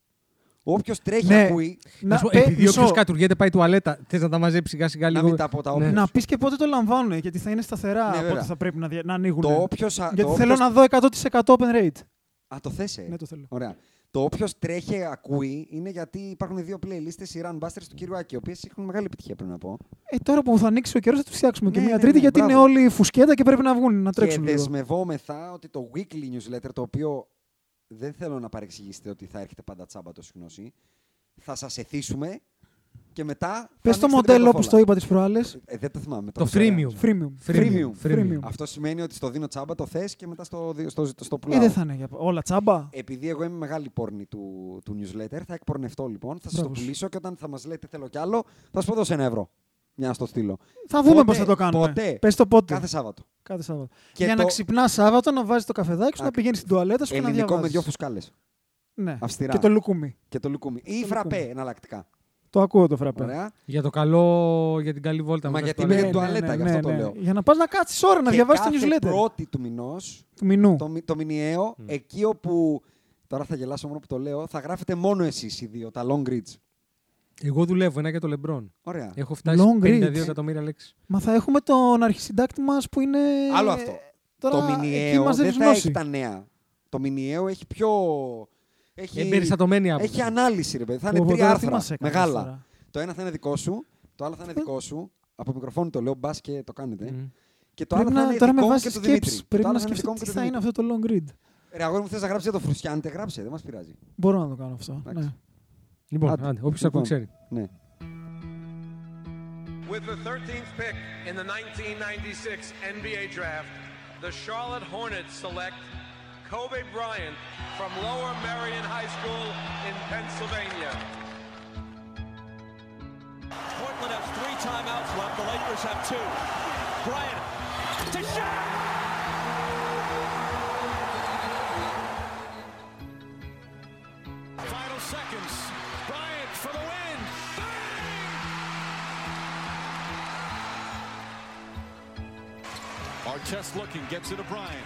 D: Όποιος τρέχει
E: Ναι.
D: ακούει.
F: Να σου πω,
E: πέ-
F: επειδή
E: μισό.
F: όποιος κατουργέται πάει τουαλέτα, θες να τα μαζέψει σιγά σιγά
D: Να
F: λίγο.
D: μην τα πω τα
F: Ναι.
D: όποιος.
E: Να πεις και πότε το λαμβάνουν, γιατί θα είναι σταθερά
D: Ναι,
E: πότε
D: βέβαια.
E: θα πρέπει να, δια- να ανοίγουν.
D: Το όποιος... α-
E: Γιατί
D: το
E: θέλω
D: όποιος-
E: να δω 100% open rate.
D: Α, το θες, ε.
E: Ναι, το θέλω.
D: Ωραία. Το όποιος τρέχει ακούει είναι γιατί υπάρχουν δύο playlists, οι Run Busters του κύριου Άκη, οι οποίες έχουν μεγάλη επιτυχία πρέπει να πω.
E: Ε, τώρα που θα ανοίξει ο καιρός θα τους φτιάξουμε και
D: Ναι,
E: μια
D: ναι,
E: τρίτη,
D: ναι,
E: γιατί
D: μπράβο.
E: είναι όλοι φουσκέτα και πρέπει να βγουν να τρέξουν.
D: Και
E: λίγο.
D: δεσμευόμεθα ότι το weekly newsletter, το οποίο δεν θέλω να παρεξηγήσετε ότι θα έρχεται πάντα τσάμπα το συγγνώση, θα σας εθίσουμε και μετά. θα
E: Πες το
D: ανοίξετε την
E: μοντέλο όπως το
D: πορτοφόλα.
E: είπα τις προάλλες.
D: Ε, δεν το θυμάμαι.
F: Το
D: ξέρω.
F: freemium.
E: Freemium.
D: Freemium.
E: Freemium.
D: Αυτό σημαίνει ότι στο δίνω τσάμπα, το θες και μετά στο, δι- στο, στο, στο
E: Ε,
D: πουλάω.
E: δεν θα είναι για όλα τσάμπα.
D: Επειδή εγώ είμαι μεγάλη πόρνη του, του newsletter, θα εκπορνευτώ λοιπόν, θα σας το
E: Μπράβο σου.
D: πουλήσω και όταν θα μας λέτε θέλω κι άλλο, θα σας πω δώσω ένα ευρώ. Για να στο στείλω.
E: Θα δούμε
D: Πότε,
E: πώς θα το κάνουμε.
D: πότε,
E: Πες το πότε.
D: Κάθε Σάββατο.
E: Κάθε Σάββατο.
D: Και
E: για
D: το
E: να ξυπνάς Σάββατο, να βάζεις το καφεδάκι σου, να
D: Ακ-
E: πηγαίνεις στην τουαλέτα σου και να
D: ελληνικό
E: διαβάζει.
D: με δύο φουσκάλες.
E: Ναι.
D: αυστηρά.
E: Και το λουκούμι.
D: Και το λουκούμι. Ή
E: Το
D: φραπέ
E: λουκούμι.
D: εναλλακτικά.
E: Το ακούω το φραπέ.
D: Ωραία.
F: Για το καλό, για την καλή βόλτα.
D: Μα
F: μετά
D: γιατί
F: στο
D: με-
F: τουαλέτα.
D: τουαλέτα, γι' αυτό το λέω.
E: Ναι, Για να πας να κάτσεις ώρα να
D: Και
E: διαβάσεις το
D: κάθε
E: newsletter.
D: πρώτη του μηνός,
E: Του μηνού.
D: το, μη- το μηνιαίο, εκεί όπου. Τώρα θα γελάσω μόνο που το λέω, θα γράφετε μόνο εσείς οι δύο, τα long reads.
F: Εγώ δουλεύω ένα για το λεμπρόν.
D: Ωραία.
F: Έχω φτάσει
E: Long
F: 52
E: reads.
F: εκατομμύρια λέξεις.
E: Μα θα έχουμε τον αρχισυντάκτη μας που είναι.
D: Άλλο αυτό.
E: Τώρα
D: το
E: εκεί
D: μηνιαίο
E: μας
D: δεν
E: δίνεις
D: θα
E: γνώση.
D: έχει τα νέα. Το μηνιαίο έχει πιο. Έχει,
E: Ε,
F: Ε, Εμπεριστατωμένη άποψη.
D: έχει ανάλυση, ρε παιδί. Θα
E: Πω,
D: είναι
E: πω,
D: τρία
E: τώρα τι
D: άρθρα.
E: μας έκανες
D: Μεγάλα.
E: τώρα.
D: Το ένα θα είναι δικό σου, το άλλο θα είναι δικό σου. Από μικροφόνι το λέω, μπας και το κάνετε.
F: Μμ.
D: Και το άλλο
E: Πρέπει
D: θα
E: να,
D: είναι
E: τώρα με
D: δικό μου
E: βάση
D: και του
E: σκέψη.
D: Δημήτρη.
E: Πρέπει
D: το
E: να
D: άλλο θα είναι δικό
E: σκεφτώ
D: μου και
E: τι
D: του
E: θα είναι
D: Δημήτρη.
E: αυτό το long read.
D: Ρε αγόρι μου, θες να γράψεις για το Φρουσιάντε, γράψε, δεν μας πειράζει.
E: Μπορώ να το κάνω αυτό.
D: Εντάξει.
E: Ναι.
F: Λοιπόν,
D: Άντε.
F: άντε, όποιος
D: Λοιπόν.
F: ακούει ξέρει.
D: Ναι.
G: With the 13th pick in the 1996 NBA Draft, the Charlotte Hornets select Kobe Bryant from Lower Merion High School in Pennsylvania.
H: Portland has three timeouts left. The Lakers have two. Bryant to Shaq.
A: Final seconds. Bryant for the win. Bang! Artest looking, gets it to Bryant.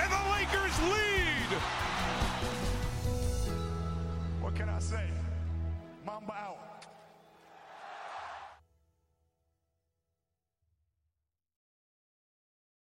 B: And the Lakers lead!
C: What can I say? Mamba out.